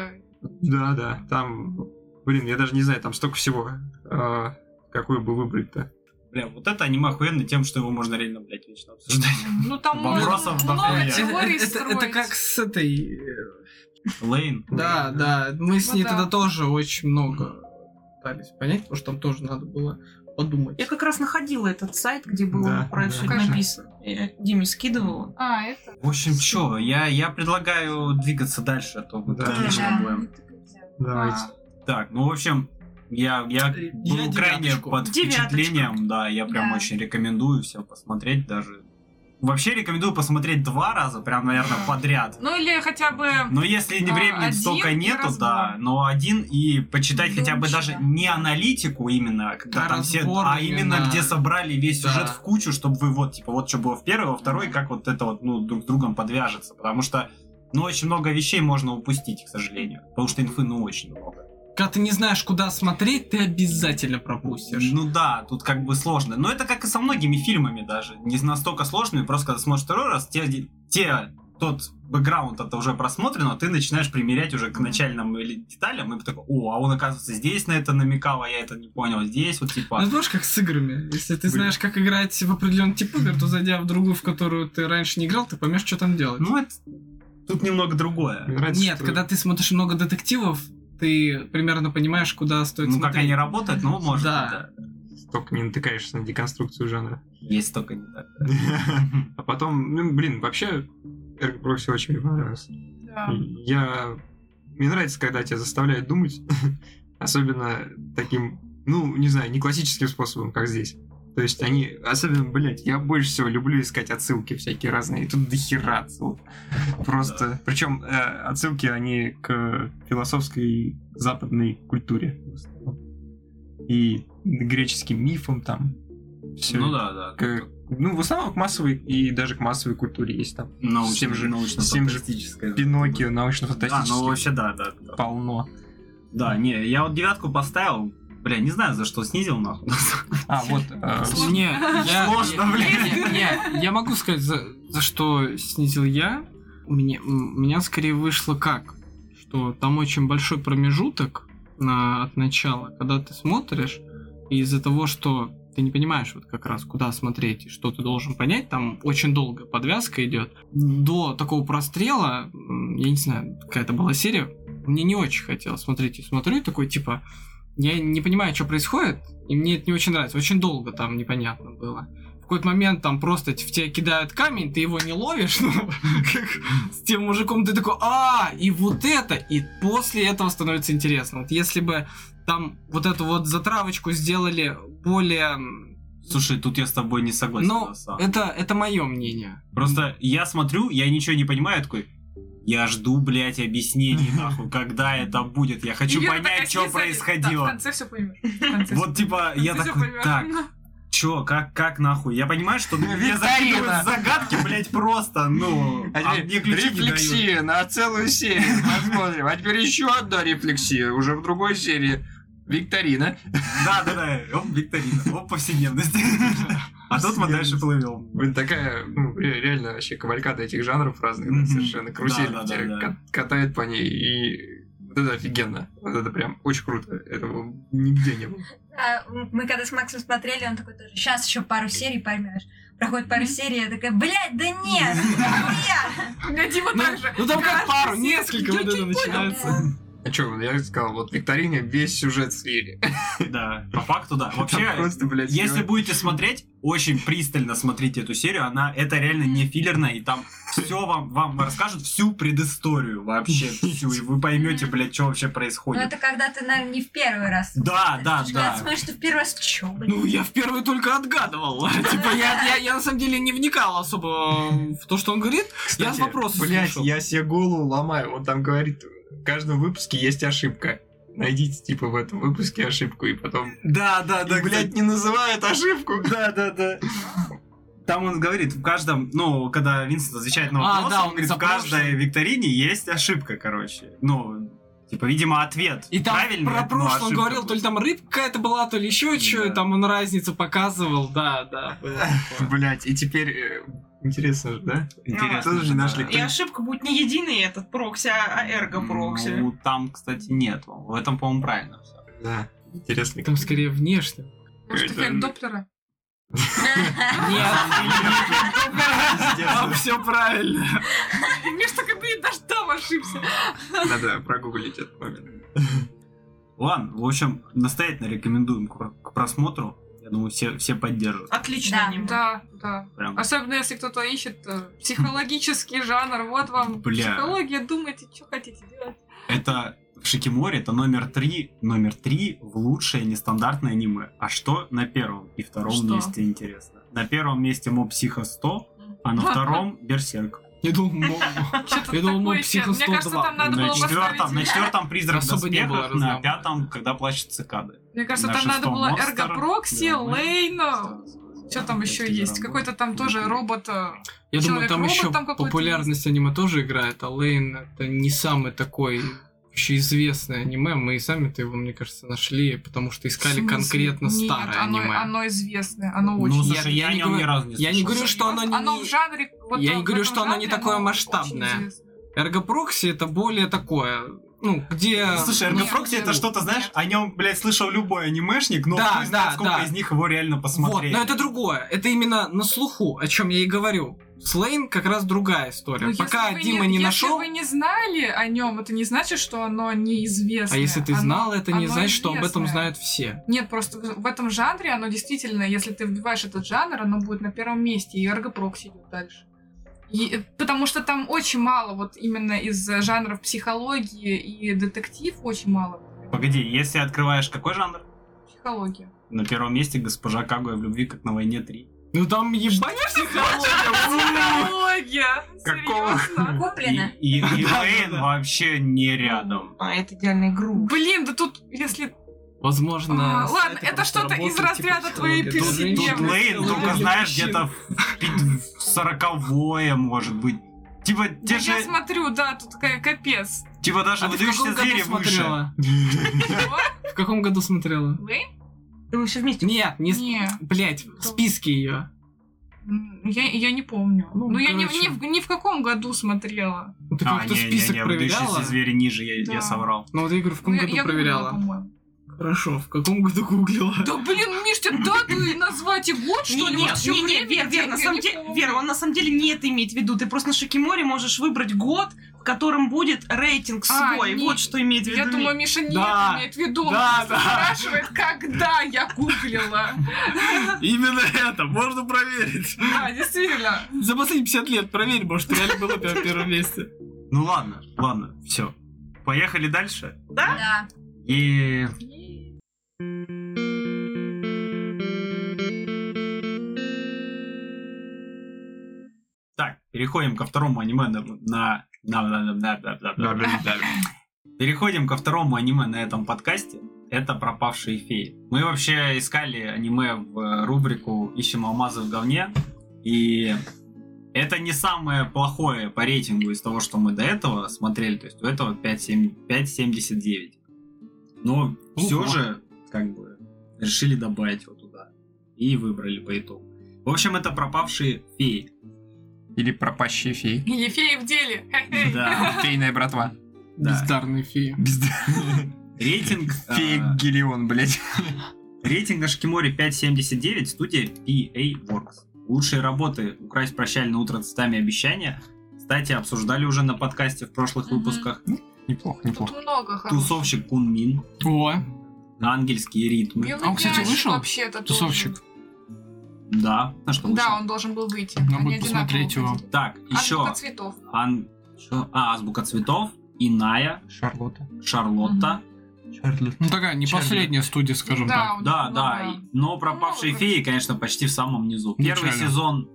S3: да, да, там, блин, я даже не знаю, там столько всего. А, какую бы выбрать-то?
S1: Бля, вот это аниме охуенно тем, что его можно реально, блядь, вечно обсуждать.
S2: Ну там
S1: Вопросов
S2: можно много
S1: дохуя.
S2: теорий
S4: Э, это, это- это
S2: строить.
S4: как с этой... э,
S1: Лейн.
S4: Да, да, мы с
S2: Ну
S4: ней
S2: да.
S4: тогда тоже очень много пытались понять, потому что там тоже надо было подумать.
S6: Я как раз находила этот сайт, где было
S3: Да,
S6: про это
S3: да.
S6: все
S2: Покажи.
S6: написано. Я Диме скидывала.
S2: А, это.
S1: В общем, чё, я, я предлагаю двигаться дальше, а то мы
S3: Да.
S1: конечно будем.
S3: Давайте.
S2: А,
S1: Так, ну, в общем, я, я
S4: Э,
S1: был
S4: я
S1: крайне
S4: девяточку.
S1: под
S6: Девяточка.
S1: впечатлением, да, я прям
S5: Да.
S1: очень рекомендую всем посмотреть даже. Вообще рекомендую посмотреть два раза, прям, наверное,
S2: Да.
S1: подряд.
S2: Ну или хотя бы...
S1: Но если не
S2: Да,
S1: времени
S2: один
S1: столько
S2: и
S1: нету,
S2: разбор.
S1: да, но один и почитать хотя бы
S5: Думчиво.
S1: даже не аналитику именно, когда
S4: А
S1: там все,
S4: разбор
S1: а именно
S4: именно.
S1: где собрали весь
S4: Да.
S1: сюжет в кучу, чтобы вы вот типа вот что было в первой, во второй,
S5: Мгм.
S1: как вот это вот ну друг с другом подвяжется, потому что ну очень много вещей можно упустить, к сожалению, потому что инфы ну очень много.
S4: Когда ты не знаешь, куда смотреть, ты обязательно пропустишь.
S1: Ну да, тут как бы сложно. Но это как и со многими фильмами даже. Не настолько сложными, просто когда смотришь второй раз, те, те тот бэкграунд это уже просмотрено, а ты начинаешь примерять уже к начальным или деталям, и такой, о, а он, оказывается, здесь на это намекал, а я это не понял, здесь вот
S4: Ну,
S1: типа...
S4: это тоже как с играми. Если ты
S1: Блин.
S4: знаешь, как играть в определенный тип игр, то зайдя в другую, в которую ты раньше не играл, ты поймешь, что там делать.
S1: Ну, это... Тут немного другое.
S3: Мне нравится,
S4: А, Нет,
S3: что-
S4: когда ты смотришь много детективов, ты примерно понимаешь, куда стоит
S1: Ну, как
S4: смотреть.
S1: они работают, ну, может,
S4: Да.
S1: да.
S3: Только не натыкаешься на деконструкцию жанра. [laughs]
S1: Есть только не так.
S3: А потом, ну, блин, вообще Эрго Прокси очень мне понравилось.
S2: Да.
S3: Я... Мне нравится, когда тебя заставляют думать, [laughs] особенно таким, ну, не знаю, не классическим способом, как здесь. То есть они, особенно, блядь, я больше всего люблю искать отсылки всякие разные, и тут
S1: [laughs]
S3: дохера отсылок. Просто, причем э, отсылки, они к философской западной культуре. в основном. И греческим мифам там. Всё
S1: Ну да, да.
S3: к- ну, в основном к массовой и даже к массовой культуре есть там.
S1: Научно,
S3: всем же- всем же
S1: научно-фантастическое.
S3: Пиноккио,
S1: Да,
S3: научно-фантастический.
S1: ну вообще да, да, да.
S3: полно.
S1: Да, не, я вот девятку поставил, бля, не знаю, за что снизил, нахуй. [laughs]
S3: А, вот, э,
S2: Сложно.
S4: Не, я...
S1: Сложно,
S4: Не, не, я могу сказать, за, за что снизил я. Мне, м, у меня скорее вышло как? Что там очень большой промежуток на, от начала, когда ты смотришь, и из-за того, что ты не понимаешь вот как раз, куда смотреть и что ты должен понять, там очень долго подвязка идет. До такого прострела, м, я не знаю, какая-то была серия, мне не очень хотелось смотреть. И смотрю, и такой, типа, я не понимаю, что происходит, и мне это не очень нравится. Очень долго там непонятно было в какой-то момент там просто т- в тебя кидают камень, ты его не ловишь, [laughs] ну, как с тем мужиком ты такой, а, и вот это, и после этого становится интересно. Вот если бы там вот эту вот затравочку сделали более... м,
S1: Слушай, тут я с тобой не согласен.
S4: Ну,
S1: на самом
S2: э,
S1: деле.
S4: это, это мое мнение.
S1: Просто я смотрю, я ничего не понимаю, я такой, я жду, блядь,
S2: [laughs]
S1: объяснений, нахуй, когда это будет. Я хочу
S2: Юра такая,
S1: понять, что
S2: «Снизу». Да, в
S1: происходило.
S2: конце все поймешь. В конце всё-
S1: Вот типа,
S2: в конце
S1: я
S2: всё
S1: такой,
S2: поймёшь.
S1: так, чё, как, как нахуй? Я понимаю, что меня
S3: Викторина.
S1: закидывают в загадки, блядь, просто, ну,
S3: а
S1: а мне
S3: теперь
S1: ключи не дают.
S3: рефлексия на целую серию. Посмотрим. А теперь еще одна рефлексия, уже в другой серии. Викторина.
S1: Да, да, да, оп, викторина, оп,
S2: [laughs]
S1: повседневность. А тут мы дальше плывем.
S3: Блин, такая, ну, ре- реально вообще кавалькада этих жанров разных, да,
S1: Мгм.
S3: совершенно. Карусель
S1: Да, да,
S3: тебя
S1: да, да.
S3: кат- катает по ней, и вот это офигенно. Вот это прям очень круто. Этого нигде не было.
S5: А, Мы когда с Максом смотрели, он такой тоже, сейчас еще пару серий поймешь. Проходит пару серий, я такая, блядь, да нет, нахуя!»
S2: У [laughs] меня Дима
S4: Ну,
S2: так же.
S4: ну, там как
S2: Каждый
S4: пару,
S2: сидит,
S4: несколько вот это
S2: чуть-чуть понял.
S4: начинается.
S3: А что, я сказал, вот Викторине весь сюжет слили.
S1: Да, по факту, да.
S3: Там
S1: А Вообще,
S3: просто, блядь,
S1: Если
S3: всё.
S1: будете смотреть, очень пристально смотрите эту серию, она это реально не филлерная, и там все вам, вам расскажут всю предысторию вообще всю, и вы поймете, блядь, что вообще
S5: Ну
S1: происходит.
S5: это когда ты, наверное, не в первый раз.
S1: Да, да,
S5: Потому что Когда ты
S1: да.
S5: смотришь, ты в первый раз, чё, блядь?
S4: Ну, я в первую только отгадывал. [laughs] Типа, я, я, я на самом деле не вникал особо в то, что он говорит. Я с вопросом
S3: Блять,
S4: слушал.
S3: я себе голову ломаю. Он там говорит, в каждом выпуске есть ошибка. Найдите, типа, в этом выпуске ошибку, и потом...
S1: Да, да,
S3: Да, блядь,
S1: [laughs]
S3: не называют а ошибку!
S1: да, да, да. Там он говорит, в каждом, ну, когда Винсент отвечает на
S4: А,
S1: вопрос,
S4: да,
S1: он
S4: он
S1: говорит, в
S4: запрошен.
S1: каждой викторине есть ошибка, короче. Ну, типа, видимо, ответ.
S4: И там
S1: правильный,
S4: про
S1: но
S4: прошлое он
S1: ошибка
S4: говорил,
S1: будет.
S4: то ли там рыбка какая-то была, то ли еще что,
S1: Да.
S4: там он разницу показывал, да, да. было
S1: [laughs]
S4: такое.
S3: Блять, и теперь... э, Интересно же, да?
S1: Интересно,
S3: Тоже
S1: да.
S3: нашли
S6: И ошибка будет не единый этот прокси, а эрго-прокси.
S1: Ну, там, кстати, нет. В этом, по-моему, правильно все.
S3: Да. Интересно.
S4: Там [laughs] скорее внешне.
S2: [laughs] Может,
S3: Это-
S2: эффект Доплера?
S4: Там все правильно.
S2: Мне ж так, блин, даже там ошибся.
S3: Надо прогуглить этот момент.
S1: Ладно, в общем, настоятельно рекомендуем к, к просмотру. Я думаю, все, все поддержат.
S2: А,
S6: Отлично
S5: Да,
S6: аниме.
S2: Да, да.
S1: Прям.
S2: Особенно, если кто-то ищет э, психологический жанр. Вот вам
S1: Бля.
S2: психология, думайте, что хотите делать.
S1: Это Шикимори, это номер три, номер три в лучшее нестандартное аниме. А что на первом и втором
S2: Что?
S1: месте интересно? На первом месте Моб Психо 100, а на
S2: [laughs]
S1: втором Берсерк.
S4: Я думал, мо-
S2: Что-то
S4: Я думал,
S2: такое
S4: мы психо
S2: себе. Мне кажется,
S4: 102.
S2: там надо
S1: на,
S2: было
S1: четвертом, на
S2: поставить...
S1: четвертом Призрак
S4: Особо не было
S1: доспехов, на
S4: разнобоя.
S1: пятом Когда плачут цикады.
S2: Мне кажется,
S1: на
S2: там надо
S1: шестом
S2: было
S1: Monster,
S2: эргопрокси,
S1: да,
S2: лейно. Что там еще есть? Какой-то там тоже робот. э,
S4: я думаю, там
S2: Человек-робот
S4: еще
S2: там какой-то
S4: популярность аниме тоже играет, а Лейн это не самый такой вообще известное аниме. Мы и сами-то его, мне кажется, нашли, потому что искали
S2: В смысле?
S4: конкретно
S2: Нет,
S4: старое
S2: оно,
S4: аниме.
S2: Оно известное, оно
S1: Ну,
S2: очень...
S1: слушай, я,
S4: я
S1: о
S4: не
S1: нем ни
S4: говорю-
S1: разу не
S4: я не
S1: слышал.
S4: говорю, что оно не...
S2: Оно в жанре... вот
S4: Я
S2: в
S4: и говорю,
S2: этом
S4: что оно не
S2: жанре
S4: такое
S2: оно
S4: масштабное.
S2: очень известное.
S4: Эргопрокси это более такое, ну, где...
S1: Слушай,
S2: э, Нет,
S1: Эргопрокси
S2: нет.
S1: это что-то, знаешь, о нем, блядь, слышал любой анимешник, но
S4: Да,
S1: хуй знает,
S4: да,
S1: сколько
S4: да.
S1: из них его реально посмотрели.
S4: Вот, но это другое. Это именно на слуху, о чем я и говорю. Слейн как раз другая история.
S2: Ну, если
S4: Пока
S2: вы
S4: Дима не,
S2: если
S4: нашел,
S2: вы не знали о нем, это не значит, что оно неизвестно.
S4: а если ты знал, это не
S2: оно
S4: значит, что об этом
S2: известное.
S4: знают все.
S2: Нет, просто в в этом жанре оно действительно, если ты вбиваешь этот жанр, оно будет на первом месте, и эргопрокси идет дальше. И- э, потому что там очень мало, вот именно из э, жанров психологии и детектив очень мало.
S1: Погоди, если открываешь какой жанр?
S2: Психология.
S1: На первом месте госпожа Кагуя в любви, как на войне 3.
S4: Ну там ебать психология.
S2: Психология!
S8: Какого?
S2: Серьезно?
S5: Куплено.
S1: И, и, и [laughs] Вейн вообще не рядом.
S6: А, это идеальная игрушка.
S2: Блин, да тут, если...
S4: Возможно.
S2: А,
S4: сайты
S2: ладно, это
S4: просто
S2: что-то из
S4: работают, типа,
S2: разряда твоей
S4: психология. Тут-
S2: песни.
S4: тут
S1: Тут
S2: Нет,
S1: Лейн
S2: это
S1: только,
S2: для
S1: знаешь,
S4: мужчин.
S1: где-то в пи- в сороковое, может быть. Типа,
S2: Да
S1: те
S2: я
S1: же,
S2: смотрю, да, тут такая капец.
S1: типа даже
S4: А ты в
S1: выдающиеся
S4: каком году
S1: звери выше.
S4: смотрела? В каком году смотрела?
S2: Лейн?
S6: Да вы все вместе.
S4: Нет, не... с-
S2: Не.
S4: Блять, в списке ее.
S2: М, Я, я не помню.
S4: Ну,
S2: Ну, я не, в-
S4: короче.
S2: не в, не в каком году смотрела.
S4: Ну, Ты
S1: А,
S4: как-то список
S1: не-не-не,
S4: проверяла?
S1: выдающиеся звери ниже, я, я
S2: Да.
S1: соврал.
S4: Ну вот я говорю, в каком
S2: Ну, я-
S4: году
S2: я гуглила,
S4: проверяла?
S2: по-моему.
S4: Хорошо, в каком году гуглила?
S2: Да блин, Миш, тебе дату и назвать и год, что
S6: Не,
S2: ли?
S6: не,
S2: Вот всё
S6: не,
S2: время
S6: не, Вер, Вер,
S2: я
S6: на
S2: не
S6: самом деле,
S2: помню.
S6: Вер, он на самом деле не это имеет в виду. Ты просто на Шикиморе можешь выбрать год, в котором будет рейтинг
S2: А,
S6: свой.
S2: не-
S6: Вот что имеет в виду.
S2: Я думаю, Миша не
S4: Да.
S2: это имеет в виду. Он
S4: Да,
S2: просто
S4: да.
S2: спрашивает, когда я гуглила.
S4: Именно это, можно проверить.
S2: Да, действительно.
S4: За последние 50 лет проверь, может, реально было на первом месте.
S1: Ну ладно, ладно, все. Поехали дальше.
S5: Да.
S1: И Так, переходим ко второму аниме на... на- на- на- на- на- на- на- на- Переходим ко второму аниме на этом подкасте. Это «Пропавшие феи». Мы вообще искали аниме в э, рубрику «Ищем алмазы в говне». И это не самое плохое по рейтингу из того, что мы до этого смотрели. То есть у этого 5,7 5,79. Но все же, как бы, решили добавить его туда. И выбрали по итогу. В общем, это «Пропавшие феи».
S3: Или пропащие феи.
S2: Или феи в деле.
S1: Да,
S3: Фейная братва.
S1: да.
S4: Бездарные феи.
S3: Без-
S1: Рейтинг,
S3: Фея
S1: а,
S3: Гелион, блядь.
S1: рейтинг на Шкиморе 5.79, студия PA Works. Лучшие работы «Украсть прощальное утро цветами обещания». Кстати, обсуждали уже на подкасте в прошлых
S2: Мгм.
S1: выпусках.
S3: Неплохо,
S2: Тут
S3: неплохо.
S2: много хороших.
S1: Тусовщик Кун Мин,
S4: О,
S1: ангельские ритмы.
S2: Белый
S4: А он, кстати,
S2: Пиач
S4: вышел?
S2: вообще-то тоже.
S4: тусовщик.
S1: Да, на что вышел.
S2: Да, он должен был выйти.
S4: Надо
S2: Они
S4: будет
S2: одинаково
S4: посмотреть его.
S2: выходили.
S1: Так, еще...
S2: Азбука цветов.
S1: Ан... чё? А, «Азбука цветов», «Иная»,
S3: Шарлотта.
S1: «Шарлотта».
S3: Шарлотта.
S4: Ну такая, не
S3: Чарли.
S4: последняя студия, скажем
S2: да,
S4: так.
S2: у них
S1: Да,
S2: много.
S1: да. и- Но пропавшие
S2: Ну,
S1: феи, конечно, почти в самом низу. Первый
S3: Печально.
S1: сезон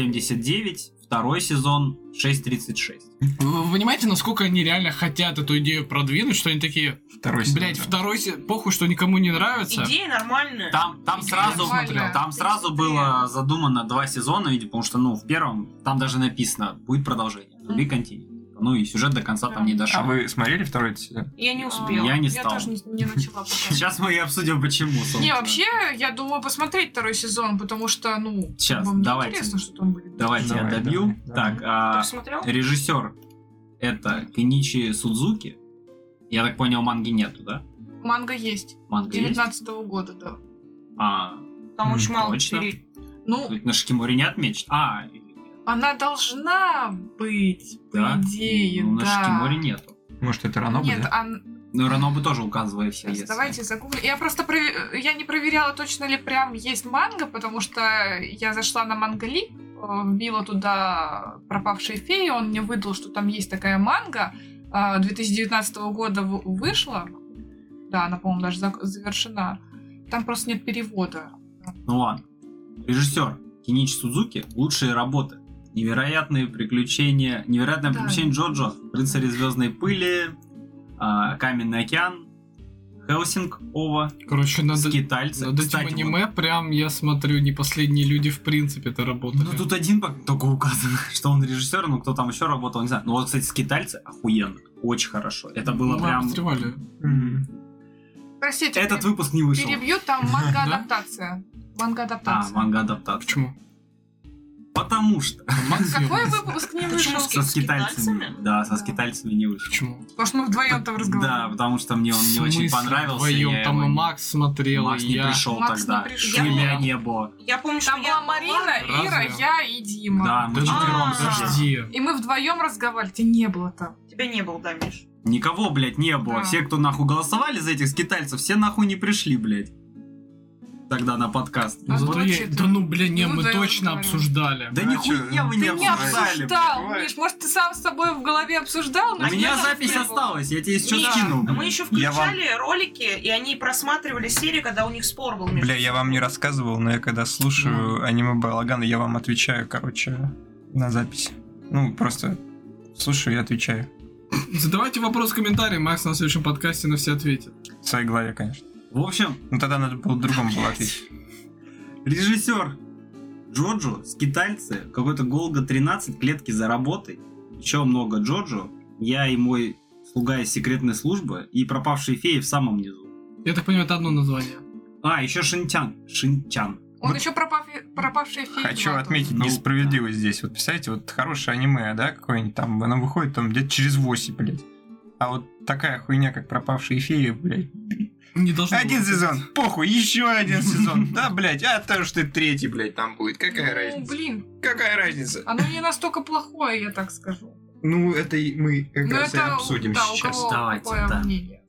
S1: 5.79, второй сезон 6.36.
S4: Вы вы понимаете, насколько они реально хотят эту идею продвинуть, что они такие,
S3: Второй сезон.
S4: блять,
S3: да.
S4: второй се- похуй, что никому не нравится.
S6: Идея нормальная.
S1: Там, там
S2: Ты
S1: сразу,
S2: нормально.
S1: там
S2: Ты
S1: сразу
S2: смотри.
S1: было задумано два сезона, видимо, потому что, ну, в первом там даже написано, будет продолжение. To be continued. Ну и сюжет до конца там не дошел.
S3: А вы смотрели второй сезон?
S6: Я не
S2: А,
S6: успела.
S1: Я не
S2: Я
S1: стал.
S2: тоже не, не начала пока.
S1: Сейчас мы и обсудим, почему.
S2: Не,
S1: собственно.
S2: вообще, я думаю посмотреть второй сезон, потому что, ну,
S1: Щас,
S2: вам не
S1: давайте.
S2: интересно, что там будет.
S1: Давайте
S3: Давай,
S1: я добью.
S3: давай,
S1: так,
S3: давай.
S1: а,
S6: Ты смотрел?
S1: режиссер это Кеничи Судзуки. Я так понял, манги нету, да?
S2: Манга есть.
S1: Манга есть?
S2: 19 года, да.
S1: А,
S6: Там
S3: М,
S6: очень мало
S1: точно.
S6: фей.
S2: Ну,
S1: Тут на Шикиморе не отмечено. А,
S2: она должна быть, по
S1: Да?
S2: идее,
S1: ну, на
S2: да.
S1: Шикиморе нету.
S3: Может, это рано
S2: Нет,
S3: было?
S2: а-
S1: Ну, Ранобу тоже указывает все.
S2: Сейчас,
S1: если.
S2: давайте загуглим. Я просто прове- я не проверяла, точно ли прям есть манга, потому что я зашла на Мангали, вбила туда пропавшие феи, он мне выдал, что там есть такая манга. э, 2019 года в- вышла. Да, она, по-моему, даже зак- завершена. Там просто нет перевода.
S1: Ну ладно. Режиссер Кинич Судзуки. Лучшие работы. Невероятные приключения. Невероятное
S2: Да.
S1: приключение Джоджо. Рыцари звездной пыли. а, Каменный океан. Хелсинг Ова.
S4: Короче, надо...
S1: Скитальцы.
S4: Над этим
S1: Кстати, вот,
S4: аниме прям, я смотрю, не последние люди в принципе это работали.
S1: ну [laughs] тут один пок- только указан, что он режиссер, но кто там еще работал, не знаю. Ну вот, кстати, скитальцы охуенно. очень хорошо. Это было
S4: Мы
S1: прям...
S4: обстревали.
S1: М.
S2: Простите,
S1: Этот выпуск не вышел.
S2: перебью, там манга-адаптация.
S1: А,
S2: Манга-адаптация.
S1: манга адаптация.
S4: Почему?
S1: Потому что
S4: Макс
S2: Какой
S4: Зерн.
S2: выпуск не
S6: А Почему
S1: [laughs]
S2: вышел?
S1: со
S6: с
S1: скитальцами.
S6: китайцами?
S1: Да, со
S2: Да.
S1: скитальцами не вышел.
S4: Почему?
S2: Потому что мы вдвоем там
S1: Да,
S2: разговаривали.
S1: потому что мне он не
S4: В
S1: очень
S4: смысле
S1: понравился.
S4: вдвоём?
S1: я
S4: там
S1: его
S4: и
S1: не-
S4: Макс смотрел,
S1: Макс
S4: и
S1: не
S4: я.
S1: пришел
S2: Макс не
S1: тогда.
S2: пришел.
S1: Швеля не было.
S6: Я помню, что
S2: Там
S6: я
S2: была Марина,
S4: Разве?
S2: Ира, я и Дима.
S1: Да, мы
S4: Да
S1: четвером
S6: а,
S1: зашли.
S4: Подожди.
S2: И мы вдвоем разговаривали. Тебя не было там.
S6: Тебя не было, да, Миш?
S1: Никого, блядь, не было.
S2: Да.
S1: Все, кто нахуй голосовали за этих скитальцев, все нахуй не пришли, блядь. Тогда на подкаст.
S4: Ну,
S2: А
S4: зато
S2: вот
S4: я-
S2: вообще-то.
S4: Да ну, блин, не,
S2: Ну,
S4: мы
S2: да, я
S4: точно
S2: говорю.
S4: обсуждали.
S1: Да
S10: А
S1: нихуя
S10: чё,
S1: вы не
S2: Ты не
S1: обсуждали.
S2: обсуждал,
S10: бывает.
S2: Миш, может, ты сам с собой в голове обсуждал?
S1: У
S2: но
S1: меня
S2: нет,
S1: запись
S2: не было.
S1: осталась, я тебе сейчас
S6: Миш,
S1: скину.
S2: А
S6: Мы
S1: блядь.
S6: еще
S8: Я вам-
S6: включали ролики, и они просматривали серии, когда у них спор был между
S8: Бля, я вам не рассказывал, но я когда слушаю аниме Балагана, я вам отвечаю, короче, на запись. Ну, просто слушаю и отвечаю.
S4: Задавайте вопрос в комментарии, Макс на следующем подкасте на все ответит.
S8: В своей голове, конечно.
S1: В общем,
S8: Ну, тогда надо было другому было ответить.
S1: режиссер Джоджо, скитальцы, какой-то Голга 13, клетки за работой. Еще много Джоджо. Я и мой слуга из секретной службы и пропавшие феи в самом низу.
S4: Я так понимаю, это одно название.
S1: А, еще Шинтян. Шинтян.
S2: Он
S8: Вот
S2: еще пропав- пропавшая фильм.
S8: Хочу отметить
S1: Ну,
S8: несправедливость здесь. Вот представляете, вот хорошее аниме, да, какое-нибудь там, оно выходит там где-то через 8, блядь. А вот такая хуйня, как пропавшие феи, блядь.
S4: Не должно
S8: Один
S4: было.
S8: сезон, похуй, еще [laughs] один сезон. Да, блядь, а то, что ты третий, блядь, там будет. Какая разница?
S2: Ну, блин,
S8: Какая разница?
S2: оно не настолько плохое, я так скажу.
S8: Ну, это и мы как
S2: Ну,
S8: раз и
S2: это
S8: обсудим
S2: да, у
S8: сейчас.
S2: кого
S1: Давайте,
S2: какое
S1: да.
S2: мнение.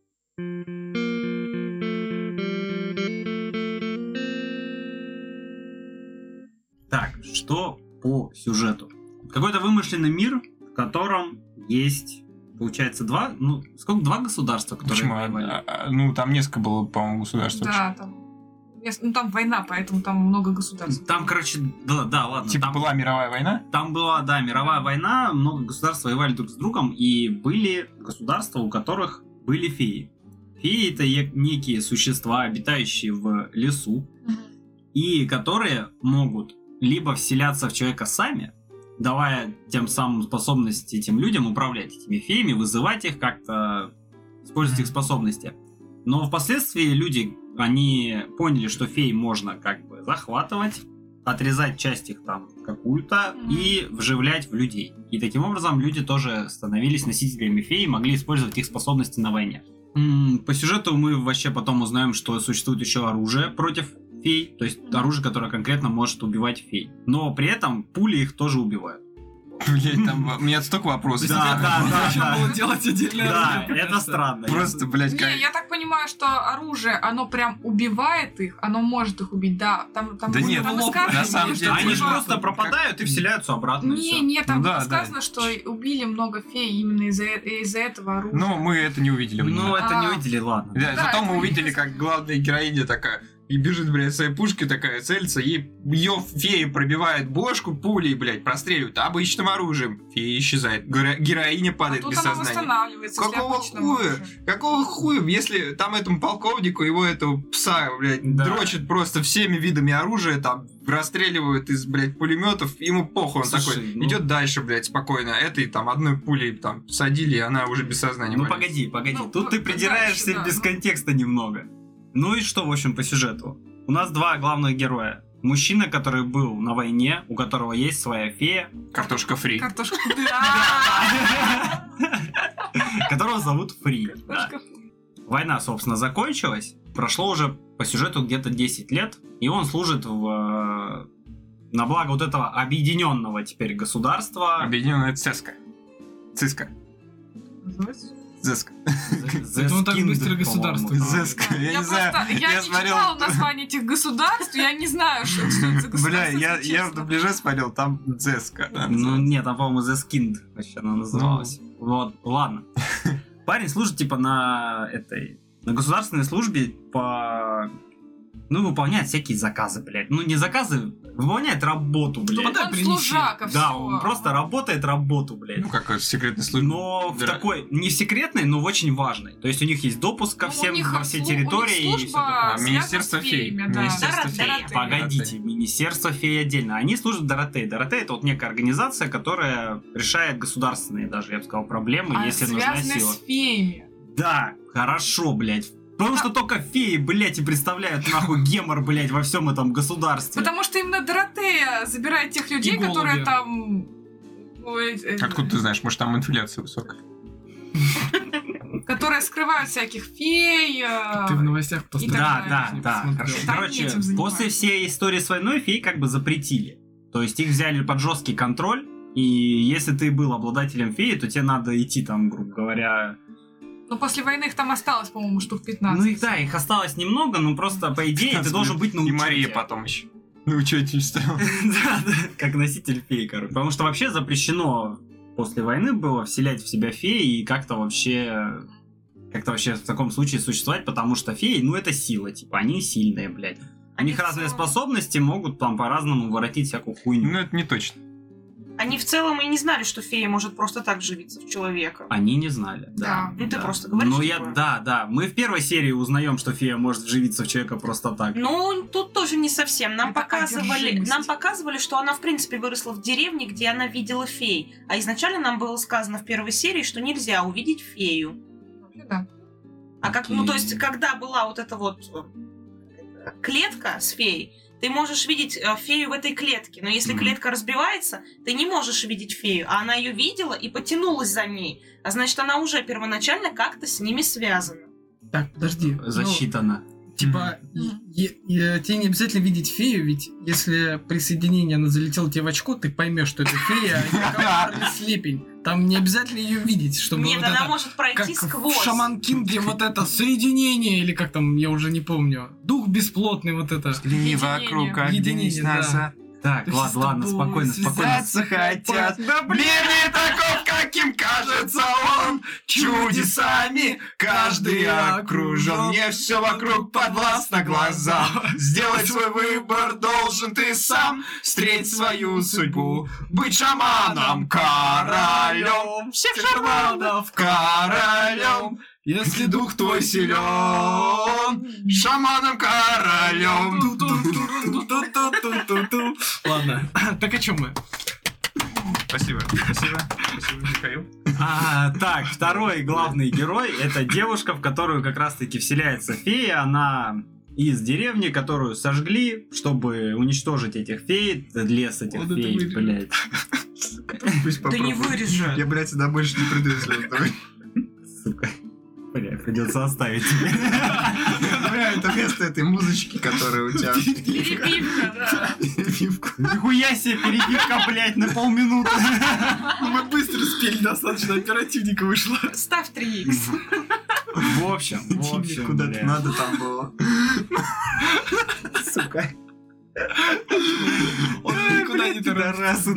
S1: Так, что по сюжету? Какой-то вымышленный мир, в котором есть, получается, два, ну, сколько, два государства, которые
S8: Почему?
S1: воевали?
S8: А, а, Ну, там несколько было, по-моему, государств
S2: Да, там. Яс- Ну там война, поэтому там много государств.
S1: Там, короче, да, да, ладно.
S8: вообще. Типа
S1: там,
S8: была мировая война? [laughs]
S1: там была, да, мировая война, много государств воевали друг с другом, и были государства, у которых были феи. Феи это е- некие существа, обитающие в лесу, и которые могут либо вселяться в человека сами, давая тем самым способность этим людям управлять этими феями, вызывать их как-то, использовать их способности. Но впоследствии люди, они поняли, что фей можно как бы захватывать, отрезать часть их там какую-то
S2: Мгм.
S1: и вживлять в людей. И таким образом люди тоже становились носителями феи и могли использовать их способности на войне. М, По сюжету мы вообще потом узнаем, что существует еще оружие против фей, то есть оружие, которое конкретно может убивать фей. Но при этом пули их тоже убивают.
S8: Блять,
S1: [laughs]
S8: там у меня столько вопросов.
S1: Да, да, [laughs] да,
S4: Зачем
S1: да.
S4: было делать отдельное
S1: Да,
S4: оружие,
S1: это
S4: конечно?
S1: странно.
S8: Просто, блять, как...
S2: Не, я так понимаю, что оружие, оно прям убивает их, оно может их убить, да. Там, там
S8: Да нет,
S2: там
S4: на
S2: сказано,
S8: самом
S2: что
S8: деле,
S1: Они же
S2: типа-
S1: просто пропадают и вселяются обратно. и
S2: Не,
S1: всё.
S2: не, там
S8: Ну да, да.
S2: сказано, что убили много фей именно из-за э- из-за этого оружия.
S8: Но мы это не увидели. в
S1: Ну, э,
S8: аниме.
S1: это не
S2: А.
S1: увидели, ладно.
S8: Да,
S2: Да,
S8: зато мы
S2: это
S8: увидели,
S2: интересно.
S8: как главная героиня такая и бежит, блядь, своей пушки такая целится, ей ее фея пробивает бошку пулей, блядь, простреливают обычным оружием. Фея исчезает. Геро- Героиня
S2: А
S8: падает
S2: тут
S8: без
S2: она
S8: сознания.
S2: восстанавливается. если
S8: Какого
S2: обычно
S8: хуя?
S2: оружие.
S8: Какого хуя, если там этому полковнику его этого пса, блядь,
S1: Да.
S8: дрочат просто всеми видами оружия, там расстреливают из, блядь, пулеметов, ему похуй, он
S1: Слушай,
S8: такой
S1: ну-
S8: идет дальше, блядь, спокойно. Этой там одной пулей там садили, и она уже без сознания.
S1: Ну
S8: валяется.
S1: погоди, погоди,
S2: Ну,
S1: тут ты
S2: ну,
S1: придираешься
S2: дальше, да,
S1: без
S2: ну.
S1: контекста немного. Ну и что, в общем, по сюжету? У нас два главных героя. Мужчина, который был на войне, у которого есть своя фея, [laughs]
S8: Картошка фри.
S2: Картошка.
S3: [laughs]
S1: которого зовут Фри. Да.
S2: Картошка.
S1: Война, собственно, закончилась. Прошло уже по сюжету где-то 10 лет, и он служит в, э, на благо вот этого объединенного теперь государства.
S8: Объединенная Цеска. Циска.
S4: Ну,
S8: Зеска.
S1: [laughs] The
S4: Это он так
S1: Skinned,
S4: быстро
S1: по-моему,
S4: государство
S1: да.
S8: Зеска. [laughs] Я, не знаю.
S2: просто- я не
S8: смотрел-
S2: читала
S8: [laughs]
S2: название этих государств, я не знаю, что что это за государство.
S8: Бля, я,
S2: если
S8: я в
S2: честно.
S8: дубляже смотрел, там Зеска. она
S1: Ну,
S8: называется.
S1: нет, там, по-моему, The Skinned вообще она называлась.
S2: Ну.
S1: Вот,
S2: [laughs]
S1: ладно. Парень служит, типа, на этой... На государственной службе по ну, выполняет всякие заказы, блядь. Ну, не заказы, выполняет работу, блядь.
S4: Ну, подай
S2: он
S4: принеси.
S2: служака,
S1: да,
S2: всё.
S1: он просто работает работу, блядь.
S3: Ну, как э, секретной службы.
S1: Но в
S3: Да.
S1: такой, не в секретной, но в очень важной. То есть у них есть допуск ко
S2: Ну, у
S1: всем,
S2: них
S1: во все
S2: слу- у них
S1: территории. и всё
S2: служба
S1: такое.
S2: связана
S3: Министерство
S2: с
S3: фей.
S2: феями, да.
S3: Министерство
S6: фей.
S2: Доротея.
S6: Погоди.
S1: Погодите, Министерство фей отдельно. Они служат Доротеи. Доротея это вот некая организация, которая решает государственные даже, я бы сказал, проблемы,
S2: А
S1: если нужна
S2: связаны
S1: сила.
S2: с феями.
S1: Да, хорошо, блядь. Потому что только феи, блядь, и представляют нахуй гемор, блядь, во всем этом государстве.
S2: Потому что именно Доротея забирает тех людей,
S4: голуби.
S2: которые там... ой, э,
S3: Откуда ты знаешь? Может, там инфляция высокая?
S2: Которые скрывают всяких фей. э,
S4: Ты в новостях
S2: И
S4: постоянно.
S1: Да,
S2: так
S1: да,
S4: не
S1: да.
S4: посмотрел.
S1: хорошо.
S2: Да, они
S1: Короче,
S2: этим занимаются.
S1: после всей истории с войной феи как бы запретили. То есть их взяли под жесткий контроль, и если ты был обладателем феи, то тебе надо идти там, грубо говоря.
S2: Ну, после войны их там осталось, по-моему, штук 15.
S1: Ну их да, их осталось немного, но просто по идее ты
S3: 15
S1: должен быть на
S3: И
S1: учете.
S3: Мария потом еще. На учете
S8: [laughs]
S3: стала.
S1: [laughs] Да, да, как носитель феи, короче. Потому что вообще запрещено после войны было вселять в себя феи и как-то вообще как-то вообще в таком случае существовать, потому что феи, ну это сила, типа, они сильные, блядь. У
S6: Они
S1: них разные
S6: силы.
S1: способности могут там по-разному воротить всякую хуйню.
S3: Ну, это не точно.
S6: Они в целом и не знали, что фея может просто так живиться в человека.
S1: Они не знали. Да.
S2: Да.
S6: Ну, ты просто говоришь
S1: Ну я,
S6: такое.
S1: да, да. Мы в первой серии узнаем, что фея может вживиться в человека просто так.
S6: Ну, тут тоже не совсем. Нам
S2: Это
S6: показывали,
S2: одержимость.
S6: нам показывали, что она, в принципе, выросла в деревне, где она видела фей. А изначально нам было сказано в первой серии, что нельзя увидеть фею.
S2: Вообще, да.
S6: А как, ну, то есть, когда была вот эта вот э, клетка с феей, ты можешь видеть э, фею в этой клетке, но если
S1: Мгм.
S6: клетка разбивается, ты не можешь видеть фею, а она ее видела и потянулась за ней. А значит, она уже первоначально как-то с ними связана.
S4: Так, подожди. Ну,
S1: Засчитано.
S4: Типа, е- е- тебе не обязательно видеть фею, ведь если при соединении она залетела тебе в очко, ты поймешь, что это фея, а не комар или слепень. Там не обязательно ее видеть, чтобы
S6: Нет,
S4: вот
S6: она
S4: это...
S6: может пройти
S4: Как в
S6: сквозь.
S4: Шаман Кинге вот это соединение, или как там, я уже не помню. Дух бесплотный вот это.
S3: Взгляни вокруг, как
S4: Единение,
S3: Денис
S4: да.
S3: Наса.
S1: Так,
S4: То
S1: ладно,
S4: есть с
S1: ладно,
S4: тобой
S1: спокойно, спокойно.
S4: связаться.
S3: хотят. Мир не таков, каким кажется он. Чудесами каждый окружен. Мне все вокруг подвластно глазам. Сделать свой выбор должен ты сам. Встреть свою судьбу. Быть шаманом, королем. Всех шаманов, королем. Если дух твой силен, шаманом, королем.
S4: Ту-ту-ту-ту-ту-ту-ту-ту. Ладно, так о чем мы?
S3: Спасибо, спасибо, спасибо, Михаил.
S1: А, так, второй главный герой это девушка, в которую как раз-таки вселяется фея. Она из деревни, которую сожгли, чтобы уничтожить этих фей, лес этих
S4: Вот это
S1: фей,
S4: вырежем.
S1: блядь.
S3: Пусть
S6: Да не вырежу.
S3: Я, блядь, сюда больше не приду, если это будет.
S1: Сука. Бля, придется оставить.
S3: Бля, это вместо этой музычки, которая у тебя...
S2: Перебивка, да.
S1: Нихуя себе перебивка, блядь, на полминуты.
S4: Мы быстро спели, достаточно оперативненько вышло.
S6: Ставь 3х.
S1: В общем, в общем,
S3: Куда-то
S1: блядь.
S3: надо там было. Сука.
S4: Он никуда не торопится.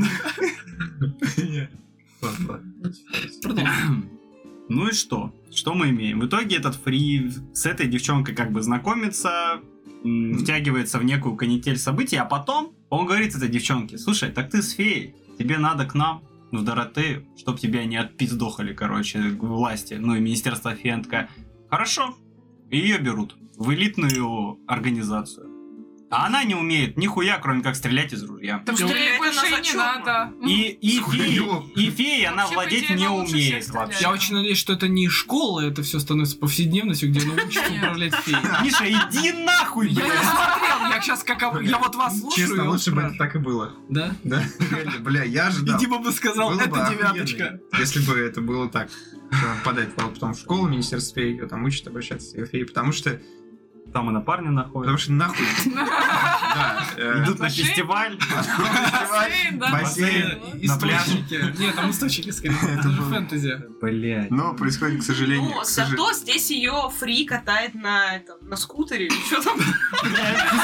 S1: Ну и что? Что мы имеем? В итоге этот Фри с этой девчонкой как бы знакомится, м, втягивается в некую канитель событий, а потом он говорит этой девчонке, слушай, так ты с феей, тебе надо к нам, в Доротею, чтоб тебя не отпиздохали, короче, власти, ну и Министерство феи, Она такая, хорошо, и ее берут в элитную организацию. А она не умеет нихуя, кроме как стрелять из ружья.
S2: Потому что ей
S6: Стреляет
S2: больше
S6: она
S2: и не
S6: зачетно.
S2: надо.
S1: И, и,
S3: С
S1: феей,
S3: хуёв.
S1: и феей она
S2: Вообще, по
S1: владеть
S2: идее,
S1: не
S2: она лучше всех
S1: умеет
S2: стреляет.
S1: вообще.
S4: Я очень надеюсь, что это не школа, это все становится повседневностью, где она учится
S2: Нет.
S4: управлять феей.
S1: Миша, иди нахуй,
S4: Я не
S1: блядь!
S4: смотрел, я сейчас как... об- Я вот вас слушаю. и
S3: Честно,
S4: вот
S3: лучше бы это
S4: спрашиваю.
S3: так и было.
S4: Да?
S3: Да? Реально, Бля, я
S4: И
S3: ожидал.
S4: Дима бы сказал,
S3: Было бы
S4: это
S3: охуенно,
S4: девяточка.
S3: Если бы это было так. Что Подать пал- потом в школу, Министерство фей, её там учат обращаться к феи, потому что,
S1: Там и на парня находит.
S3: потому что нахуй.
S8: а?
S3: Да, э,
S1: Идут на
S2: Отношения?
S1: фестиваль.
S2: Бассейн, да?
S8: Бассейн.
S4: Просто
S8: на пляже.
S4: Э, источники. Нет, там
S3: [laughs]
S4: источники скорее.
S8: Это
S4: Это же
S8: было.
S4: фэнтези.
S1: Блять.
S3: Ну,
S8: Но происходит, к сожалению.
S6: Но
S8: к сожалению.
S6: зато здесь ее фри катает на, этом, на скутере или что там.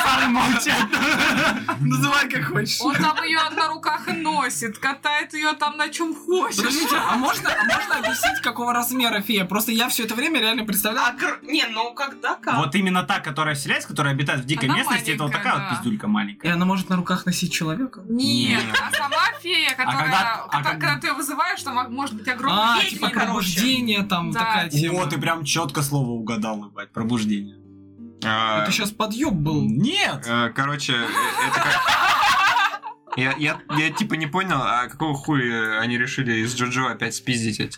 S4: [laughs] Называй как
S2: [laughs]
S4: хочешь.
S2: Он там ее на руках и носит, катает ее там на чем хочешь.
S4: Подождите, а можно, а можно объяснить, какого размера фея? Просто я все это время реально представлял.
S6: А кр- Не, ну когда как?
S1: Вот именно та, которая вселяется, которая обитает в дикой
S2: Она
S1: местности, это вот
S2: маленькая,
S1: такая вот
S2: да.
S1: пиздюлька
S4: И
S1: маленькая.
S4: она может на руках носить человека?
S2: Нет, а сама фея, которая,
S1: когда- а
S2: ката- когда,
S1: как-
S2: ты ее вызываешь, там а, может быть огромный
S4: А,
S6: ведьма,
S4: типа
S2: ведьма,
S6: короче.
S4: пробуждение там
S2: Да.
S4: такая типа. тема.
S1: О, ты прям четко слово угадал, ебать, пробуждение.
S8: [laughs] А,
S4: Это сейчас подъеб был.
S1: Нет!
S8: э, Короче, э, это как... Я, я, я типа не понял, а какого хуя они решили из Джоджо опять спиздить эти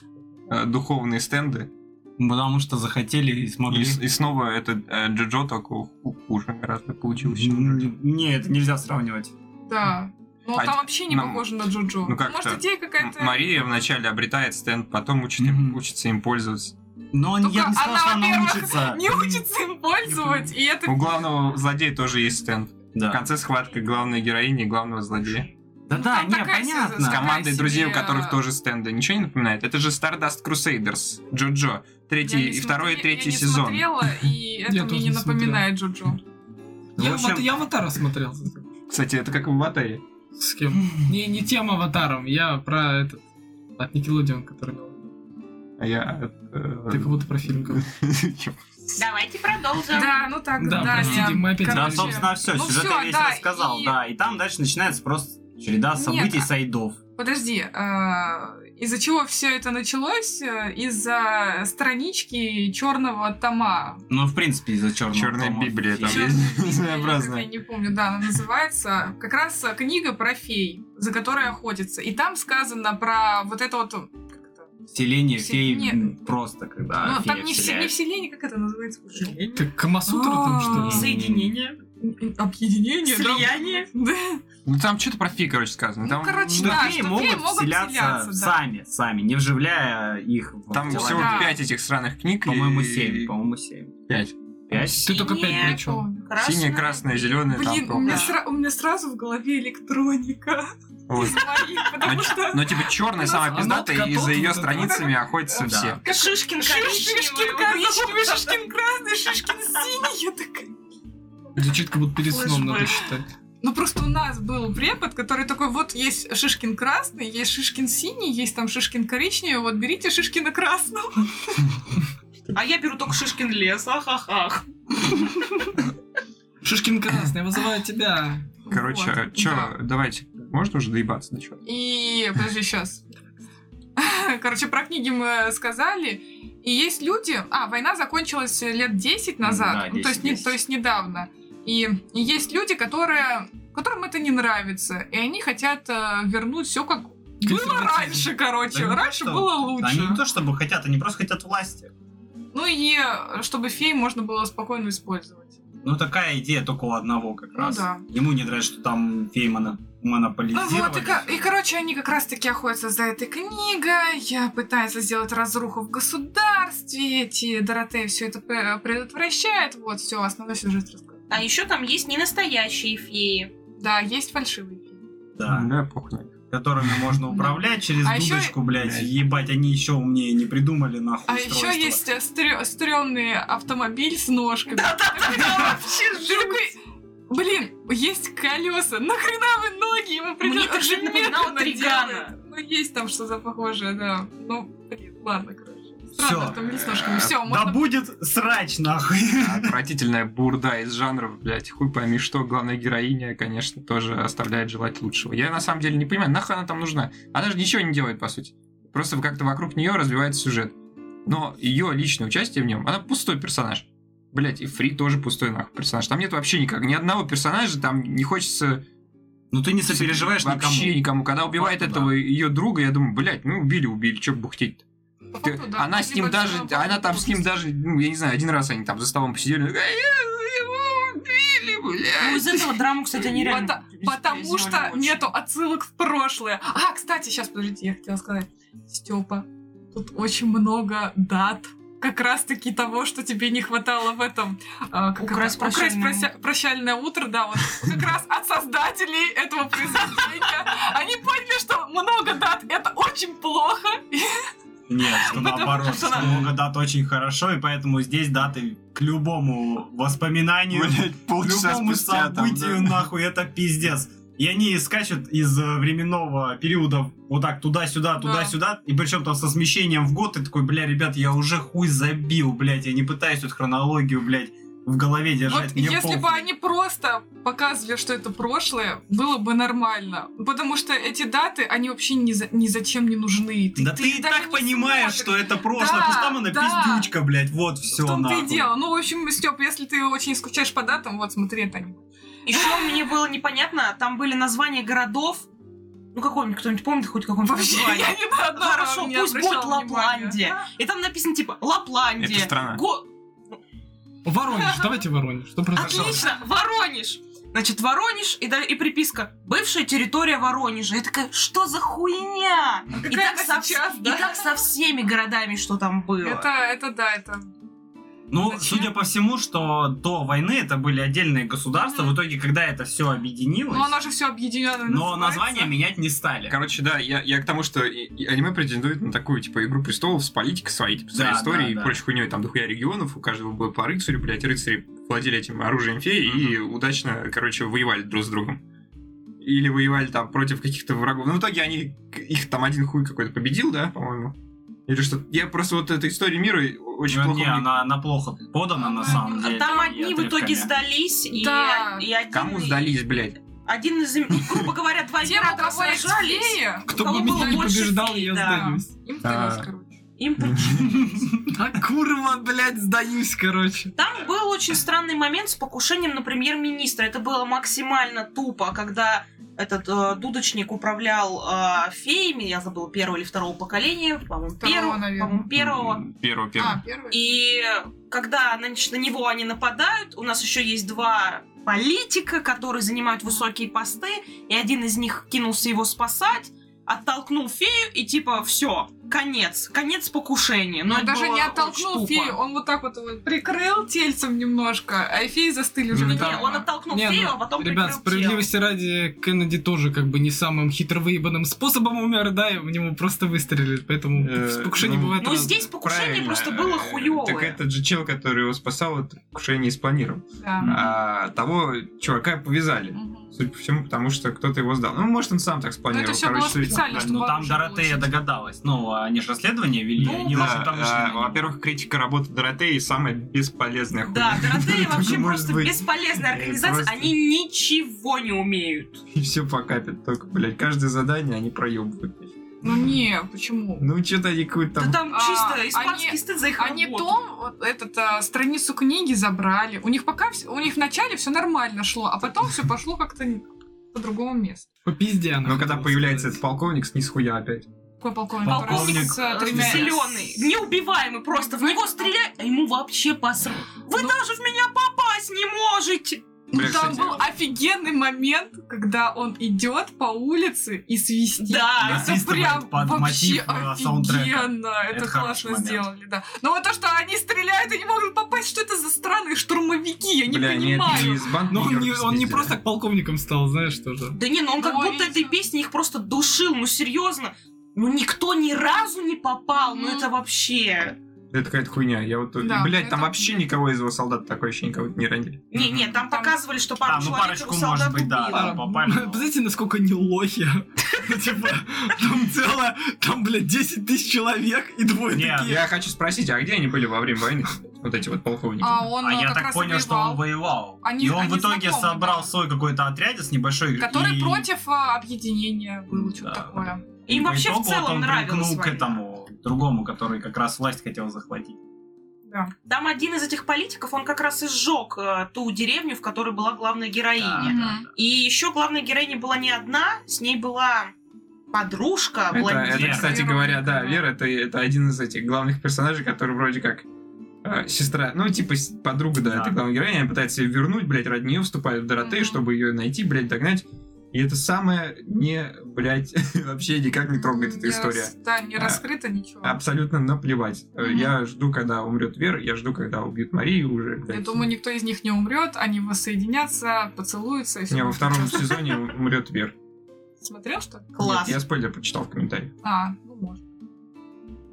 S8: э, духовные стенды?
S1: Потому что захотели и
S8: И,
S1: смогли.
S8: с- и снова это э, Джоджо только ху- хуже гораздо получилось. чем Джоджо.
S1: М, Нет, нельзя сравнивать.
S2: Да. Ну,
S8: А,
S2: там вообще не
S8: нам-
S2: похоже на Джоджо.
S8: ну, как
S2: Может,
S8: это?
S2: идея какая-то...
S8: М- Мария вначале обретает стенд, потом учит им-
S1: Мгм.
S8: учится им пользоваться.
S1: Но
S2: Только
S1: я бы не сказал,
S2: она,
S1: что она
S2: во-первых,
S1: учится.
S2: [laughs] Не учится им пользовать, и это...
S8: У главного злодея тоже есть стенд. В
S1: Да.
S8: конце схватка главной героини и главного злодея.
S1: Да, да,
S2: там
S1: не,
S2: такая вся
S1: понятно.
S8: С командой
S2: Такая
S8: друзей, у
S2: себе,
S8: которых
S2: а.
S8: тоже стенды. Ничего не напоминает? Это же Stardust Crusaders, Джо-Джо.
S2: Я
S8: Третий,
S2: не
S8: и второй и
S2: смотре- я
S8: третий
S2: не
S8: сезон.
S2: смотрела, и это
S4: Я
S2: мне
S4: тоже
S2: не
S4: не смотрел.
S2: напоминает Джоджо.
S4: Я,
S8: В общем-
S4: ават- я аватара смотрел.
S8: Кстати, это как в Аватаре.
S4: С кем? Не, не тем аватаром, я про этот. От Никелодион, который был.
S8: А я... э,
S4: Ты как будто про фильм говорил.
S8: [laughs] Типа,
S6: Давайте продолжим.
S2: Да, ну так,
S4: Да,
S2: да.
S4: простите,
S2: я-
S4: мы опять-
S2: короче,
S1: Да,
S4: Да,
S1: собственно, все,
S2: ну
S1: сюжет
S2: всё,
S1: я весь
S2: да,
S1: рассказал,
S2: и-
S1: да. И там дальше начинается просто череда
S2: Нет,
S1: событий
S2: а-
S1: сайдов.
S2: Подожди, а, из-за чего все это началось? Э, Из-за странички черного тома.
S1: Ну, в принципе, из-за черного
S8: Черная
S1: тома.
S8: Библия там
S1: Чёрная
S8: есть. [laughs]
S2: Я
S8: Своеобразная.
S2: не помню, да, она называется. Как раз э, книга про фей, за которой охотятся. И там сказано про вот это вот... м, как это?
S1: Вселение
S2: Все-
S1: феи
S2: нет.
S1: м, просто, когда
S2: ну,
S1: фея
S2: там не, вс- не
S1: вселяется.
S2: вселение, как это называется?
S4: Ты Камасутра там что ли?
S2: А.
S6: Соединение.
S2: М, Объединение, да?
S6: Слияние.
S2: Да.
S8: Ну там что-то про фи, короче, сказано.
S2: Ну,
S8: Там,
S2: короче,
S1: Ну,
S2: да,
S1: феи
S2: что
S1: могут
S2: феи могут
S1: вселяться,
S2: вселяться, да.
S1: сами, сами, не вживляя их в
S8: там
S1: тела.
S8: всего
S2: Да.
S8: пять этих сраных книг. и-
S1: По-моему, семь, по-моему, семь.
S8: Пять.
S1: Пять?
S4: Ты только пять
S6: Синее.
S4: причем.
S8: Синяя, красная, зеленая, Ну, там.
S2: Блин, у меня,
S8: по-моему.
S2: сра- у меня сразу в голове электроника.
S8: Вот.
S2: [laughs] Из моих, потому
S8: Ну, ч-
S2: что...
S8: Ну, типа, черная самая
S4: Она
S8: пиздатая,
S4: ткатот
S8: и за
S4: вот
S8: ее
S4: это.
S8: страницами охотятся
S1: Да.
S8: все.
S2: Как
S6: Шишкин коричневый.
S2: Шишкин
S6: вот
S2: коричневый,
S6: это вот.
S2: шишкин красный, шишкин синий. Я такая...
S4: Звучит, как будто перед сном надо
S6: Флешбэк.
S4: считать.
S2: Ну просто у нас был препод, который такой, вот есть шишкин красный, есть шишкин синий, есть там шишкин коричневый, вот берите шишкина красного.
S6: А я беру только Шишкин лес. Ахахах.
S4: Шишкин красный, я вызываю тебя.
S8: Короче, а
S2: Вот,
S8: чё,
S2: да.
S8: давайте, можно уже доебаться до чего?
S2: И подожди, сейчас. [laughs] Короче, про книги мы сказали. И есть люди... А, война закончилась лет 10
S1: Да,
S2: назад. ну, то, есть,
S1: 10,
S2: не-
S1: 10.
S2: то есть недавно. И, и есть люди, которые, которым это не нравится. И они хотят э, вернуть все как было
S4: Консерватизм.
S2: раньше, короче.
S1: Да ну
S2: раньше
S1: что?
S2: было лучше.
S1: Они не то чтобы хотят, они просто хотят власти.
S2: Ну и э, чтобы фей можно было спокойно использовать.
S1: Ну, такая идея только у одного как
S2: Ну
S1: раз.
S2: да.
S1: Ему не нравится, что там феи моно-
S2: Ну
S1: монополизировали.
S2: вот, и, ко- и, короче, они как раз-таки охотятся за этой книгой, я пытаются сделать разруху в государстве, эти Доротеи все это пре- предотвращает, вот, все, основной сюжет рассказан.
S6: А еще там есть ненастоящие феи.
S2: Да, есть фальшивые фильмы.
S1: Да.
S8: Да, похуй. на них.
S1: которыми можно управлять через
S2: А ещё-
S1: дудочку, блядь. Ебать, они еще умнее не придумали нахуй
S2: А
S1: устройство.
S2: еще есть э, стрё- стрёмный автомобиль с ножками. [laughs] Ты такой, Блин, есть колеса, нахрена вы ноги ему
S6: Мне
S2: придёт-
S6: так
S2: он же
S6: же напоминало
S2: метры
S6: Тригана.
S2: наделает. Ну, есть там что-то похожее, да. Ну, блин, ладно, короче.
S1: Всё. Э,
S2: Странно, автомобиль с ножками. Все,
S1: Да
S2: а можно
S1: будет срач, нахуй.
S8: Отвратительная бурда из жанров, блядь, хуй пойми что. Главная героиня, конечно, тоже оставляет желать лучшего. Я на самом деле не понимаю, нахуй она там нужна? Она же ничего не делает, по сути. Просто как-то вокруг нее развивается сюжет. Но ее личное участие в нем, она пустой персонаж. Блять, и Фри тоже пустой нахуй персонаж. Там нет вообще никак, ни одного персонажа, там не хочется
S1: Ну ты не сопереживаешь
S8: вообще
S1: никому.
S8: никому. Когда убивает
S1: Факту,
S8: этого ее друга, я думаю, блять, ну убили, убили, чё бухтеть-то?
S2: По
S8: Ты-
S2: факту, да.
S8: она с ним
S2: Либо
S8: даже,
S2: всё равно
S8: она там с ним
S2: будет.
S8: даже, ну, я не знаю, один раз они там за столом посидели, «Э, его убили,
S6: Ну,
S8: блядь.
S6: из этого драму, кстати, они реально...
S2: Пота- Потому что нету отсылок в прошлое. А, кстати, сейчас, подождите, я хотела сказать. Степа, тут очень много дат как раз-таки того, что тебе не хватало в этом. а, как
S6: Украсть
S2: это? Украсть
S6: прощальное
S2: прося- прощальное утро, да, вот как раз от создателей этого [laughs] произведения. Они поняли, что много дат — это очень плохо. И
S1: Нет, что
S2: [laughs] Потому
S1: наоборот,
S2: что
S1: что много дат очень хорошо, и поэтому здесь даты к любому воспоминанию,
S8: Блядь,
S1: к
S8: полчаса
S1: любому
S8: спустя там,
S1: событию,
S8: да.
S1: нахуй, это пиздец. И они скачут из э, временного периода вот так туда-сюда, туда-сюда, и причем там со смещением в год, и такой, бля, ребят, я уже хуй забил, блядь, я не пытаюсь тут хронологию, блядь, в голове держать.
S2: Вот
S1: мне
S2: если бы
S1: похуй.
S2: они просто показывали, что это прошлое, было бы нормально. Потому что эти даты, они вообще ни, за- ни зачем не нужны.
S1: Да ты, и
S2: даже
S1: так
S2: не
S1: понимаешь,
S2: смотришь.
S1: что это прошлое,
S2: Да,
S1: потому что там она
S2: да.
S1: пиздючка, блядь, вот
S2: В
S1: все,
S2: том-то
S1: нахуй.
S2: и дело. Ну, в общем, Степ, если ты очень скучаешь по датам, вот смотри это аниме.
S6: Еще мне было непонятно, там были названия городов. Ну, какой-нибудь кто-нибудь помнит хоть какое-нибудь
S2: Вообще,
S6: название?
S2: я ни на одно
S6: Хорошо,
S2: не
S6: пусть
S2: обращала
S6: будет
S2: внимания.
S6: Лапландия. И там написано типа
S3: Это
S6: Лапландия.
S3: страна.
S6: Го-
S4: Воронеж, давайте Воронеж. Что
S6: Ну,
S4: произошло?
S6: Отлично, Воронеж. Значит, Воронеж и, да- и приписка «Бывшая территория Воронежа». Я такая, что за хуйня? И
S2: А какая
S6: так,
S2: она
S6: со, вс-
S2: сейчас,
S6: и
S2: да?
S6: так со всеми городами, что там было.
S2: Это, это да, это.
S1: Ну,
S2: Зачем?
S1: судя по всему, что до войны это были отдельные государства.
S2: Мгм.
S1: В итоге, когда это все объединилось,
S2: Ну, оно же все объединено.
S1: но названия менять не стали.
S8: Короче, да, я, я к тому, что и- и аниме претендует на такую, типа, Игру престолов с политикой своей, типа, своей
S1: Да,
S8: историей
S1: да,
S8: и
S1: да.
S8: прочей хуйней, там, дохуя регионов, у каждого было по рыцарю, блядь, рыцари владели этим оружием феи и удачно, короче, воевали друг с другом. Или воевали там против каких-то врагов. Ну, в итоге они, к- их там один хуй какой-то победил, да, по-моему? Или что? Я просто вот эту историю мира очень
S1: Ну,
S8: плохо...
S1: не,
S8: мне-
S1: она, она плохо подана на
S2: Она-
S1: самом деле.
S6: А Там
S1: и
S6: одни в
S1: отрывками.
S6: итоге сдались, и,
S2: Да.
S6: и один...
S8: Кому сдались, блядь?
S1: А,
S6: Один из, им- ну, грубо говоря, два
S2: Тема
S6: героя
S2: про
S6: сражались.
S4: Кто
S6: у
S4: бы
S6: кого было
S4: меня не
S6: больше
S4: побеждал,
S6: фей,
S4: я
S6: да.
S4: сдаюсь.
S2: Им
S8: А.
S2: сдалось, короче.
S6: Им при-
S4: А Курова, блядь, сдаюсь, короче.
S6: Там был очень странный момент с покушением на премьер-министра. Это было максимально тупо, когда этот э, дудочник управлял э, феями, я забыла, первого или второго поколения, по-моему,
S2: Второго,
S6: первого,
S2: наверное.
S6: по-моему, первого.
S8: М, Первого, первого.
S2: А, первый.
S6: И когда на, на него они нападают, у нас еще есть два политика, которые занимают высокие посты, и один из них кинулся его спасать, оттолкнул фею и типа все, конец, конец покушения. Но
S2: Ну, Он
S6: Ну, это
S2: даже
S6: было
S2: не
S6: очень
S2: оттолкнул
S6: тупо.
S2: фею, он вот так вот его прикрыл тельцем немножко, а и феи застыли уже.
S8: Ну,
S6: Не,
S2: на
S8: там-
S2: нем.
S6: он оттолкнул
S4: Не,
S6: фею,
S4: ну,
S6: а потом
S4: Ребят,
S6: прикрыл тело.
S4: справедливости ради, Кеннеди тоже как бы не самым хитровыебанным способом умер, да, и в него просто выстрелили, поэтому
S8: Э,
S4: с покушений
S8: ну,
S4: бывает
S6: Ну,
S4: разное.
S6: здесь покушение
S8: Правильно.
S6: просто было
S8: Э,
S6: хуёвое.
S8: Так этот же чел, который его спасал, это покушение и спланировал.
S2: Да. Ну,
S8: А того чувака повязали.
S2: Мгм.
S8: Судя по всему, потому что кто-то его сдал. Ну, может, он сам так
S2: Ну, это
S8: спланировал.
S2: все было
S8: короче, судя-
S2: специально,
S1: Да,
S2: чтобы
S1: ну там
S2: оружие
S1: Доротея
S2: получить.
S1: догадалась. Ну, они же расследование вели,
S2: Ну,
S1: они
S8: Да,
S1: очень там
S8: а,
S1: шли на него.
S8: во-первых, критика работы Доротеи самая бесполезная
S6: Да,
S8: хуйня. [laughs]
S6: Доротея вообще
S8: Может
S6: просто
S8: быть.
S6: бесполезная
S8: Э,
S6: организация,
S8: просто.
S6: они ничего не умеют.
S8: [laughs] И все покапит только, блядь. Каждое задание они проебывают.
S2: Ну не, почему?
S8: Ну, что-то они
S6: Да
S8: какую-то там...
S6: там
S2: А,
S6: чисто испанский
S2: они-
S6: стыд за их
S2: Они
S6: работу.
S2: том, вот этот, а, страницу книги забрали. У них пока, вс- у них вначале все нормально шло, а потом все пошло как-то не- по другому месту.
S4: По пизде она
S8: Но когда
S4: хотела
S8: появляется
S4: сказать.
S8: этот полковник, с нихуя опять.
S2: Какой полковник?
S1: Полковник,
S2: Который с, а,
S6: Э,
S2: тремя-
S6: Зеленый, неубиваемый просто, в него стреляют, а ему вообще посрать. Вы даже в меня попасть не можете!
S2: Ну,
S8: Бля,
S2: там
S8: кстати.
S2: был офигенный момент, когда он идет по улице и свистит.
S6: Да,
S2: Это
S1: Насвистывает
S2: прям
S1: под
S2: вообще
S1: мотив, э, саундтрека.
S2: офигенно. Это,
S1: Это хороший
S2: классно
S1: момент.
S2: сделали, да. Но вот то, что они стреляют и не могут попасть, что это за странные штурмовики, я не
S8: Бля, они это не
S2: понимаю. Ну,
S8: из банд
S4: Но он не,
S8: Нью-Йорка
S4: он не
S8: спиздили.
S4: просто к полковникам стал, знаешь, тоже.
S6: Да не, ну он как
S2: Ну,
S6: будто
S2: видите.
S6: этой песни их просто душил, ну серьезно. Ну никто ни разу не попал, ну это вообще...
S8: Это какая-то хуйня. Я вот...
S2: Да,
S8: блядь, там
S2: это-
S8: вообще никого из его солдат такое ощущение, кого не ранили.
S6: Не, не,
S2: Там-
S6: там показывали, что пару
S1: А, ну
S6: человек
S1: парочку,
S6: у солдат
S1: может быть, да,
S6: убило.
S1: там
S4: [laughs]
S1: попали. но-
S4: Знаете, насколько не лохи? [laughs] Ну, Типа, там целое, там, блядь, 10 тысяч человек и двое
S1: Не,
S4: такие.
S8: Я хочу спросить, а где они были во время войны? Вот эти вот полковники.
S2: А он
S1: А
S2: э,
S1: я
S2: как
S1: так
S2: раз
S1: понял,
S2: и
S1: что он
S2: воевал,
S1: воевал.
S2: Они-
S1: и он
S2: они
S1: в итоге
S2: знакомы,
S1: собрал
S2: да.
S1: свой какой-то отряд с небольшой...
S2: который
S1: и-
S2: против э, объединения был, что-то
S1: Да.
S2: такое.
S6: Им
S1: и по
S6: вообще в
S1: итогу вот
S6: целом
S1: он
S6: нравилось.
S1: примкнул к этому другому, который как раз власть хотел захватить.
S2: Да.
S6: Там один из этих политиков, он как раз и сжег э, ту деревню, в которой была главная героиня.
S2: Мгм.
S6: И еще главная героиня была не одна, с ней была подружка,
S8: Это,
S6: блондинка.
S8: это,
S1: Вера.
S8: кстати
S2: Вера
S8: говоря,
S2: Рудникова.
S8: да, Вера, это, это один из этих главных персонажей, который вроде как э, сестра, ну, типа с- подруга, да,
S1: Да.
S8: этой главной героини, она пытается ее вернуть, блядь, ради нее вступает в Доротею,
S2: Мгм.
S8: чтобы ее найти, блядь, догнать. И это самое не, блядь, [laughs] вообще никак не трогает эта
S2: Не
S8: история.
S2: рас- Да, не
S8: А.
S2: раскрыто ничего.
S8: Абсолютно наплевать. Э,
S2: Мгм.
S8: Я жду, когда умрет Вера, я жду, когда убьют Марию уже.
S2: Я
S8: блядь.
S2: думаю, никто из них не умрет, они воссоединятся, поцелуются. и всё
S8: Не, во
S2: будет
S8: втором
S2: прекрасно.
S8: сезоне умрет Вера.
S2: Смотрел, что ли?
S6: Класс.
S8: Нет, я спойлер прочитал в комментариях.
S2: А, ну, может.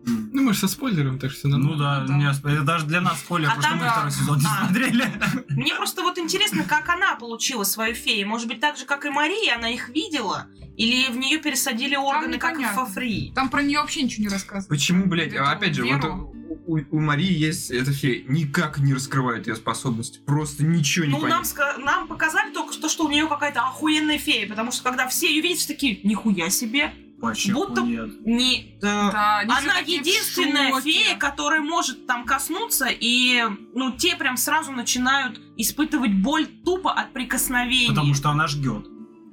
S4: Ну, мы же со спойлером, так что все нормально.
S1: Ну да,
S2: да.
S1: не осп- это даже для нас спойлер,
S6: А
S1: потому что
S6: там,
S1: мы
S6: да.
S1: второй сезон не
S6: А.
S1: смотрели. [laughs]
S6: Мне просто вот интересно, как она получила свою фею. Может быть, так же, как и Мария, она их видела? Или в нее пересадили органы, как и в
S2: непонятно.
S6: Фафри?
S2: Там про нее вообще ничего не рассказывают.
S8: Почему, блядь, а
S2: Эту
S8: опять же, вот
S2: Веру.
S8: у, у Марии есть эта фея, никак не раскрывает ее способности, просто ничего не
S6: Ну, нам,
S8: понятно.
S6: ска- нам показали только что, что у нее какая-то охуенная фея, потому что когда все ее видят, все такие, нихуя себе. Будто
S1: нет.
S6: Не, э,
S2: Да, они все
S6: Она
S2: такие в
S6: единственная
S2: шоке.
S6: фея, которая может там коснуться, и ну те прям сразу начинают испытывать боль тупо от прикосновения.
S1: Потому что она жгет.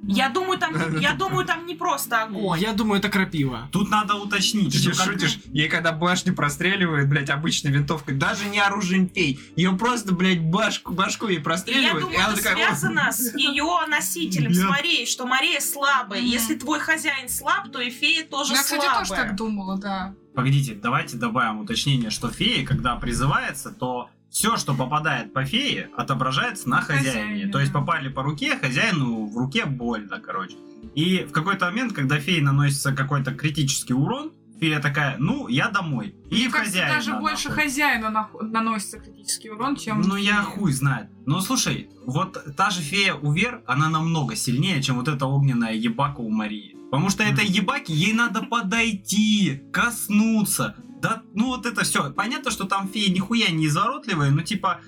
S6: Я думаю,
S8: [laughs]
S6: там, я думаю, там не просто огонь.
S4: Я думаю, это крапива.
S1: Тут надо уточнить,
S8: Ты
S1: что
S8: же
S1: как-
S8: шутишь, ей когда башню простреливает, блядь, обычной винтовкой, даже не оружием фей, ее просто, блядь, башку, башку ей
S6: И я
S8: простреливают,
S6: думаю,
S8: и она
S6: это
S8: такая, «О,
S6: связано с ее носителем, с
S1: Я-
S6: Марией, что Мария слабая.
S2: Мгм.
S6: Если твой хозяин слаб, то и фея тоже
S2: Я, кстати,
S6: слабая.
S2: тоже так думала, да.
S1: Погодите, давайте добавим уточнение, что феи, когда призывается, то все, что попадает по фее, отображается на хозяине.
S2: Хозяине,
S1: То есть
S2: да.
S1: попали по руке, хозяину в руке больно, короче. И в какой-то момент, когда феи наносится какой-то критический урон, фея такая, ну, я домой. И
S2: Мне
S1: в
S2: кажется,
S1: хозяина.
S2: даже больше
S1: нахуй.
S2: хозяина нах- наносится критический урон, чем...
S1: Ну, я
S2: фея.
S1: хуй знает. Ну, слушай, вот та же фея Увер, она намного сильнее, чем вот эта огненная ебака у Марии. Потому что этой ебаке ей надо подойти, коснуться. Да, ну вот это все. Понятно, что там фея нихуя не изворотливая, но типа,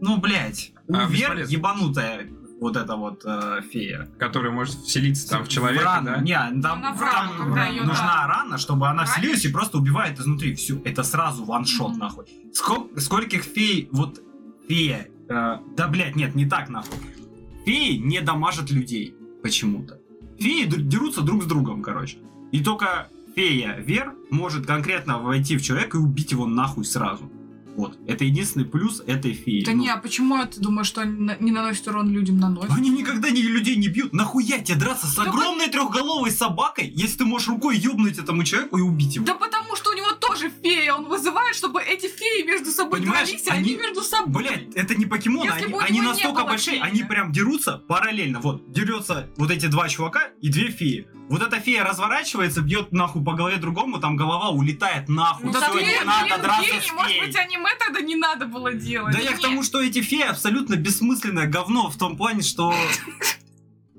S1: ну, блядь,
S8: А,
S1: Увер
S8: бесполезно.
S1: ебанутая вот эта вот э, фея.
S8: который может вселиться там в человека,
S1: рану.
S8: да?
S1: Не, там,
S2: Она в рану,
S1: там
S2: когда её,
S1: нужна рана, чтобы она
S2: Ранишь?
S1: вселилась и просто убивает изнутри. Всю, это сразу ваншот,
S2: Мгм.
S1: нахуй. Сколько, скольких фей, вот фея, э, да, блядь, нет, не так, нахуй. Феи не дамажат людей почему-то. Феи др- дерутся друг с другом, короче. И только фея Вер может конкретно войти в человека и убить его нахуй сразу. Вот. Это единственный плюс этой феи.
S2: Да
S1: Ну,
S2: не, а почему ты думаешь, что они на- не наносят урон людям наносят?
S1: они никогда не, людей не бьют. Нахуя тебе драться с
S2: Да
S1: огромной трехголовой собакой, если ты можешь рукой ёбнуть этому человеку и убить его?
S2: Да потому что у него тоже фея, он вызывает, чтобы эти феи между собой
S1: Понимаешь,
S2: дрались, а они
S1: они-
S2: между собой.
S1: Блять, это не покемоны,
S2: Если
S1: они,
S2: бы у
S1: они
S2: него не
S1: настолько
S2: было
S1: большие,
S2: феи.
S1: они прям дерутся параллельно. Вот, дерется вот эти два чувака и две феи. Вот эта фея разворачивается, бьет нахуй по голове другому, там голова улетает нахуй.
S2: Ну,
S1: Всё,
S2: да ты,
S1: не
S2: блин,
S1: надо драться
S2: гений,
S1: с
S2: может
S1: феей.
S2: быть, аниме тогда не надо было делать.
S1: Да я к тому, что эти феи абсолютно бессмысленное говно в том плане, что...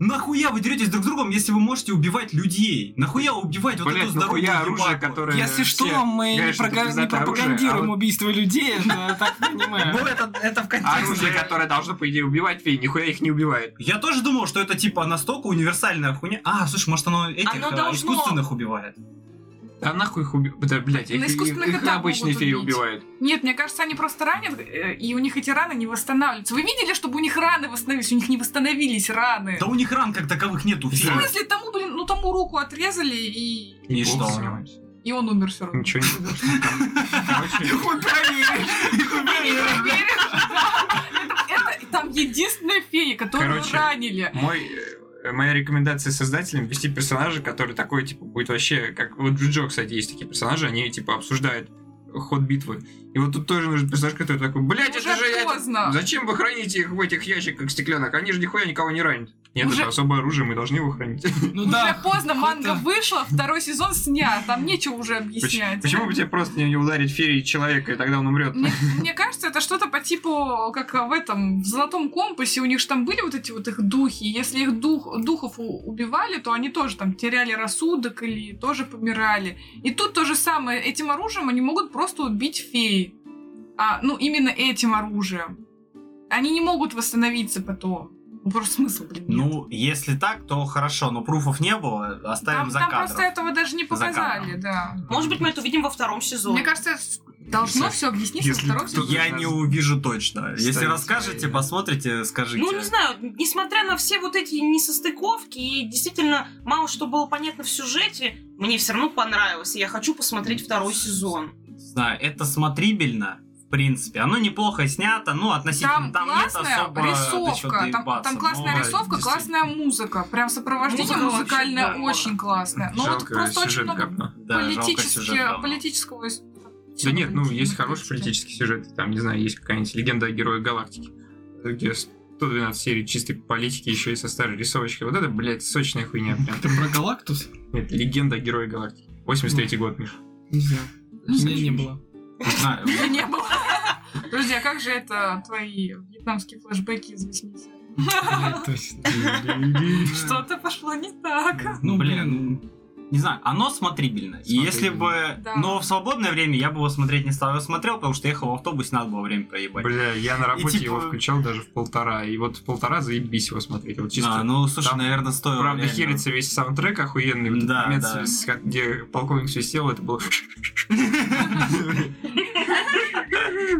S1: Нахуя вы деретесь друг с другом, если вы можете убивать людей? Нахуя убивать вот
S8: Блядь,
S1: эту
S8: ну
S1: здоровую
S8: хуя оружие,
S1: ебаку?
S8: которое...
S4: Если
S8: все-
S4: что, мы не,
S8: говорят, что это
S4: прога- не
S8: пиздатое оружие,
S4: пропагандируем
S8: а вот-
S4: убийство людей, это так
S1: Ну,
S4: понимаю.
S1: это, это в контексте.
S8: А Оружие, которое должно, по идее, убивать фей, нихуя их не убивает.
S1: Я тоже думал, что это типа настолько универсальная хуйня. А, слушай, может оно этих
S6: Оно
S1: э,
S6: должно.
S1: искусственных убивает?
S8: Да нахуй их убивают. Да, блядь,
S2: На
S6: Ну,
S8: их, их,
S2: искусственных
S8: их
S2: этапах
S8: обычные
S2: могут
S8: феи
S2: убить.
S8: убивают.
S2: Нет, мне кажется, они просто ранят, э, и у них эти раны не восстанавливаются. Вы видели, чтобы у них раны восстановились? У них не восстановились раны.
S1: Да у них ран как таковых нету.
S2: В
S1: феи.
S2: смысле, тому, блин, ну тому руку отрезали, и,
S1: И что?
S8: Бог с ним.
S2: и он умер все равно.
S8: Ничего
S6: [laughs]
S8: не
S2: Умер.
S8: Короче,
S2: Это там единственная фея, которую
S8: Короче,
S2: ранили.
S8: Мой, э, моя рекомендация создателям вести персонажа, который такой, типа, будет вообще, как вот в Джуджо, кстати, есть такие персонажи, они, типа, обсуждают ход битвы. И вот тут тоже нужен персонаж, который такой, блядь,
S2: Уже
S8: это же я-
S2: поздно.
S8: Зачем вы храните их в этих ящиках стеклянных? Они же нихуя никого не ранят. Нет,
S2: Уже-
S8: это особое оружие, мы должны его хранить. [laughs]
S4: Ну
S2: Уже
S4: да.
S2: поздно, манга
S4: какой-то-
S2: вышла, второй сезон снят, там нечего уже
S8: Поч-
S2: объяснять.
S8: Почему бы тебе просто не ударить феей человека, и тогда он умрет?
S2: Мне, мне кажется, это что-то по типу, как в этом, в Золотом Компасе, у них же там были вот эти вот их духи, и если их дух, духов у- убивали, то они тоже там теряли рассудок или тоже помирали. И тут то же самое, этим оружием они могут просто убить феи. А, ну, именно этим оружием. Они не могут восстановиться потом. Ну, просто смысл, блин, нет.
S1: Ну, если так, то хорошо, но пруфов не было, оставим
S2: там,
S1: за
S2: там
S1: кадром.
S2: просто этого даже не
S1: За кадром.
S2: показали, да.
S6: Может быть, мы это увидим во втором сезоне.
S2: Мне кажется, с- должно все объясниться во
S8: если
S2: втором
S8: кто-то-
S2: сезоне.
S1: Я
S8: Тут
S1: не
S8: раз-
S1: увижу точно. Если
S8: Ставить
S1: расскажете,
S8: свои.
S1: посмотрите, скажите.
S6: Ну, не знаю, несмотря на все вот эти несостыковки, и действительно мало что было понятно в сюжете, мне все равно понравилось, и я хочу посмотреть второй сезон.
S1: Знаю, это смотрибельно в принципе. Оно неплохо снято, ну, относительно.
S2: Там,
S1: Там, нет
S2: классная
S1: особо а,
S2: рисовка,
S1: дочёта и
S2: там,
S1: баца,
S2: там классная
S1: но,
S2: рисовка,
S1: действительно.
S2: классная музыка. Прям сопровождение
S6: Музыка вообще,
S2: музыкальное
S6: да.
S2: очень классное. Ну вот
S8: Жалко,
S2: просто очень
S8: сюжет
S2: много
S8: говно.
S1: Да, жалко
S2: политически-
S1: сюжет говно.
S2: политического... ис-
S8: Да нет, ну, есть
S2: политических
S8: хороший
S2: политических.
S8: политический сюжет. Там, не знаю, есть какая-нибудь легенда о Герое Галактики, где 112 серий чистой политики, еще и со старой рисовочкой. Вот это, блядь, сочная хуйня [laughs] прям.
S4: Это про Галактус?
S8: Нет, легенда о Герое Галактики. 83-й год, Миша.
S4: Не знаю.
S2: Ну,
S4: У меня не было.
S1: Не
S2: [laughs]
S1: знаю. ну,
S2: Да не было. Подожди, а как же это твои вьетнамские флешбеки из 80-х?
S4: Блядь, точно.
S2: Что-то пошло не так.
S1: Ну,
S4: Ну,
S1: блин.
S4: блин.
S1: Не знаю, оно смотрибельно. И если бы...
S2: Да.
S1: Но в свободное время я бы его смотреть не стал. Я смотрел, потому что ехал в автобусе, надо было время проебать.
S8: Бля, я на работе
S1: типа-
S8: его включал даже в полтора. И вот в полтора заебись его смотреть. Вот чисто...
S1: А, ну, слушай,
S8: там
S1: наверное, стоило
S8: Правда,
S1: реально.
S8: херится весь саундтрек охуенный. Вот этот
S1: Да,
S8: момент,
S1: да.
S8: с- как- где полковник свистел, это было...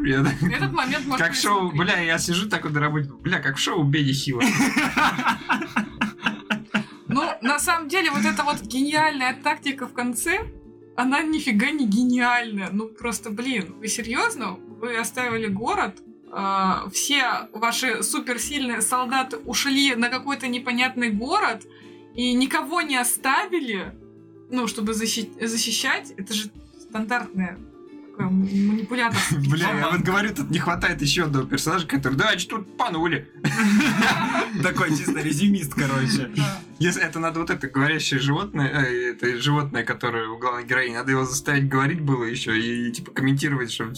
S8: Я так-
S2: Этот момент можно
S8: Как шоу,
S2: пересмотреть.
S8: бля, я сижу такой на работе, бля, как в шоу Бенни Хилла.
S2: Ну, на самом деле, вот эта вот гениальная тактика в конце, она нифига не гениальная. Ну, просто, блин, вы серьезно? Вы оставили город, а, все ваши суперсильные солдаты ушли на какой-то непонятный город и никого не оставили, ну, чтобы защи- защищать. Это же стандартная такая м- манипуляторская
S8: [laughs] [laughs] Бля, я
S2: тема.
S8: вот говорю, тут не хватает еще одного персонажа, который, да, что тут панули.
S1: [laughs] Такой чисто резюмист,
S2: [laughs]
S1: короче.
S2: Да.
S8: Если это надо вот это говорящее животное, э, это животное, которое у главной героини, надо его заставить говорить было еще и, типа комментировать, что вы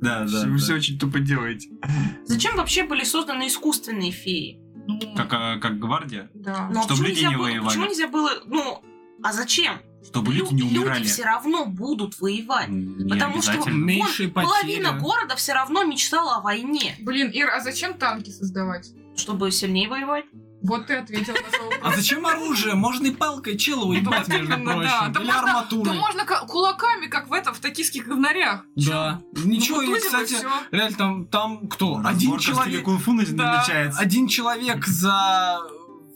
S1: Да, да. да.
S8: все очень тупо делаете.
S6: Зачем вообще были созданы искусственные феи?
S2: Ну,
S1: Как, а, как гвардия?
S2: да.
S6: Ну, а
S1: Чтоб
S6: почему
S1: люди
S6: нельзя
S1: не
S6: было-
S1: воевали.
S6: Почему нельзя было... Ну, а зачем?
S1: Чтобы люди не
S6: Лю-
S1: умирали.
S6: люди все равно будут воевать.
S1: Не
S6: Потому что
S1: обязательно.
S4: Меньшие
S6: Вон, половина
S4: потери.
S6: города все равно мечтала о войне,
S2: Блин, Ир, а зачем танки создавать?
S6: чтобы сильнее воевать.
S2: Вот ты ответил на свой вопрос.
S4: А зачем оружие? Можно и палкой чела уебать, между
S2: Ну, именно, да. Да
S4: прочим. Или
S2: можно- Да
S4: арматурой.
S2: можно ка- кулаками, как в этом, в токийских говнарях.
S4: Да.
S2: Ну,
S4: Ничего, и, кстати,
S2: все.
S4: реально там, там кто?
S1: Разборка
S4: Ну, Один
S1: в стиле
S4: человек,
S1: кунг-фу нач-
S2: Да.
S1: намечается.
S4: один человек за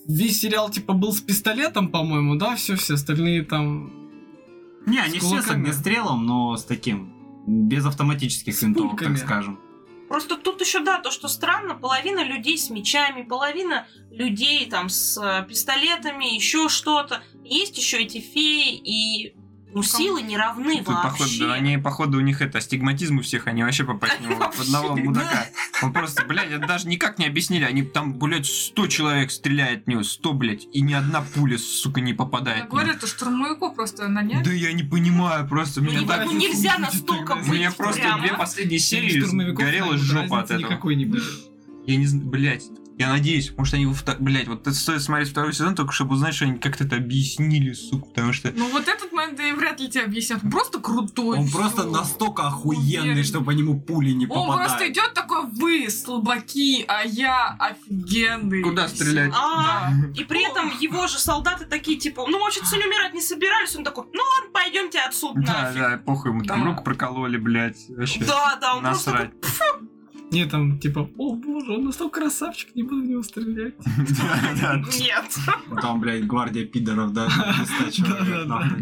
S4: весь сериал типа был с пистолетом, по-моему, да, все, все остальные там
S1: Не, они
S4: С
S1: все с
S4: кулаками.
S1: огнестрелом, но с таким. Без автоматических
S4: С
S1: винтовок,
S4: пульками.
S1: так скажем.
S6: Просто тут еще, да, то, что странно, половина людей с мечами, половина людей там с э, пистолетами, еще что-то. Есть еще эти феи, и ну, силы [laughs] не равны
S8: Тут, походу,
S6: вообще.
S8: да, они, походу, у них это астигматизм у всех, они вообще попасть не могут.
S6: [laughs]
S8: В
S6: Вообще,
S8: одного
S6: да.
S8: мудака. Он просто, блядь, это даже никак не объяснили. Они там, блядь, 100 человек стреляет в него, 100, блядь, и ни одна пуля, сука, не попадает. в него.
S2: Говорят, что штурмовику просто нанять.
S8: Да я не понимаю, просто
S6: Ну,
S8: меня
S6: не-
S8: так...
S6: ну, нельзя настолько
S4: У
S6: быть
S8: Мне просто
S6: прямо.
S8: две последние серии
S4: штурмовиков,
S8: горела
S4: наверное,
S8: жопа от
S4: разницы
S8: этого.
S4: Никакой не будет.
S8: Я не знаю, блядь. Я надеюсь, может они, во вто- блядь, вот это стоит смотреть второй сезон, только чтобы узнать, что они как-то это объяснили, сука, потому что...
S2: Ну вот этот момент да и вряд ли тебе объяснят. Он просто крутой.
S1: Он
S2: всё.
S1: просто настолько охуенный,
S2: Уверен.
S1: что по нему пули не
S2: Он просто
S1: попадают.
S2: идет такой, вы слабаки, а я офигенный.
S8: Куда
S2: И всё.
S8: стрелять?
S6: А,
S2: Да.
S6: и при этом его же солдаты такие, типа, ну, вообще сегодня умирать не собирались. Он такой, ну ладно, пойдемте отсюда
S8: Да,
S6: нафиг.
S8: да, похуй ему, там
S2: Да.
S8: руку прокололи, блядь, вообще.
S6: Да, да, он просто
S8: Насрать.
S4: Не, там, типа, о боже, он настолько красавчик, не буду в него стрелять.
S8: Да, да.
S6: такой, нет.
S1: Ну, Там, блядь, гвардия пидоров,
S4: [laughs]
S1: да,
S4: Да-да-да.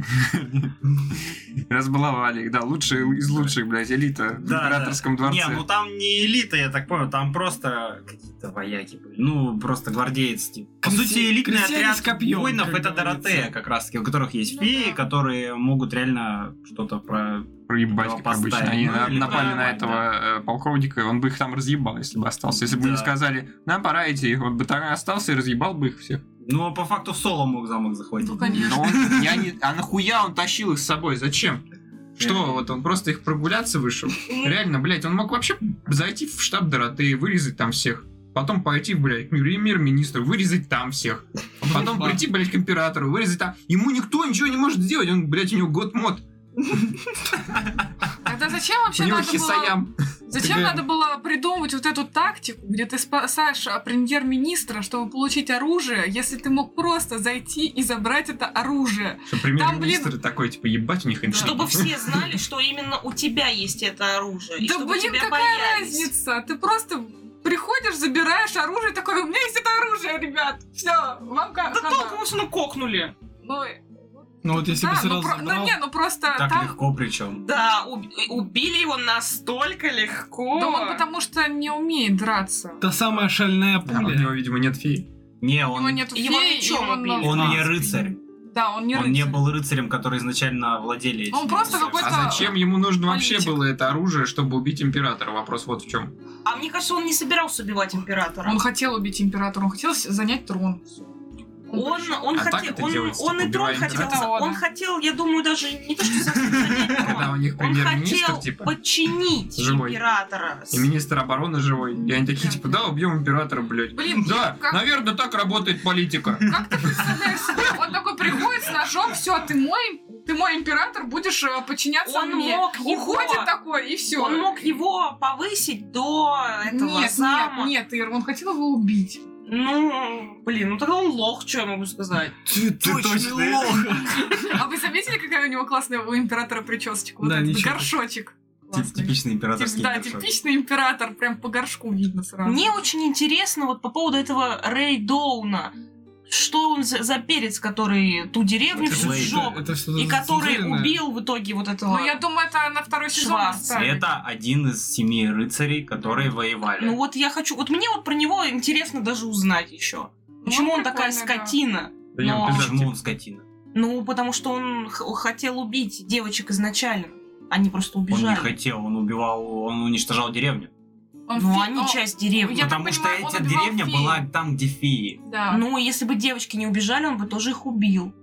S8: Разбаловали их, да, лучшие из лучших, блядь, элита в
S1: Да,
S8: императорском
S1: Не, ну
S8: дворце.
S1: там не элита, я так понял, там просто какие-то вояки были. Ну, просто гвардейцы. типа. По
S4: Крести-
S1: сути, элитный
S4: крестьяне
S1: отряд
S4: с копьем,
S1: воинов
S4: как
S1: это
S4: говорится.
S1: Доротея, как раз таки, у которых есть
S2: Ну
S1: феи,
S2: да.
S1: которые могут реально что-то про...
S8: Проебать, как
S1: поставить.
S8: обычно. Они
S1: Ну,
S8: на-
S1: или
S8: напали на
S1: проебать,
S8: этого э, полковника, и он бы их там разъебал, если бы остался. Если бы не
S1: Да.
S8: сказали, нам пора идти, он бы там и остался и разъебал бы их всех.
S1: Ну, а по факту Соло мог замок захватить.
S2: Ну, конечно.
S8: Но он- я не- а нахуя он тащил их с собой? Зачем?
S2: Э.
S8: Что, вот он просто их
S2: [laughs]
S8: прогуляться вышел? Реально, блядь, он мог вообще зайти в штаб Доротеи, вырезать там всех. Потом пойти, блядь, к премьер-министру, вырезать там всех. А потом
S4: Ба.
S8: прийти, блядь, к императору, вырезать там. Ему никто ничего не может сделать, он, блядь, у него год-мод.
S2: Тогда зачем
S8: У
S2: вообще
S8: него
S2: надо было
S8: хисаям.
S2: Зачем
S4: Такая-
S2: надо было придумывать вот эту тактику, где ты спасаешь а, премьер-министра, чтобы получить оружие, если ты мог просто зайти и забрать это оружие?
S8: Что
S2: премьер-министр
S8: такой, типа, ебать у них
S6: Чтобы все знали, что именно у тебя есть это оружие. и
S2: да
S6: чтобы
S2: блин,
S6: тебя
S2: какая
S6: боялись.
S2: разница? Ты просто приходишь, забираешь оружие, такой, у меня есть это оружие, ребят, все, вам как
S6: Да толком все кокнули.
S2: Ну,
S4: Ну вот если
S2: Да,
S4: бы
S2: ну,
S4: сразу
S2: про- ну
S4: забрал,
S2: не, ну просто
S4: А
S1: Так
S2: там...
S1: легко причем.
S6: Да, уб- убили его настолько легко.
S2: Да он потому что не умеет драться.
S4: та самая шальная
S8: А, у него,
S4: пуля.
S8: видимо, нет феи.
S1: Не,
S2: У него
S1: он,
S2: нет
S6: его мечом убили.
S1: он не рыцарь.
S2: ну, Да, он не
S1: он
S2: рыцарь.
S1: не был рыцарем, который изначально владели этим.
S2: Он просто
S1: всем.
S2: какой-то-
S8: А зачем ему нужно вообще
S2: политик.
S8: было это оружие, чтобы убить императора? Вопрос вот в чем.
S6: А мне кажется, он не собирался убивать императора.
S2: Он хотел убить императора, он хотел с- занять трон.
S6: Он, он
S8: А так
S6: хотел,
S8: это
S6: он,
S8: делается,
S6: он и трон
S8: убиваем
S6: хотел,
S2: императора.
S6: он хотел, я думаю, даже не
S2: [laughs]
S6: то, что совсем занять трон.
S8: Когда у них
S6: Он
S8: премьер-министр,
S6: хотел
S8: типа,
S6: подчинить
S8: живой.
S6: императора.
S8: и министр обороны живой. И они такие, типа, да, убьем императора, блядь.
S2: Блин,
S8: Да,
S2: как-
S8: наверное, так работает политика.
S2: Как ты представляешь себе? Он такой приходит с ножом, все, ты мой, ты мой император, будешь э, подчиняться
S6: Он
S2: мне.
S6: мог его-
S2: Уходит такой, и все.
S6: Он мог его повысить до этого
S2: нет,
S6: самого.
S2: нет, нет, Ир, он хотел его убить.
S6: Ну, блин, ну тогда он лох, что я могу сказать.
S4: Ты,
S1: точно
S2: А вы заметили, какая у него классная у императора причесочка? Вот
S4: Да,
S2: этот
S4: ничего.
S2: горшочек.
S1: Тип-
S2: Классный.
S1: Типичный императорский
S2: Да,
S1: горшок.
S2: типичный император, прям по горшку видно сразу.
S6: Мне очень интересно вот по поводу этого Рэй Доуна. Что он за, за перец, который ту деревню всю
S1: Блейд.
S6: сжег? И который убил в итоге вот этого...
S2: Но Ну, я думаю, это на второй сезон
S6: Шварц.
S2: оставили.
S1: Это один из семи рыцарей, которые воевали.
S6: Ну вот я хочу... Вот мне вот про него интересно даже узнать еще. Почему он такая
S2: Ну, прикольный, да.
S6: скотина?
S8: Да не, он
S6: Но-
S8: пиздатый
S1: Почему
S8: тип.
S1: он скотина?
S6: Ну, потому что он х- хотел убить девочек изначально. Они просто
S1: Он
S6: убежали.
S1: не хотел, он убивал, он уничтожал деревню.
S2: Он
S6: Ну,
S2: фи-
S6: они
S2: он-
S6: часть деревни.
S2: Я так
S1: Потому что
S2: понимаю, он
S1: эта
S2: убивал
S1: деревня
S2: феи.
S1: была там, где феи.
S2: Да.
S6: Ну, если бы девочки не убежали, он бы тоже их убил.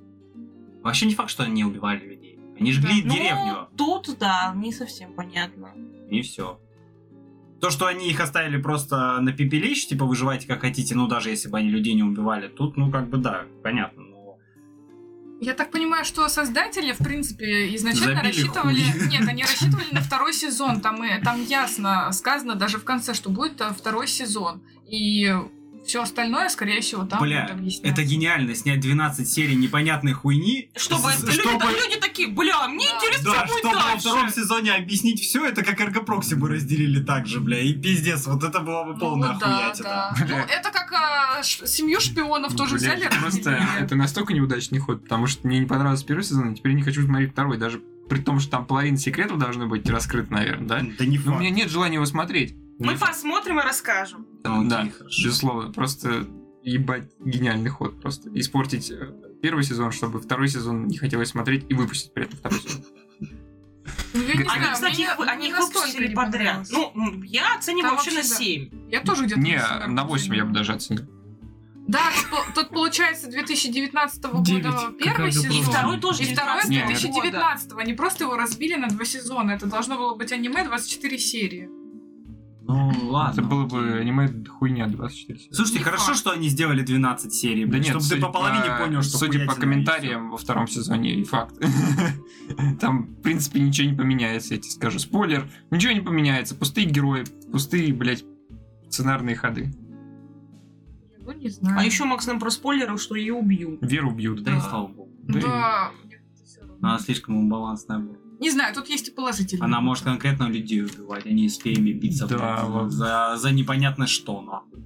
S1: Вообще не факт, что они убивали людей. Они жгли
S6: Ну,
S1: деревню,
S6: тут, да, не совсем понятно.
S1: и все. То, что они их оставили просто на пепелище, типа выживайте как хотите, ну даже если бы они людей не убивали, тут, ну как бы да, понятно. но
S2: Я так понимаю, что создатели, в принципе, изначально
S1: Забили
S2: рассчитывали...
S1: хуй.
S2: Нет, они рассчитывали на второй сезон. Там, и, там ясно сказано даже в конце, что будет э, второй сезон. И все остальное, скорее всего, там
S1: Бля,
S2: будет объяснять.
S1: Это гениально, снять 12 серий непонятной хуйни,
S6: Чтобы,
S1: с-
S6: люди, люди такие, бля, мне
S2: Да.
S6: интересно,
S1: Да,
S6: что будет
S1: чтобы во
S6: дальше.
S1: втором сезоне объяснить все, это как эргопрокси бы разделили так же, бля, и пиздец, вот это была бы
S2: Ну,
S1: полная типа.
S2: да,
S1: хуятина.
S2: да. Ну, это как а, ш- семью шпионов тоже
S8: Блядь,
S2: взяли. [laughs]
S8: Просто
S2: разделили.
S8: это настолько неудачный ход, потому что мне не понравился первый сезон, и теперь не хочу смотреть второй, даже при том, что там половина секретов должно быть раскрыта, наверное, да?
S1: Да не
S8: Но у
S1: факт.
S8: меня нет желания его смотреть.
S6: Мы
S8: Ну,
S6: посмотрим и расскажем.
S1: Ну,
S8: да,
S1: окей, хорошо.
S8: безусловно, просто ебать гениальный ход, просто испортить э, первый сезон, чтобы второй сезон не хотелось смотреть и выпустить при этом второй сезон.
S2: Ну, я не
S6: э,
S8: Они,
S6: Они,
S2: знаю,
S6: кстати,
S2: мне
S6: их, вы-
S2: не
S6: они их
S2: настолько
S6: выпустили
S2: не
S6: подряд.
S2: понравилось.
S6: Ну, м, я оцениваю
S2: Там
S6: вообще на
S2: вообще, да.
S6: 7.
S2: я тоже где-то...
S8: Не,
S2: себя
S8: на 8 я бы даже оценил.
S2: Да, тут пол- тут получается 2019 года
S4: Девять.
S2: первый
S4: Какая же
S2: сезон.
S6: И
S4: Ну,
S6: второй тоже
S2: И второй
S6: 19-го 2019.
S2: 2019 Они просто его разбили на два сезона. Это должно было быть аниме 24 серии.
S1: Ну ладно.
S8: Это было бы аниме хуйня 24 сезона.
S1: Слушайте,
S2: Не
S1: хорошо,
S2: факт.
S1: что они сделали 12 серий,
S8: Да
S1: блин,
S8: нет,
S1: чтобы ты
S8: судя
S1: по половине понял, что
S8: Судя по
S1: хуятина и
S8: комментариям во втором сезоне, и факт. [laughs] Там, в принципе, ничего не поменяется, я тебе скажу. Спойлер, ничего не поменяется. Пустые герои, пустые, блядь, сценарные ходы.
S2: Ну, не знаю.
S6: А еще Макс нам проспойлерил, что ее убьют.
S8: Веру
S1: всё.
S8: бьют.
S1: Да и слава богу.
S8: Да и-
S2: Да, мне как-то всё равно.
S6: А.
S1: Она слишком имбалансная была.
S2: Не знаю, тут есть и положительные.
S1: Она может конкретно людей убивать, а не с феями биться
S8: Да,
S1: блядь,
S8: вот.
S1: за, за непонятно что, нахуй.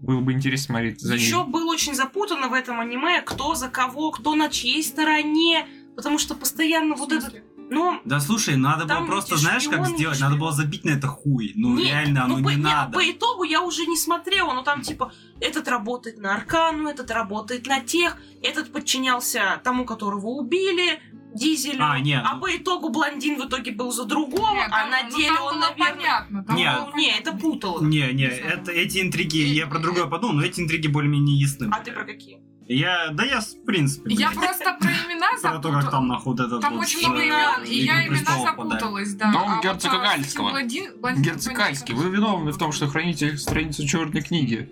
S8: Было бы интересно смотреть за ней.
S6: Еще было очень запутано в этом аниме, кто за кого, кто на чьей стороне. Потому что постоянно вот этот... Ну,
S1: Да слушай, надо
S6: Там
S1: было
S6: эти
S1: просто, знаешь, как
S6: шпионы,
S1: сделать? Надо
S6: шпионы.
S1: было забить на это хуй. Ну
S6: Нет,
S1: реально,
S6: ну,
S1: оно
S6: по,
S1: не
S6: не,
S1: надо.
S6: по итогу я уже не смотрела, но там типа этот работает на Аркану, этот работает на тех, этот подчинялся тому, которого убили, Дизелю.
S1: А, не,
S6: а
S1: ну-
S6: по итогу блондин в итоге был за другого,
S2: Нет,
S6: а
S2: там-
S6: на
S2: ну,
S6: деле
S2: там
S6: он,
S2: было
S6: наверное...
S2: понятно, там
S1: Не,
S2: было
S6: Не,
S2: понятно.
S6: это путало.
S1: Не, не,
S2: Не знаю.
S1: это, эти интриги, я про другое подумал, но эти интриги более-менее ясны.
S6: А ты про какие?
S1: Я, да я, с- в принципе,
S2: Я
S1: блядь,
S2: просто про имена
S1: про то, как
S2: запуталась.
S1: там нахуй вот этот
S2: Там
S1: вот
S2: очень
S1: с,
S2: много
S1: э,
S2: имен, и я
S1: «Игры
S2: имена
S1: престолов» подарил.
S2: запуталась, да.
S8: Дом
S2: А вот,
S8: герцога
S2: а, с этим
S8: Гальского.
S2: блондин- блондин-
S8: Герцкальский, вы
S2: блондин-
S8: виновны в том,
S2: А
S8: что храните страницу черной
S3: [laughs]
S8: книги.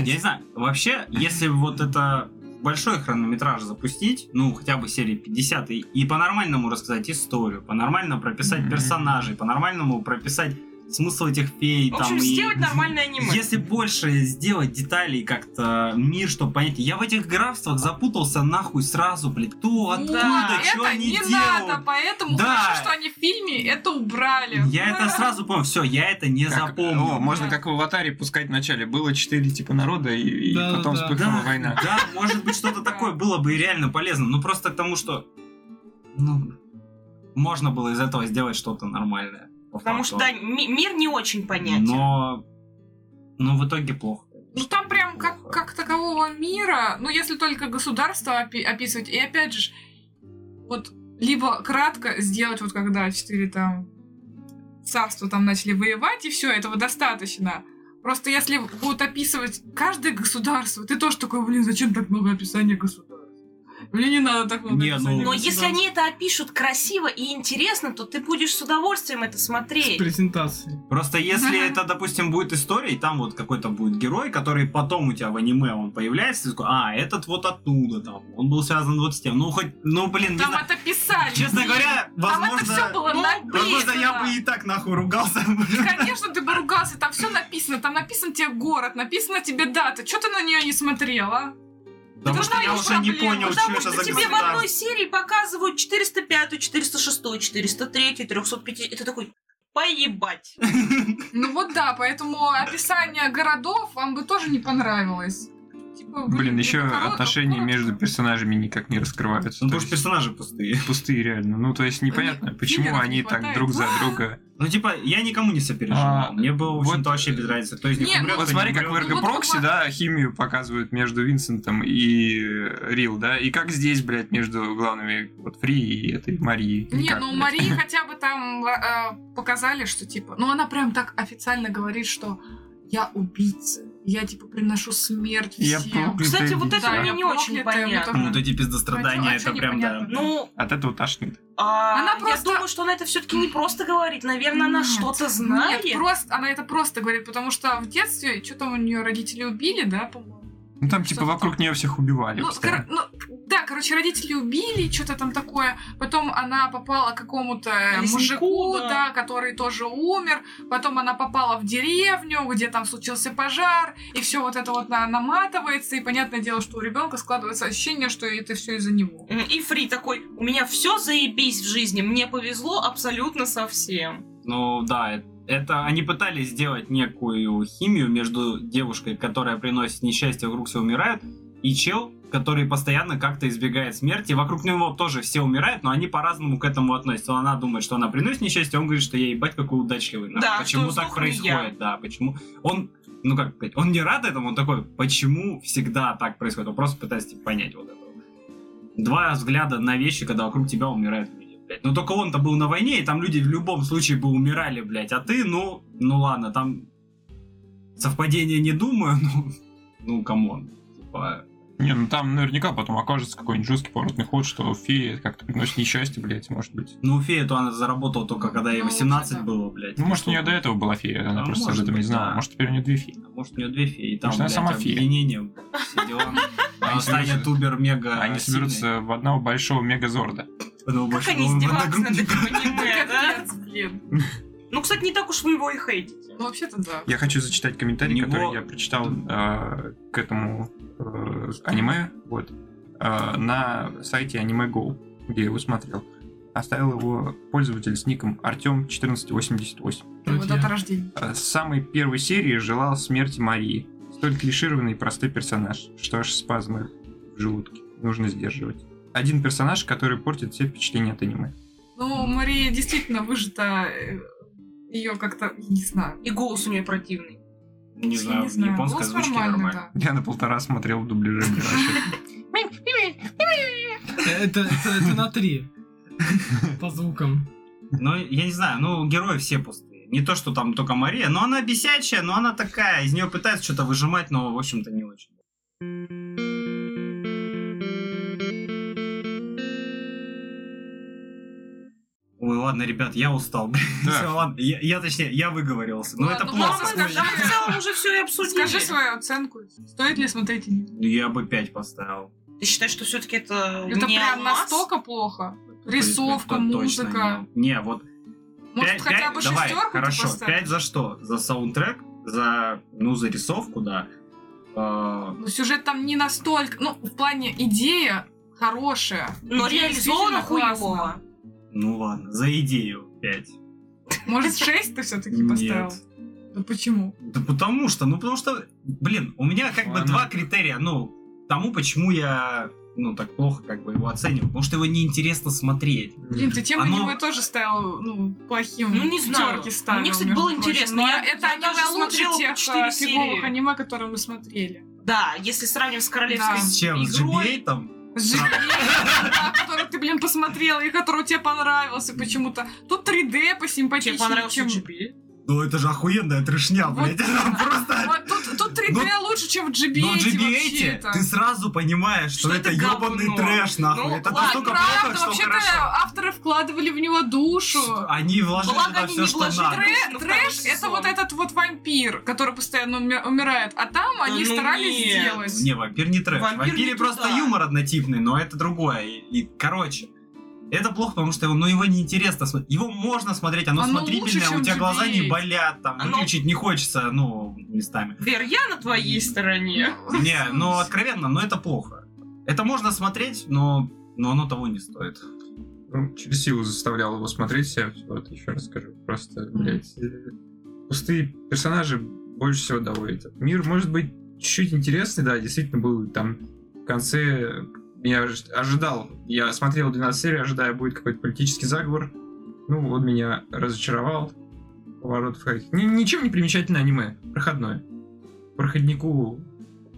S1: Я не знаю, вообще, если вот это большой хронометраж запустить, ну, хотя бы серии 50, и, и по-нормальному рассказать историю, по-нормальному прописать
S8: Мгм.
S1: персонажей, по-нормальному прописать смысл этих фей
S6: В
S1: там.
S6: общем,
S1: и- [laughs]
S6: сделать нормальное аниме.
S1: Если больше сделать деталей как-то мир, чтобы понять. Я в этих графствах запутался нахуй сразу, блин. Кто, откуда,
S6: Да,
S1: что
S2: а это
S1: они
S2: не
S1: делают?
S2: надо, поэтому
S1: Да.
S2: хорошо, что они в фильме это убрали.
S1: Я это сразу понял. Все, я это не
S3: Как-
S1: запомнил.
S3: О, можно
S2: Да.
S3: как в аватаре пускать вначале. Было четыре типа народа, и, и
S4: Да,
S3: потом
S4: да.
S3: вспыхнула
S1: Да,
S3: война.
S1: да, может быть, что-то такое было бы и реально полезно. Ну, просто к тому, что... Ну, можно было из этого сделать что-то нормальное. по
S6: Потому
S1: факту.
S6: что, да, ми- мир не очень понятен.
S1: Но... Но в итоге плохо.
S2: Ну там прям как, как такового мира, ну если только государство опи- описывать, и опять же, ж, вот либо кратко сделать, вот когда четыре там царства там начали воевать, и все, этого достаточно. Просто если будут описывать каждое государство, ты тоже такой, блин, зачем так много описания государств? Мне не надо так много
S1: Не, ну-
S2: описания
S6: Но
S1: Ну,
S6: если
S2: государств.
S6: они это опишут красиво и интересно, то ты будешь с удовольствием это
S4: С
S6: смотреть.
S4: презентацией.
S1: Просто если
S2: Мгм.
S1: это, допустим, будет история, и там вот какой-то будет герой, который потом у тебя в аниме он появляется, и такой, а, этот вот оттуда там, он был связан вот с тем. Ну, хоть, ну, блин, не
S2: Там
S1: знаю.
S2: это писали.
S1: Честно говоря,
S2: там это все
S1: возможно,
S2: было
S6: ну,
S1: возможно,
S2: написано.
S1: я бы и так нахуй ругался.
S2: Конечно, ты бы ругался, там все написано, там написан тебе город, написана тебе дата. Че ты на нее не смотрела?
S1: [laughs] Потому что я
S2: знаешь
S1: уже не
S2: проблему,
S1: понял, что
S6: Потому
S1: это
S6: что
S1: за
S6: тебе в одной
S1: государство.
S6: серии показывают 405, 406, 403, 305. И ты такой, поебать.
S2: Ну вот да, поэтому описание городов вам бы тоже не понравилось. Типа,
S3: Блин, еще
S2: ну, коротко,
S3: отношения
S2: коротко.
S3: между персонажами никак не раскрываются.
S1: Ну,
S3: То
S1: потому что
S3: есть
S1: персонажи пустые.
S3: пустые реально. Ну, то есть непонятно,
S2: Они-
S3: почему
S2: филлеров не
S3: они так
S2: хватает.
S3: друг за друга...
S1: Ну, типа, я никому не сопереживал.
S3: А,
S1: Мне было, в общем-то,
S3: вот-
S1: вообще без разницы. То есть, не
S2: Не, ну-
S1: умрет,
S3: Вот смотри, как в
S2: Ну,
S3: Эрго
S2: вот
S3: Прокси,
S2: буквально.
S3: да, химию показывают между Винсентом и э, Рил, да, и как здесь, блядь, между главными вот Фри и этой Марии.
S2: Не,
S3: Никак,
S2: ну у
S3: блядь. [laughs]
S2: Марии хотя бы там э, показали, что типа... Ну она прям так официально говорит, что я убийца, я типа приношу смерть
S3: Я
S2: всем.
S3: проклятая
S6: Кстати, вот это
S3: дитя.
S6: мне не очень
S2: проклятая, вот
S6: понятно.
S2: это-
S1: Вот эти пиздострадания,
S2: Хотя
S1: это
S2: вообще
S1: прям, да.
S2: непонятно.
S6: Ну,
S3: От этого тошнит.
S6: а,
S2: Она
S6: я
S2: просто-
S6: думаю, что она это все-таки не просто говорит. Наверное, она
S2: Нет,
S6: что-то знает.
S2: Нет, просто, она это просто говорит, потому что в детстве что там у нее родители убили, да, по-моему?
S3: Ну там типа
S2: Что-то
S3: вокруг нее всех убивали.
S2: Ну,
S3: постоянно.
S2: кор- ну, к- да, короче, родители убили, что-то там такое. Потом она попала к какому-то э,
S6: Леснику,
S2: мужику,
S6: да.
S2: да. который тоже умер. Потом она попала в деревню, где там случился пожар, и все вот это вот на- наматывается. И понятное дело, что у ребенка складывается ощущение, что это все из-за него.
S6: М, И Фри такой, у меня все заебись в жизни, мне повезло абсолютно совсем.
S1: Ну да, э- это они пытались сделать некую химию между девушкой, которая приносит несчастье, вокруг все умирают, и чел, который постоянно как-то избегает смерти. Вокруг него тоже все умирают, но они по-разному к этому относятся. Она думает, что она приносит несчастье, он говорит, что я ебать какой удачливый. нахуй.
S6: Да,
S1: почему
S6: что
S1: так
S6: сдохну я.
S1: происходит? Да, почему? Он, ну как сказать, он не рад этому, он такой, почему всегда так происходит? Он просто пытается типа, понять вот это. Два взгляда на вещи, когда вокруг тебя умирают люди, блядь. Ну только он-то был на войне, и там люди в любом случае бы умирали, блядь. А ты, ну, ну ладно, там совпадение не думаю, [laughs] ну, ну, камон. Типа,
S3: Не, ну там наверняка потом окажется какой-нибудь жесткий поворотный ход, что фея как-то приносит несчастье, блядь, может быть.
S1: ну, фея, то она заработала только когда ей
S2: Ну,
S1: 18
S2: да.
S1: было, блядь.
S3: Ну, может, у нее до этого была фея, она
S1: А
S3: просто об
S1: может
S3: этом не
S1: быть,
S3: знала.
S1: да.
S3: Может, теперь у нее две феи.
S1: А Может, у нее две феи, и там,
S3: Может, она
S1: блядь,
S3: сама фея.
S1: объединение, все дела. А Она станет убер-мега сильной.
S3: Они соберутся в одного большого мегазорда.
S1: Ну,
S6: Как
S1: больше,
S6: они
S1: ну,
S6: издеваются над
S1: одногруппник.
S6: этим аниме, да?
S2: Капец, блин.
S6: Ну, кстати, не так уж вы его и хейтите.
S2: Ну, вообще-то да.
S3: Я хочу зачитать комментарий,
S1: Него-
S3: который я прочитал э, к этому э, аниме, вот, э, на сайте Anime Go, где я его смотрел. Оставил его пользователь с ником Артем1488.
S2: Ну, вот
S4: Вроде
S2: дата
S4: я.
S2: рождения.
S3: Э, С самой первой серии желал смерти Марии. Столь клишированный и простой персонаж, что аж спазмы в желудке. Нужно сдерживать. Один персонаж, который портит все впечатления от аниме.
S2: Ну, Мария действительно выжата. Ее как-то, я не знаю.
S6: И голос у нее противный.
S1: Не
S2: Я
S1: знаю, в японской
S2: Голос
S1: озвучке
S2: нормальный,
S1: нормально.
S3: Я на полтора смотрел в дубляже. блин, вообще.
S4: Э, Это, это, это на три. По звукам.
S1: Ну, я не знаю, ну, герои все пустые. Не то, что там только Мария, но она бесячая, но она такая, из нее пытаются что-то выжимать, но, в общем-то, не очень. Ой, ладно, ребят, я устал. [laughs]
S3: Да.
S1: Всё, ладно, я, я, точнее, я выговорился. Но это
S2: Ладно,
S6: Ну, а
S1: плохо.
S2: ладно,
S6: мы
S2: скажи.
S6: там в целом уже все и
S2: да.
S6: обсудили.
S2: Скажи свою оценку. Стоит ли смотреть или нет?
S1: Ну, Я бы 5 поставил.
S6: Ты считаешь, что все-таки это
S2: Это
S6: не
S2: прям
S6: алмаз?
S2: настолько плохо.
S1: То есть,
S2: Рисовка,
S1: это точно
S2: музыка.
S1: Не, Не, вот
S2: Может,
S1: Пять-
S2: хотя
S1: пять-
S2: бы
S1: давай,
S2: шестерку
S1: Хорошо,
S2: поставить?
S1: пять за что? За саундтрек, за, ну, за рисовку, да. Э,
S2: Ну, сюжет там не настолько... Ну, в плане идея хорошая.
S6: Но
S2: Идея
S6: Ну,
S2: ну,
S6: реализовано
S2: действительно классная.
S6: хуево.
S1: ну ладно, за идею пять.
S2: Может, шесть ты все-таки
S1: Нет.
S2: поставил? Ну, почему?
S1: Да потому что, ну потому что, блин, у меня как бы
S3: Ладно.
S1: два критерия, ну, тому, почему я, ну, так плохо как бы его оцениваю, потому что его неинтересно смотреть.
S2: Блин, ты тем
S1: Оно-
S2: на него тоже ставил, ну, плохим.
S6: Ну, не знаю.
S2: Пятёрки ставил,
S6: Мне, кстати,
S2: между
S6: было
S2: прочим.
S6: интересно.
S2: Но
S6: Я-
S2: это
S6: я
S2: они
S6: даже
S2: лучше
S6: смотрела
S2: тех
S6: четыре
S2: э, фиговых
S6: серии.
S2: аниме, которые мы смотрели.
S6: Да, если сравнивать с королевской
S2: Да.
S1: С чем? С
S6: игрой.
S1: GBA там?
S2: Живее, да, который ты, блин, посмотрел, и который тебе понравился почему-то. Тут 3D посимпатичнее,
S6: Тебе понравился
S2: чем...
S6: GBA?
S1: Ну это же охуенная трешня,
S2: Вот. [laughs]
S1: блядь, [laughs]
S6: [laughs]
S1: она просто... ну,
S2: Вот тут, тут 3D лучше, чем в GBA.
S1: Но GBA
S2: вообще-то.
S1: ты сразу понимаешь, что,
S6: Что
S1: это
S6: это
S1: ебаный
S6: говно.
S1: трэш, нахуй.
S6: Ну,
S1: это
S6: ладно,
S1: настолько плохо,
S2: Правда,
S1: что
S2: вообще-то
S1: хорошо. А
S2: авторы вкладывали в него душу.
S1: Они вложили
S6: Благо,
S1: туда
S6: они
S1: все,
S6: не
S1: что
S6: вложили
S1: надо.
S6: трэш.
S2: Трэ-
S6: Ну, второй
S2: Трэш —
S6: сезон.
S2: это вот этот вот вампир, который постоянно уми- умирает. А там они
S6: ну
S2: старались
S6: нет.
S2: сделать.
S1: Не, вампир не трэш.
S6: Вампир
S1: Вампире
S6: не
S1: просто
S6: туда.
S1: юмор однотипный, но это другое. И, и, короче, это плохо, потому что его, ну, его неинтересно смотреть. Его можно смотреть, оно,
S2: Оно
S1: смотрибельное,
S2: лучше, чем
S1: у тебя глаза не
S2: GBA.
S1: болят, там,
S6: Оно-
S1: выключить не хочется, ну,
S6: [laughs]
S1: местами.
S6: Вер, я на твоей стороне.
S1: Не, ну, откровенно, но это плохо. Это можно смотреть, но, но оно того не стоит.
S3: Ну, через силу заставлял его смотреть, я вот еще раз скажу. Просто, блядь, э, пустые персонажи больше всего доводят. Мир может быть чуть-чуть интересный, да, действительно был там в конце... Я ож- ожидал, я смотрел 12 серий, ожидая, будет какой-то политический заговор. Ну, он меня разочаровал. Поворотов каких- Ни- Ничем не примечательное аниме. Проходное. Проходнику...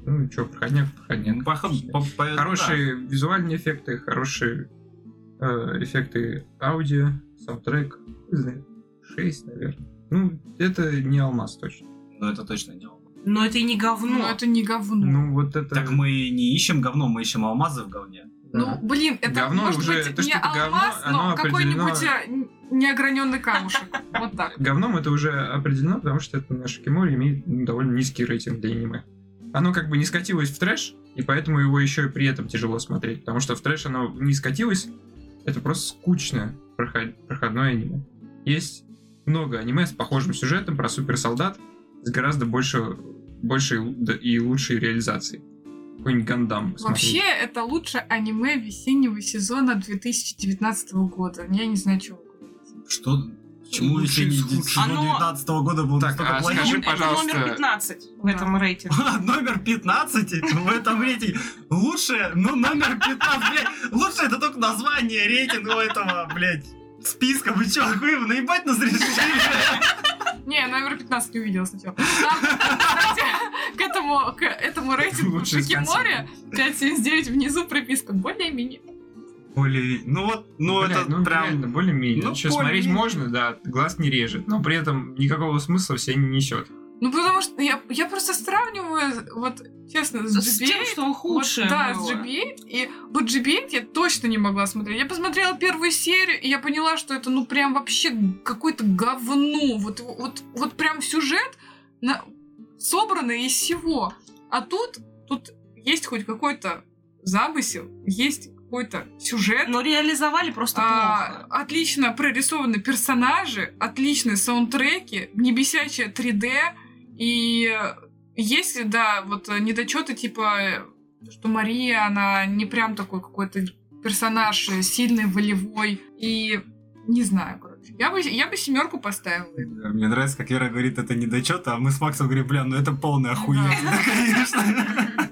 S3: Ну, что, проходняк, проходняк.
S1: Пох- по- по-
S3: Хорошие визуальные эффекты, хорошие э, эффекты аудио, саундтрек. Не знаю, 6, наверное. Ну, это не алмаз точно.
S1: да. Но это точно не оно.
S6: Но это и не
S2: Ну,
S6: говно.
S2: это не говно.
S3: Ну, вот это...
S1: Так мы не ищем говно, мы ищем алмазы в говне.
S2: Ну,
S3: да.
S2: блин, это
S3: Говно
S2: может
S3: уже-
S2: быть
S3: то,
S2: не
S3: что это говно,
S2: алмаз, но
S3: оно
S2: какой-нибудь
S3: определено-
S2: э, н- неограненный камушек. Вот так.
S3: Говном это уже определено, потому что это наше кино имеет ну, довольно низкий рейтинг для аниме. Оно как бы не скатилось в трэш, и поэтому его еще и при этом тяжело смотреть, потому что в трэш оно не скатилось, это просто скучное проход- проходное аниме. Есть много аниме с похожим сюжетом про суперсолдат с гораздо больше, больше и лу- да- и лучшей реализацией. Какой-нибудь Гандам.
S2: Вообще,
S3: посмотреть.
S2: это лучше аниме весеннего сезона 2019 года. Я не знаю, чего вы говорите.
S1: Что? Почему
S4: Лучшее
S1: весенний
S4: из худших.
S1: сезон
S6: Оно-
S1: 19 года был
S3: Так,
S1: настолько
S3: а
S1: плохим?
S3: скажи,
S6: это номер
S3: пожалуйста.
S6: 15 в
S2: Да.
S6: этом рейтинге.
S1: [laughs] Номер 15 в этом рейтинге. Лучше, ну, номер 15, блядь. Лучше это только название рейтинга у этого, блядь, списка. Вы чё, охуев, наебать нас решили?
S2: Не, номер 15 не увидела сначала. Там, кстати, к этому, к этому рейтингу
S3: Лучшие
S2: Шикимори 579 внизу приписка более-менее.
S1: Блин, ну вот, ну
S3: Блядь,
S1: это
S3: ну,
S1: прям...
S3: реально, более-менее.
S1: ну,
S3: Чё, смотреть
S1: более-менее.
S3: можно, да, глаз не режет, но при этом никакого смысла все не несет.
S2: Ну, потому что я, я просто сравниваю, вот, честно, с
S6: С
S2: GBA.
S6: тем, что худшее
S2: Вот, да,
S6: было.
S2: с GBA. И вот GBA я точно не могла смотреть. Я посмотрела первую серию, и я поняла, что это, ну, прям вообще какое-то говно. Вот, вот, вот прям сюжет на... собранный из всего. А тут, тут есть хоть какой-то замысел, есть какой-то сюжет.
S6: Но реализовали просто
S2: А,
S6: плохо.
S2: отлично прорисованы персонажи, отличные саундтреки, небесячее 3D. И э, есть, да, вот э, недочеты типа, э, что Мария, она не прям такой какой-то персонаж э, сильный, волевой. И не знаю, короче. Я бы, я бы семерку поставила.
S1: Мне нравится, как Вера говорит, это недочет, а мы с Максом говорим, бля, ну это полная хуйня, [laughs] конечно.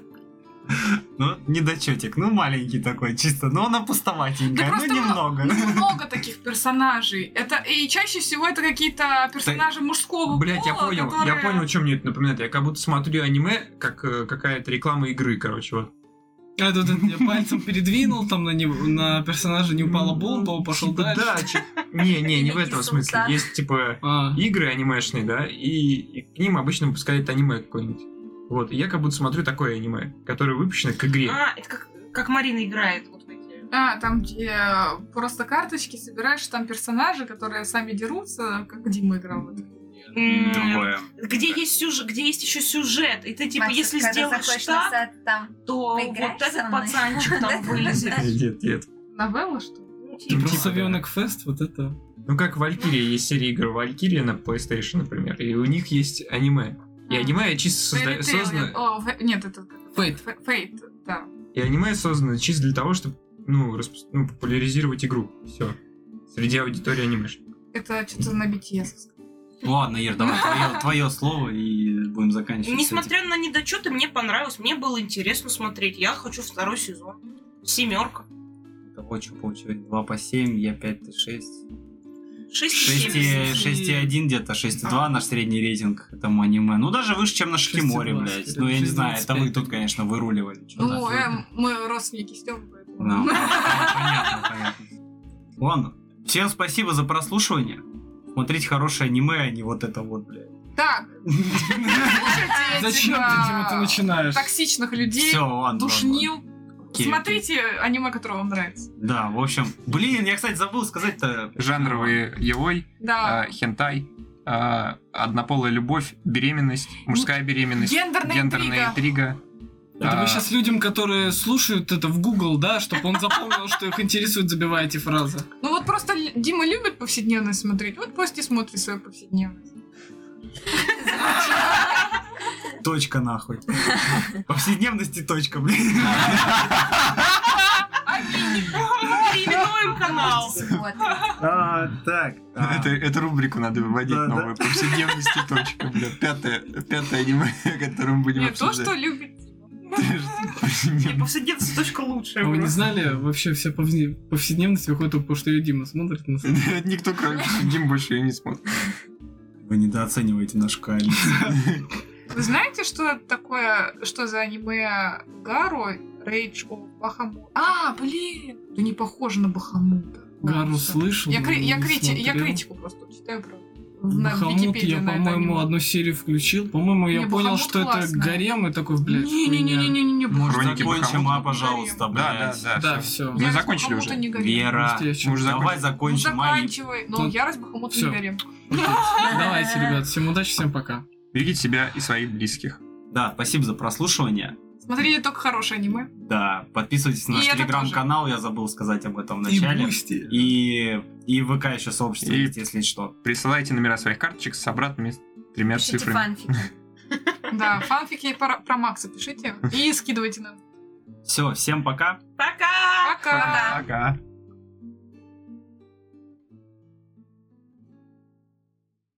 S1: Ну, недочетик, ну маленький такой, чисто, но он
S2: Да
S1: опустоватенькая, ну
S2: просто мно-
S1: немного.
S2: ну, много таких персонажей. Это, и чаще всего это какие-то персонажи мужского
S3: Блять, я
S2: пола,
S3: понял, я
S2: которые-
S3: понял, чем мне это напоминает. Я как будто смотрю аниме, как э, какая-то реклама игры, короче, вот.
S4: А тут это я пальцем передвинул, там на, него, на персонажа не упала бомба, он пошел
S3: Ну, Типа,
S4: дальше.
S3: Да, че- не, не, не в
S5: Или
S3: этом
S5: Кисун
S3: смысле.
S5: Сан.
S3: Есть типа
S4: А,
S3: игры анимешные, да, и, и к ним обычно выпускают аниме какое-нибудь. Вот, и я как будто смотрю такое аниме, которое выпущено к игре.
S6: А, это как, как Марина играет. Вот в эти.
S2: А, там где просто карточки собираешь, там персонажи, которые сами дерутся, как Дима играл.
S6: М, Где есть сюжет, где есть еще сюжет. И ты типа,
S5: Макс,
S6: если
S5: когда
S6: сделаешь
S5: заходишь
S6: так,
S5: на сайт, там
S6: то вот
S5: поиграешь со
S6: этот
S5: мной? [laughs]
S6: пацанчик там вылезет.
S3: Нет, типа, нет.
S2: Новелла, что ли?
S6: Ну,
S4: Ты
S6: получилось.
S4: про Совенок Фест, вот это.
S8: Ну, как Валькирия, есть серия игр Валькирия на PlayStation, например, и у них есть аниме.
S2: А.
S8: И аниме чисто
S2: Fairy Tail,
S8: созда-
S2: нет,
S8: создано...
S2: о, фе- Нет, это...
S4: Фейт.
S2: Фейт, да.
S8: И аниме создано чисто для того, чтобы, ну, распу- ну, популяризировать игру. Все. Среди аудитории анимешников.
S2: Это что-то на BTS.
S1: Ладно, Ир, давай твое, твое слово и будем заканчивать.
S6: Несмотря на недочеты, мне понравилось, мне было интересно смотреть. Я хочу второй сезон. Семерка.
S1: Того, что получилось 2 по 7, я 5, ты 6.
S6: Шесть и семь.
S1: 6,1 где-то, 6,2 наш средний рейтинг этому аниме. Ну, даже выше, чем на Шкиморе,
S4: 6,2,
S1: блядь.
S4: скорее.
S1: Ну, я не знаю, это вы
S4: 6,25.
S1: тут, конечно, выруливали. чё
S2: Ну,
S1: так.
S2: эм, мы родственники Стёмы, поэтому... Ну,
S1: Да. ну, Понятно, понятно. Ладно. Всем спасибо за прослушивание. Смотрите хорошее аниме, а не вот это вот, блядь.
S2: Так, слушайте
S4: Зачем ты,
S2: этих,
S4: Дима, ты
S2: а,
S4: начинаешь?
S2: Токсичных людей,
S1: Все, ладно.
S2: душнил.
S1: ладно. Окей, окей.
S2: Смотрите аниме, которое вам нравится.
S1: Да, в общем. Блин, я, кстати, забыл сказать-то.
S3: Жанровые яой,
S2: Да.
S3: а, хентай, а, однополая любовь, беременность, мужская беременность,
S2: Ну, Гендерная интрига.
S3: гендерная интрига.
S4: Это
S3: А.
S4: вы сейчас людям, которые слушают это в Google, да, чтобы он запомнил, что их интересует, забивая эти фразы.
S2: Ну вот просто Л- Дима любит повседневность смотреть, вот пусть и смотрит свою повседневность.
S1: Точка нахуй. Повседневности точка, блин.
S6: [laughs] Переименуем канал.
S5: Вот.
S1: А, Так. а,
S3: [laughs] Это, это рубрику надо выводить
S1: Да, да.
S3: новую. Повседневность и точка, бля. Пятое, пятое аниме, [laughs] которое мы будем
S2: Не то,
S3: [laughs] обсуждать.
S2: что любит Дима.
S3: [laughs]
S6: Мне повседневство Типа, точка лучшая.
S4: А вы не
S6: была.
S4: знали, вообще вся повне- повседневность выходит только потому, что ее Дима смотрит на самом деле.
S3: Никто, кроме Дим, больше ее не смотрит.
S1: Вы недооцениваете нашу коалицию.
S2: Вы знаете, что такое, что за аниме Гару? Рейдж о Бахамут. А, блин! Да не похоже на Бахамута.
S4: Гару
S2: Ладно,
S4: слышал.
S2: Я,
S4: но
S2: кри- я
S4: не
S2: крити- я
S4: смотрел.
S2: критику просто читаю про
S4: Бахамут я,
S2: на это
S4: по-моему,
S2: аниме.
S4: одну серию включил. По-моему, я
S2: Не,
S4: понял,
S2: Бахамут
S4: что это
S2: классная.
S4: гарем, и такой, блядь, хуйня.
S2: Не-не-не-не-не-не,
S1: Может,
S3: Хроники
S1: закончим,
S3: Бахамута?
S1: а, пожалуйста,
S3: Да,
S1: блядь.
S3: да,
S4: Да,
S3: да.
S4: все.
S3: Мы закончили уже.
S1: Вера.
S4: Может, я чё-
S3: Мы уже
S1: Давай
S2: Ну,
S1: закончим, а, и-
S2: заканчивай. Ну,
S4: Ну,
S2: ярость Бахамута не
S4: всё.
S2: горем.
S4: Давайте, ребят, всем удачи, всем пока.
S3: Берегите себя и своих близких.
S1: Да, спасибо за прослушивание.
S2: Смотрели только хорошее аниме.
S1: Да, подписывайтесь на наш
S2: И это
S1: телеграм-канал, я забыл сказать об этом в
S4: И
S1: начале.
S4: бусти.
S1: И, и ВК еще сообщество
S3: И-
S1: есть, если что.
S3: Присылайте номера своих карточек с обратными тремя
S5: Пишите
S3: цифрами.
S5: фанфики.
S2: Да, фанфики про, про Макса пишите и скидывайте нам.
S1: Все, всем пока.
S6: Пока!
S2: Пока!
S3: Ага.